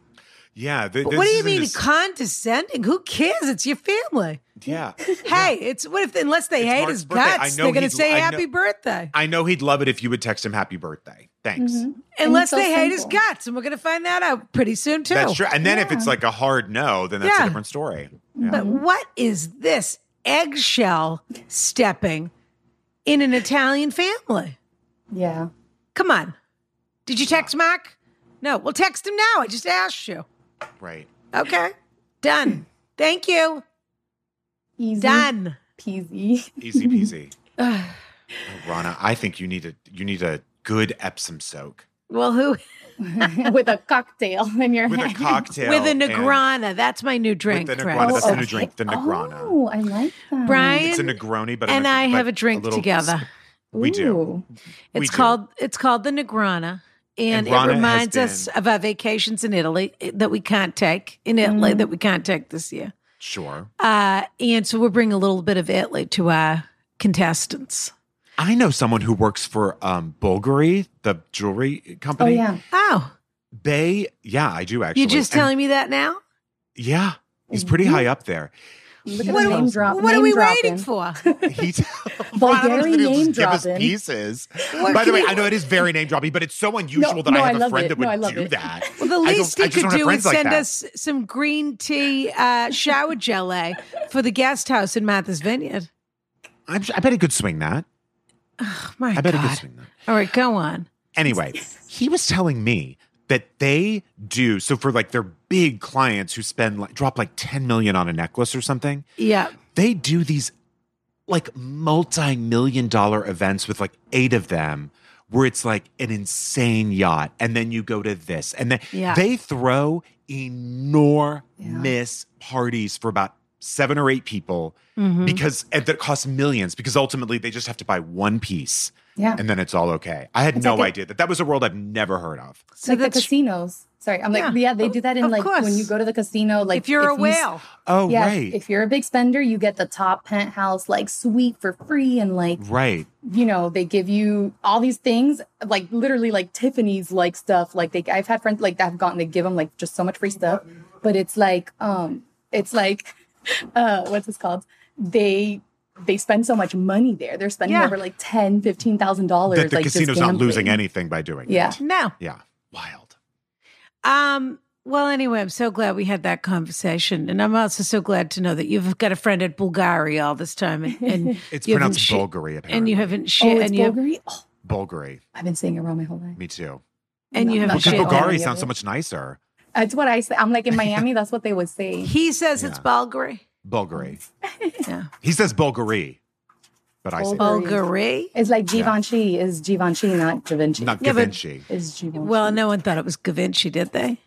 Speaker 3: yeah th-
Speaker 1: But
Speaker 3: this
Speaker 1: what do you
Speaker 3: isn't
Speaker 1: mean
Speaker 3: just-
Speaker 1: condescending? Who cares? It's your family.
Speaker 3: yeah
Speaker 1: Hey, it's what if unless they
Speaker 3: It's
Speaker 1: hate
Speaker 3: Mark's
Speaker 1: his
Speaker 3: birthday. I
Speaker 1: guts,
Speaker 3: know
Speaker 1: they're going to
Speaker 3: he'd-
Speaker 1: say
Speaker 3: I know-
Speaker 1: happy birthday.
Speaker 3: I know he'd love it if you would text him happy birthday thanks
Speaker 5: And
Speaker 1: Unless
Speaker 5: he's so
Speaker 1: they hate his
Speaker 5: simple.
Speaker 1: guts, and we're going to find that out pretty soon too.
Speaker 3: that's true and then if it's like a hard no then that's
Speaker 1: Yeah.
Speaker 3: a different story yeah.
Speaker 1: But what is this eggshell stepping in an Italian family?
Speaker 5: Yeah.
Speaker 1: Come on. Did you text Mark? No. Well, text him now. I just asked you.
Speaker 3: right Mm-hmm.
Speaker 1: Okay. Done. Thank you.
Speaker 5: Easy
Speaker 1: Done.
Speaker 5: peasy.
Speaker 3: Easy peasy. Oh, Rana, I think you need a you need a good Epsom soak
Speaker 1: Well, who
Speaker 5: with a cocktail in your
Speaker 3: with a
Speaker 5: hand.
Speaker 3: cocktail
Speaker 1: with a
Speaker 3: and-
Speaker 1: Negrana? That's my new drink.
Speaker 3: with a
Speaker 1: Brad.
Speaker 3: Negrana. That's the
Speaker 5: Oh, okay.
Speaker 3: new drink, the Negrana.
Speaker 5: Oh, I like that.
Speaker 1: Brian
Speaker 3: It's a Negroni, but a
Speaker 1: and
Speaker 3: Negr-
Speaker 1: I
Speaker 3: but
Speaker 1: have a drink
Speaker 3: little
Speaker 1: together.
Speaker 3: We do.
Speaker 5: Ooh.
Speaker 3: We
Speaker 1: It's
Speaker 3: do.
Speaker 1: called it's called the Negrana, and,
Speaker 3: And Rana
Speaker 1: it
Speaker 3: has
Speaker 1: reminds us
Speaker 3: been-
Speaker 1: of our vacations in Italy eh, that we can't take in Italy
Speaker 3: Mm-hmm.
Speaker 1: that we can't take this year.
Speaker 3: Sure.
Speaker 1: Uh, and so we're bringing a little bit of Italy to our contestants.
Speaker 3: I know someone who works for um Bulgari, the jewelry
Speaker 5: Oh
Speaker 3: company.
Speaker 5: yeah.
Speaker 1: Oh,
Speaker 3: They yeah, I do actually.
Speaker 1: you're just
Speaker 3: And-
Speaker 1: telling me that now?
Speaker 3: Yeah. He's pretty high up there.
Speaker 5: Look at
Speaker 1: What
Speaker 5: the
Speaker 1: are
Speaker 5: name
Speaker 1: we,
Speaker 5: drop.
Speaker 1: what are
Speaker 5: name
Speaker 1: we
Speaker 5: dropping.
Speaker 1: waiting for?
Speaker 3: He t-
Speaker 5: Bulgari
Speaker 3: Rana doesn't even
Speaker 5: name
Speaker 3: give us
Speaker 5: dropping.
Speaker 3: pieces. By the way, I know it is very name dropping, but it's so unusual that
Speaker 5: no,
Speaker 3: I
Speaker 5: I
Speaker 3: have a
Speaker 5: love
Speaker 3: friend
Speaker 5: it.
Speaker 3: that
Speaker 5: No, I
Speaker 3: would
Speaker 5: love
Speaker 3: do
Speaker 5: it.
Speaker 3: that.
Speaker 1: Well, the
Speaker 3: I don't-
Speaker 1: least
Speaker 3: I
Speaker 1: he
Speaker 3: just
Speaker 1: could
Speaker 3: don't have
Speaker 1: do is
Speaker 3: friends like
Speaker 1: send
Speaker 3: that.
Speaker 1: us some green tea uh, shower gelée for the guest house in Martha's Vineyard.
Speaker 3: I'm, I bet he could swing that.
Speaker 1: Oh, my
Speaker 3: I bet he could
Speaker 1: God.
Speaker 3: swing that.
Speaker 1: All right, go on.
Speaker 3: Anyway, he was telling me that they do so for like their big clients who spend like drop like 10 million on a necklace or something.
Speaker 1: Yeah.
Speaker 3: They do these like multi-million dollar events with like 8 of them where it's like an insane yacht and then you go to this and then
Speaker 1: Yeah.
Speaker 3: they throw enormous parties for about 7 or 8 people
Speaker 5: Mm-hmm.
Speaker 3: because and that costs millions because ultimately they just have to buy one piece
Speaker 5: Yeah.
Speaker 3: and then it's all okay. I had
Speaker 5: It's
Speaker 3: no
Speaker 5: like a-
Speaker 3: idea that that was a world I've never heard of.
Speaker 1: So
Speaker 5: like the
Speaker 1: that's
Speaker 5: casinos. Sorry, I'm like,
Speaker 1: Yeah.
Speaker 5: yeah, they do that in
Speaker 1: Of
Speaker 5: like
Speaker 1: course.
Speaker 5: when you go to the casino. Like
Speaker 1: if you're a
Speaker 5: you s-
Speaker 1: whale.
Speaker 3: Oh,
Speaker 5: yeah,
Speaker 3: right.
Speaker 5: if you're a big spender, you get the top penthouse like suite for free, and like
Speaker 3: right.
Speaker 5: you know they give you all these things, like literally like Tiffany's like stuff. Like they, I've had friends like that have gotten they give them like just so much free stuff, but it's like um, it's like uh, what's this called? They they spend so much money there. They're spending
Speaker 1: Yeah.
Speaker 5: over like ten, fifteen thousand dollars.
Speaker 3: That the
Speaker 5: like, just
Speaker 3: casino's not
Speaker 5: gambling.
Speaker 3: losing anything by doing
Speaker 5: Yeah.
Speaker 3: it.
Speaker 1: No.
Speaker 3: Yeah. Wild.
Speaker 1: Um, well, anyway, I'm so glad we had that conversation. And I'm also so glad to know that you've got a friend at Bulgari all this time. And, and
Speaker 3: It's
Speaker 1: you haven't
Speaker 3: pronounced
Speaker 1: sh-
Speaker 3: Bulgari, apparently.
Speaker 1: And you haven't sh-
Speaker 5: Oh, it's
Speaker 1: and you have-
Speaker 5: Bulgari. Oh,
Speaker 3: Bulgari.
Speaker 5: I've been saying it wrong my whole life.
Speaker 3: Me too.
Speaker 1: and you
Speaker 5: No,
Speaker 1: haven't
Speaker 3: Because
Speaker 5: shit
Speaker 1: shit.
Speaker 5: on
Speaker 3: Bulgari
Speaker 5: any of
Speaker 3: sounds so
Speaker 5: it.
Speaker 3: much nicer.
Speaker 5: That's what I say. I'm like in Miami. that's what they would say.
Speaker 1: He says it's
Speaker 3: Yeah.
Speaker 1: Bulgari.
Speaker 3: Bulgari.
Speaker 1: Yeah.
Speaker 3: He says Bulgari, but I say
Speaker 5: Bulgari.
Speaker 1: Bulgari.
Speaker 5: It's like Givenchy is Givenchy, not Da Vinci.
Speaker 3: not
Speaker 1: Yeah, but-
Speaker 3: Givenchy.
Speaker 5: Is Givenchy.
Speaker 1: Well, no one thought it was Gavinci, did they?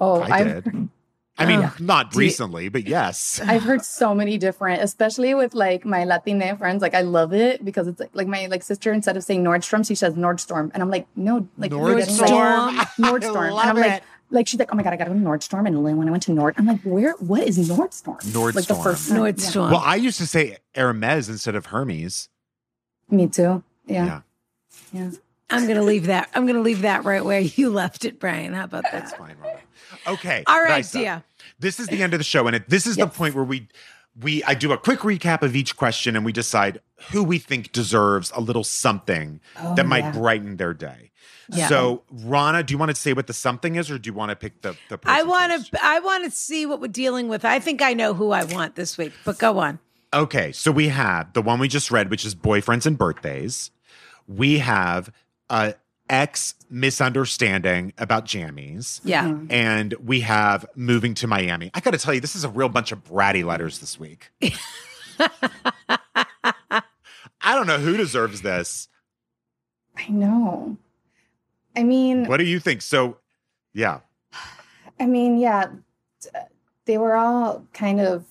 Speaker 5: oh,
Speaker 3: I
Speaker 5: I've,
Speaker 3: did. I mean,
Speaker 1: Oh.
Speaker 3: not
Speaker 1: you-
Speaker 3: recently, but yes.
Speaker 5: I've heard so many different, especially with like my Latina friends. Like I love it because it's like, like my like sister instead of saying Nordstrom, she says Nordstorm, and I'm like, no, like you're getting, like,
Speaker 3: Nordstorm.
Speaker 5: Nordstorm,
Speaker 3: I
Speaker 5: and
Speaker 3: love
Speaker 5: I'm like.
Speaker 3: it.
Speaker 5: Like she's like, oh my god, I gotta go to Nordstrom, and when I went to Nord, I'm like, where? What is Nordstrom? like the
Speaker 3: Nordstorm.
Speaker 5: first time. Yeah.
Speaker 1: Nordstorm.
Speaker 3: Well, I used to say Hermes instead of Hermes.
Speaker 5: Me too.
Speaker 3: Yeah.
Speaker 5: Yeah, yeah.
Speaker 1: I'm going to leave that. I'm going to leave that right where you left it, Brian. How about
Speaker 3: It's
Speaker 1: that?
Speaker 3: fine, Rana. Okay.
Speaker 1: All right,
Speaker 3: Raisa.
Speaker 1: dear.
Speaker 3: This is the end of the show, and it, this is the
Speaker 5: Yes.
Speaker 3: point where we we I do a quick recap of each question, and we decide who we think deserves a little something that might
Speaker 5: Oh, yeah.
Speaker 3: brighten their day.
Speaker 1: Yeah.
Speaker 3: So, Rana, do you want to say what the something is, or do you want to pick the the?
Speaker 1: I
Speaker 3: person
Speaker 1: want
Speaker 3: first?
Speaker 1: to. I want to see what we're dealing with. I think I know who I want this week. But go on.
Speaker 3: Okay, so we have the one we just read, which is boyfriends and birthdays. We have a ex misunderstanding about jammies.
Speaker 1: Yeah.
Speaker 3: And we have moving to Miami. I got to tell you, this is a real bunch of bratty letters this week. I don't know who deserves this.
Speaker 5: I know. I mean,
Speaker 3: What do you think? So, yeah,
Speaker 5: I mean, yeah, t- they were all kind of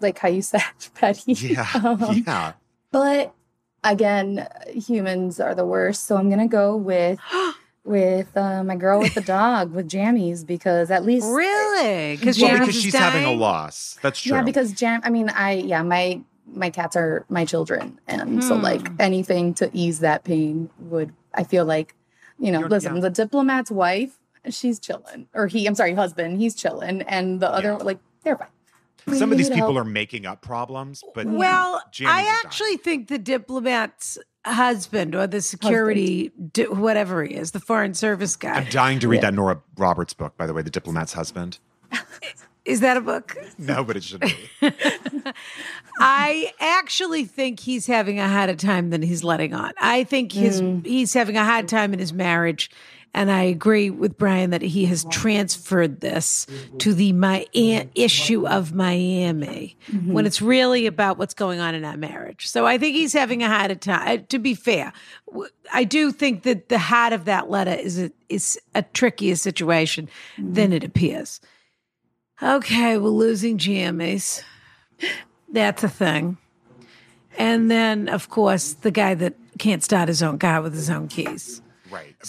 Speaker 5: like how you said, petty.
Speaker 3: yeah,
Speaker 5: Um,
Speaker 3: yeah.
Speaker 5: But again, humans are the worst, so I'm gonna go with with uh, my girl with the dog with jammies because at least
Speaker 1: Really? Because
Speaker 3: Well,
Speaker 5: James
Speaker 3: because she's having a loss. That's true.
Speaker 5: yeah, because jam. I mean, I yeah, my my cats are my children, and so
Speaker 3: Hmm.
Speaker 5: like anything to ease that pain would. I feel like, you know,
Speaker 3: You're-
Speaker 5: listen,
Speaker 3: yeah.
Speaker 5: the diplomat's wife, she's chilling, or he. I'm sorry, husband, he's chilling, and the other
Speaker 3: Yeah.
Speaker 5: like they're fine.
Speaker 3: some of these people are making up problems, but
Speaker 1: Well,
Speaker 3: Jammies is
Speaker 1: I
Speaker 3: dying.
Speaker 1: actually think the diplomat's husband or the security, di- whatever he is, the foreign service guy.
Speaker 3: I'm dying to read that Nora Roberts book, by the way, The Diplomat's Husband.
Speaker 1: Is that a book?
Speaker 3: No, but it should be.
Speaker 1: I actually think he's having a harder time than he's letting on. I think his he's having a hard time in his marriage And I agree with Brian that he has transferred this to the my issue of Miami when it's really about what's going on in our marriage. So I think he's having a harder time. To be fair, w- I do think that the heart of that letter is a, is a trickier situation than it appears. Okay, we're losing jammies. That's a thing. And then, of course, the guy that can't start his own car with his own keys.
Speaker 3: Right. F-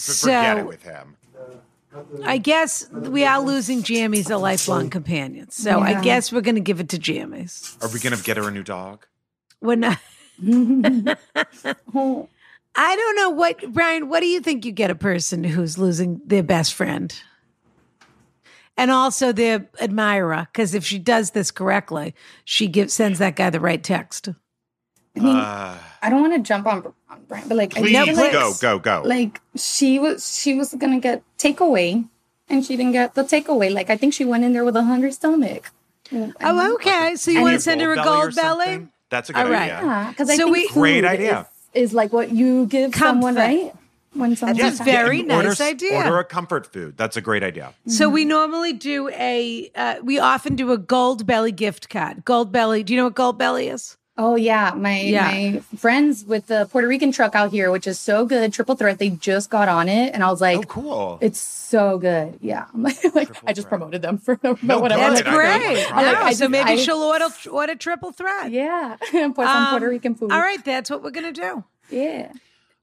Speaker 1: So-
Speaker 3: Forget it with him.
Speaker 1: I guess we are losing Jammies, a lifelong companion. So I guess we're going to give it to Jammies.
Speaker 3: Are we going to get her a new dog?
Speaker 1: We're not. I don't know what, Brian, what do you think you get a person who's losing their best friend? And also their admirer, because if she does this correctly, she gives sends that guy the right text.
Speaker 5: I mean,
Speaker 3: Uh,
Speaker 5: I don't want to jump on, on Brian, but like,
Speaker 3: please
Speaker 5: I feel like,
Speaker 3: go, go, go.
Speaker 5: Like she was, she was gonna get takeaway, and she didn't get the takeaway. Like I think she went in there with a hungry stomach.
Speaker 1: Oh, okay. So you want to
Speaker 3: a
Speaker 1: send her a
Speaker 3: gold belly or
Speaker 1: gold belly?
Speaker 3: something? That's a good
Speaker 1: All right. Ah,
Speaker 3: idea.
Speaker 5: Yeah, because I
Speaker 1: So
Speaker 5: think
Speaker 1: we-
Speaker 3: Great
Speaker 5: food
Speaker 3: idea.
Speaker 5: Is, is like what you give someone,
Speaker 1: Comfort.
Speaker 5: right? When someone
Speaker 3: Yes,
Speaker 1: a very
Speaker 3: and order
Speaker 1: nice
Speaker 3: s-
Speaker 1: idea.
Speaker 3: Order a comfort food. That's a great idea.
Speaker 1: So we normally do a, uh, we often do a gold belly gift card. Gold belly. Do you know what gold belly is?
Speaker 5: Oh yeah, my
Speaker 1: Yeah.
Speaker 5: my friends with the Puerto Rican truck out here, which is so good, triple threat. They just got on it, and I was like,
Speaker 3: Oh, cool.
Speaker 5: "It's so good." Yeah, I'm like, like, I just promoted them for but
Speaker 3: No,
Speaker 5: whatever.
Speaker 3: good.
Speaker 1: That's
Speaker 3: I really wanna
Speaker 1: great.
Speaker 3: try
Speaker 1: No,
Speaker 3: it. I
Speaker 1: so
Speaker 5: just-
Speaker 1: maybe
Speaker 5: I-
Speaker 1: she'll order, order triple threat.
Speaker 5: Yeah, and put some
Speaker 1: Um,
Speaker 5: Puerto Rican food.
Speaker 1: All right, that's what we're gonna do.
Speaker 5: yeah.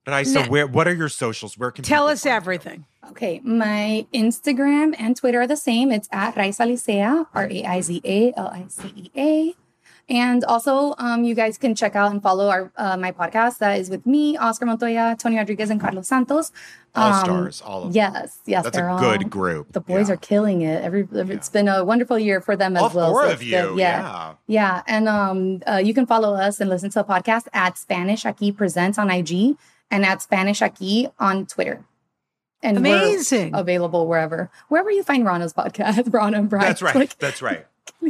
Speaker 3: But I so
Speaker 1: Ne-
Speaker 3: where? What are your socials? Where can
Speaker 1: Tell
Speaker 3: people
Speaker 1: us
Speaker 3: find you?
Speaker 1: everything.
Speaker 5: Okay, my Instagram and Twitter are the same. It's at Raiza Licea, R A I Z A L I C E A. And also, um, you guys can check out and follow our uh, my podcast that is with me, Oscar Montoya, Tony Rodriguez, and Carlos Santos.
Speaker 3: All
Speaker 5: Um,
Speaker 3: stars, all of them.
Speaker 5: Yes, yes,
Speaker 3: That's
Speaker 5: they're
Speaker 3: a
Speaker 5: all-
Speaker 3: good group.
Speaker 5: The boys
Speaker 3: Yeah.
Speaker 5: are killing it. Every it's been a wonderful year for them as
Speaker 3: all
Speaker 5: well.
Speaker 3: four
Speaker 5: so
Speaker 3: of
Speaker 5: it's
Speaker 3: you.
Speaker 5: good.
Speaker 3: yeah.
Speaker 5: Yeah, and um, uh, you can follow us and listen to a podcast at Spanish Aquí Presents on IG and at Spanish Aquí on Twitter. And we're
Speaker 1: Amazing.
Speaker 5: available wherever wherever you find Rana's podcast, Rana and Brian.
Speaker 3: That's right.
Speaker 5: Like,
Speaker 3: That's right.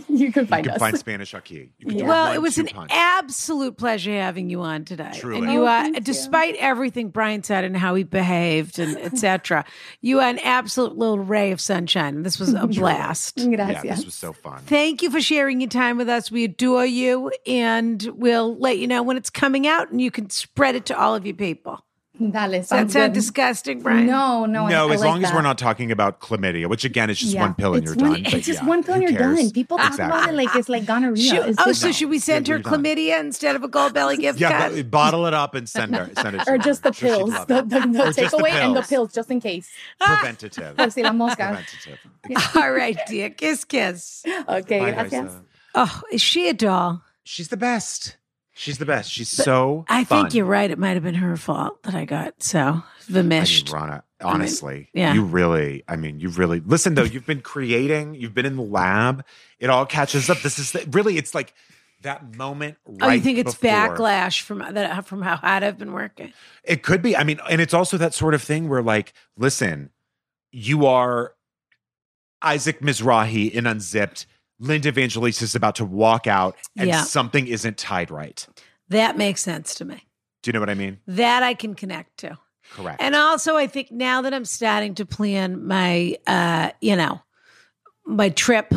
Speaker 5: you can
Speaker 3: You
Speaker 5: find
Speaker 3: can
Speaker 5: us.
Speaker 3: find Spanish Aki. You can do a
Speaker 1: Well,
Speaker 3: one,
Speaker 1: it was
Speaker 3: two
Speaker 1: an
Speaker 3: punch.
Speaker 1: absolute pleasure having you on today.
Speaker 3: Truly.
Speaker 1: And you
Speaker 5: Oh,
Speaker 1: are,
Speaker 5: thank you.
Speaker 1: despite everything Brian said and how he behaved and etc., you are an absolute little ray of sunshine. And This was a blast.
Speaker 3: yeah,
Speaker 5: Gracias.
Speaker 3: this was so fun.
Speaker 1: Thank you for sharing your time with us. We adore you, and we'll let you know when it's coming out, and you can spread it to all of your people.
Speaker 5: Dale,
Speaker 1: Does that
Speaker 5: sounds
Speaker 1: sound
Speaker 5: good.
Speaker 1: disgusting, Brian?
Speaker 5: No, no, I-
Speaker 3: No,
Speaker 5: I
Speaker 3: as
Speaker 5: like
Speaker 3: long as we're
Speaker 5: that.
Speaker 3: not talking about chlamydia, which again is just
Speaker 5: Yeah.
Speaker 3: one pill and
Speaker 5: It's
Speaker 3: you're
Speaker 5: one-
Speaker 3: done. but
Speaker 5: It's just
Speaker 3: yeah,
Speaker 5: one pill and
Speaker 3: who
Speaker 5: you're
Speaker 3: cares?
Speaker 5: done. People talk about it
Speaker 3: Exactly.
Speaker 5: like it's like gonorrhea.
Speaker 1: Shoot.
Speaker 5: It's
Speaker 1: oh,
Speaker 5: just-
Speaker 1: so should we send her
Speaker 3: You're done.
Speaker 1: chlamydia instead of a gold belly gift
Speaker 3: Yeah,
Speaker 1: card?
Speaker 3: bo- bottle it up and send her. Send it to
Speaker 5: "Oh,
Speaker 3: her.
Speaker 5: or just the
Speaker 3: I'm sure she'd
Speaker 5: pills,
Speaker 3: love
Speaker 5: the,
Speaker 3: it.
Speaker 5: the, the
Speaker 3: Or just the
Speaker 5: takeaway and the
Speaker 3: pills.
Speaker 5: pills, just in case.
Speaker 3: Preventative.
Speaker 5: Por si la mosca.
Speaker 3: Preventative.
Speaker 1: All right, dear. Kiss, kiss.
Speaker 5: Okay,
Speaker 3: Bye,
Speaker 5: gracias.
Speaker 3: Raisa.
Speaker 1: Oh, is she a doll?
Speaker 3: uh, She's the best. She's the best. She's so.
Speaker 1: I
Speaker 3: fun.
Speaker 1: think you're right. It might have been her fault that I got so
Speaker 3: I mean,
Speaker 1: vermished.
Speaker 3: Rana, honestly,
Speaker 1: yeah.
Speaker 3: you really, I mean, you really, listen though, you've been creating, you've been in the lab, it all catches up. This is the, really, it's like that moment right
Speaker 1: oh, you think it's
Speaker 3: before.
Speaker 1: backlash from that from how hard I've been working?
Speaker 3: It could be. I mean, and it's also that sort of thing where, like, listen, you are Isaac Mizrahi in Unzipped. Linda Evangelista is about to walk out, and
Speaker 1: Yeah.
Speaker 3: something isn't tied right.
Speaker 1: That makes sense to me.
Speaker 3: Do you know what I mean?
Speaker 1: That I can connect to.
Speaker 3: Correct.
Speaker 1: And uh, also, I think now that I'm starting to plan my, uh, you know, my trip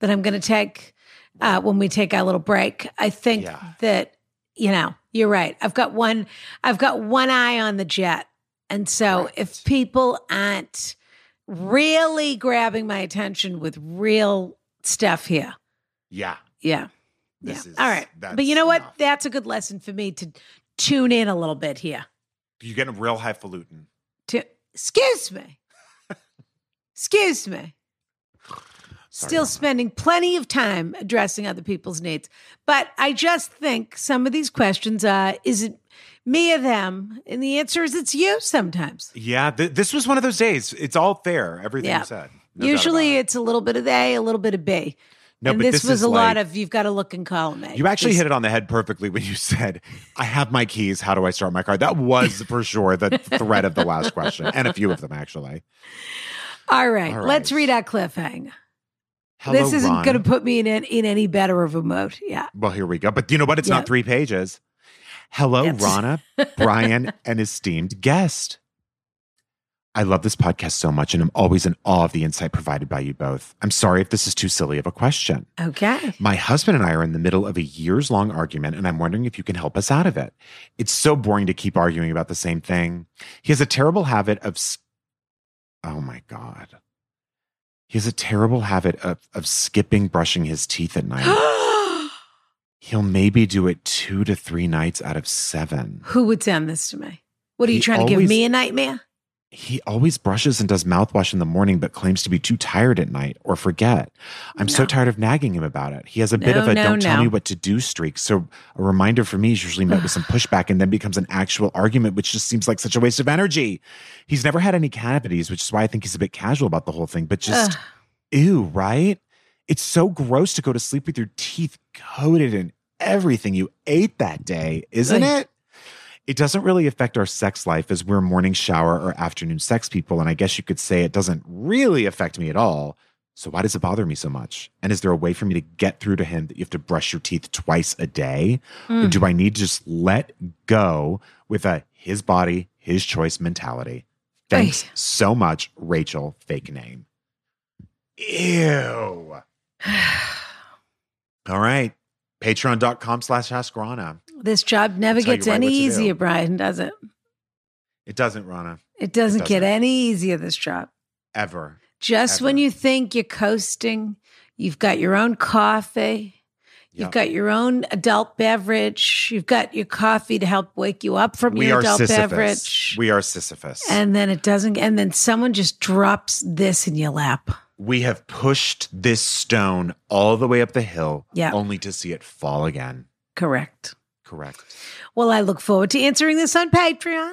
Speaker 1: that I'm going to take uh, when we take our little break, I think
Speaker 3: Yeah.
Speaker 1: that you know you're right. I've got one, I've got one eye on the jet, and so if people aren't really grabbing my attention with real stuff here,
Speaker 3: yeah.
Speaker 1: yeah,
Speaker 3: This
Speaker 1: yeah,
Speaker 3: is-
Speaker 1: all right. But
Speaker 3: that's
Speaker 1: you know what?
Speaker 3: enough.
Speaker 1: That's a good lesson for me to tune in a little bit here.
Speaker 3: You're getting real highfalutin.
Speaker 1: to excuse me excuse me still spending plenty of time addressing other people's needs but i just think some of these questions are is it me or them and the answer is it's you sometimes
Speaker 3: Yeah, th- this was one of those days. It's all fair. Everything
Speaker 1: Yeah.
Speaker 3: you said. No doubt
Speaker 1: usually
Speaker 3: about
Speaker 1: it's a little bit of a a little bit of b
Speaker 3: No,
Speaker 1: and
Speaker 3: but
Speaker 1: this,
Speaker 3: this
Speaker 1: was
Speaker 3: is
Speaker 1: a lot
Speaker 3: like-
Speaker 1: of you've got to look and column a
Speaker 3: it. you actually hit it on the head perfectly when you said, "I have my keys. How do I start my car?" That was for sure the thread of the last question, and a few of them actually.
Speaker 1: all right,
Speaker 3: All right.
Speaker 1: let's read our cliffhanger
Speaker 3: Hello,
Speaker 1: this isn't
Speaker 3: Ron.
Speaker 1: going to put me in, an- in any better of a mood yeah
Speaker 3: Well, here we go. But you know what? It's
Speaker 1: Yeah.
Speaker 3: not three pages. Hello,
Speaker 1: Yes.
Speaker 3: Rana, Brian, and esteemed guest. I love this podcast so much, and I'm always in awe of the insight provided by you both. I'm sorry if this is too silly of a question.
Speaker 6: Okay.
Speaker 3: My husband and I are in the middle of a years long argument, and I'm wondering if you can help us out of it. It's so boring to keep arguing about the same thing. He has a terrible habit of. s- Oh my God. He has a terrible habit of, of skipping brushing his teeth at night. He'll maybe do it two to three nights out of seven.
Speaker 6: Who would send this to me? What are you
Speaker 3: He
Speaker 6: trying to give
Speaker 3: always-
Speaker 6: me a nightmare?
Speaker 3: He always brushes and does mouthwash in the morning, but claims to be too tired at night or forget. I'm so
Speaker 6: No.
Speaker 3: tired of nagging him about it. He has a bit
Speaker 6: No,
Speaker 3: of a
Speaker 6: no,
Speaker 3: don't tell
Speaker 6: no.
Speaker 3: me what to do streak. So a reminder for me is usually met with some pushback and then becomes an actual argument, which just seems like such a waste of energy. He's never had any cavities, which is why I think he's a bit casual about the whole thing, but just
Speaker 6: Ugh.
Speaker 3: ew, right? It's so gross to go to sleep with your teeth coated in everything you ate that day, isn't
Speaker 6: Ugh.
Speaker 3: it? It doesn't really affect our sex life as we're morning shower or afternoon sex people. And I guess you could say it doesn't really affect me at all. So why does it bother me so much? And is there a way for me to get through to him that you have to brush your teeth twice a day? Or
Speaker 6: Mm.
Speaker 3: do I need to just let go with a his body, his choice mentality? Thanks
Speaker 6: Oy.
Speaker 3: so much, Rachel, fake name. Ew. All right. Patreon.com slash Askrana.
Speaker 6: this job never
Speaker 3: I'll tell you
Speaker 6: gets
Speaker 3: right
Speaker 6: any
Speaker 3: what to do.
Speaker 6: easier, Brian, does it?
Speaker 3: It doesn't, Rana,
Speaker 6: It doesn't,
Speaker 3: It
Speaker 6: get
Speaker 3: doesn't.
Speaker 6: any easier, this job.
Speaker 3: ever.
Speaker 6: Just when
Speaker 3: Ever.
Speaker 6: you think you're coasting, you've got your own coffee,
Speaker 3: Yeah.
Speaker 6: you've got your own adult beverage, you've got your coffee to help wake you up from
Speaker 3: we
Speaker 6: your
Speaker 3: are
Speaker 6: adult
Speaker 3: Sisyphus.
Speaker 6: beverage.
Speaker 3: We are Sisyphus.
Speaker 6: and then it doesn't, and then someone just drops this in your lap.
Speaker 3: we have pushed this stone all the way up the hill,
Speaker 6: Yeah.
Speaker 3: only to see it fall again.
Speaker 6: Correct.
Speaker 3: Correct.
Speaker 6: Well, I look forward to answering this on Patreon.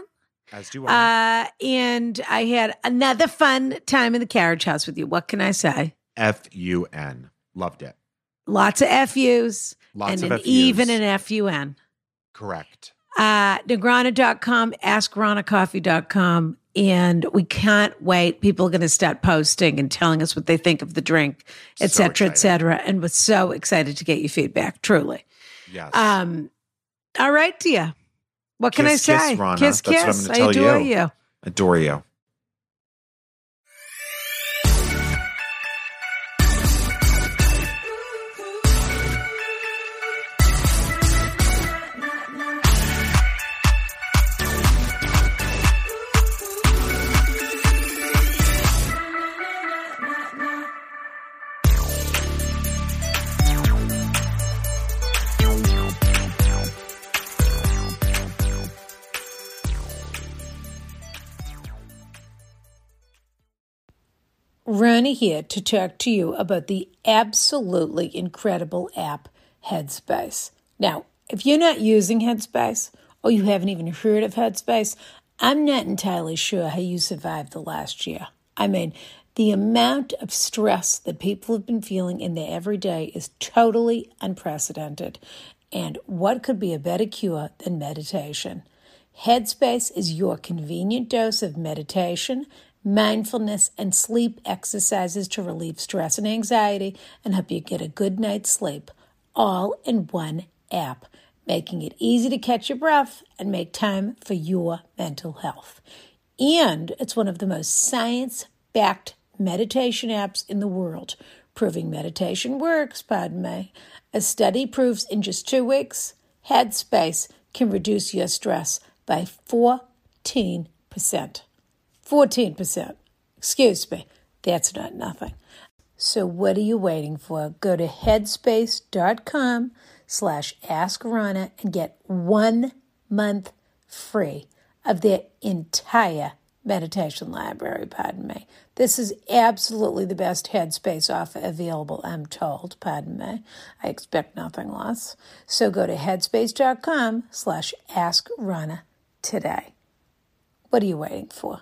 Speaker 3: As do I.
Speaker 6: Uh, and I had another fun time in the carriage house with you. What can I say?
Speaker 3: F U N. Loved it.
Speaker 6: Lots of FUs
Speaker 3: Lots
Speaker 6: and
Speaker 3: of
Speaker 6: an even
Speaker 3: FUs.
Speaker 6: an FUN.
Speaker 3: Correct.
Speaker 6: Uh, Negrana.com, AskRonaCoffee.com. And we can't wait. People are going to start posting and telling us what they think of the drink, et
Speaker 3: So
Speaker 6: cetera, et
Speaker 3: excited.
Speaker 6: cetera. And we're so excited to get your feedback, truly.
Speaker 3: Yes.
Speaker 6: Um, all right, dear. What can
Speaker 3: Kiss,
Speaker 6: I
Speaker 3: kiss,
Speaker 6: say?
Speaker 3: Rana.
Speaker 6: Kiss,
Speaker 3: That's what I'm
Speaker 6: kiss.
Speaker 3: gonna tell
Speaker 6: I adore
Speaker 3: you.
Speaker 6: you.
Speaker 3: Adore you.
Speaker 1: Ronnie here to talk to you about the absolutely incredible app Headspace. Now, if you're not using Headspace or you haven't even heard of Headspace, I'm not entirely sure how you survived the last year. I mean, the amount of stress that people have been feeling in their everyday is totally unprecedented. And what could be a better cure than meditation? Headspace is your convenient dose of meditation, mindfulness, and sleep exercises to relieve stress and anxiety and help you get a good night's sleep, all in one app, making it easy to catch your breath and make time for your mental health. And it's one of the most science backed meditation apps in the world, proving meditation works, pardon me. A study proves in just two weeks, Headspace can reduce your stress by 14%. 14%. Excuse me, that's not nothing. So what are you waiting for? Go to headspace.com slash askrana and get one month free of their entire meditation library, pardon me. This is absolutely the best headspace offer available, I'm told, pardon me. I expect nothing less. So go to headspace.com slash askrana today. What are you waiting for?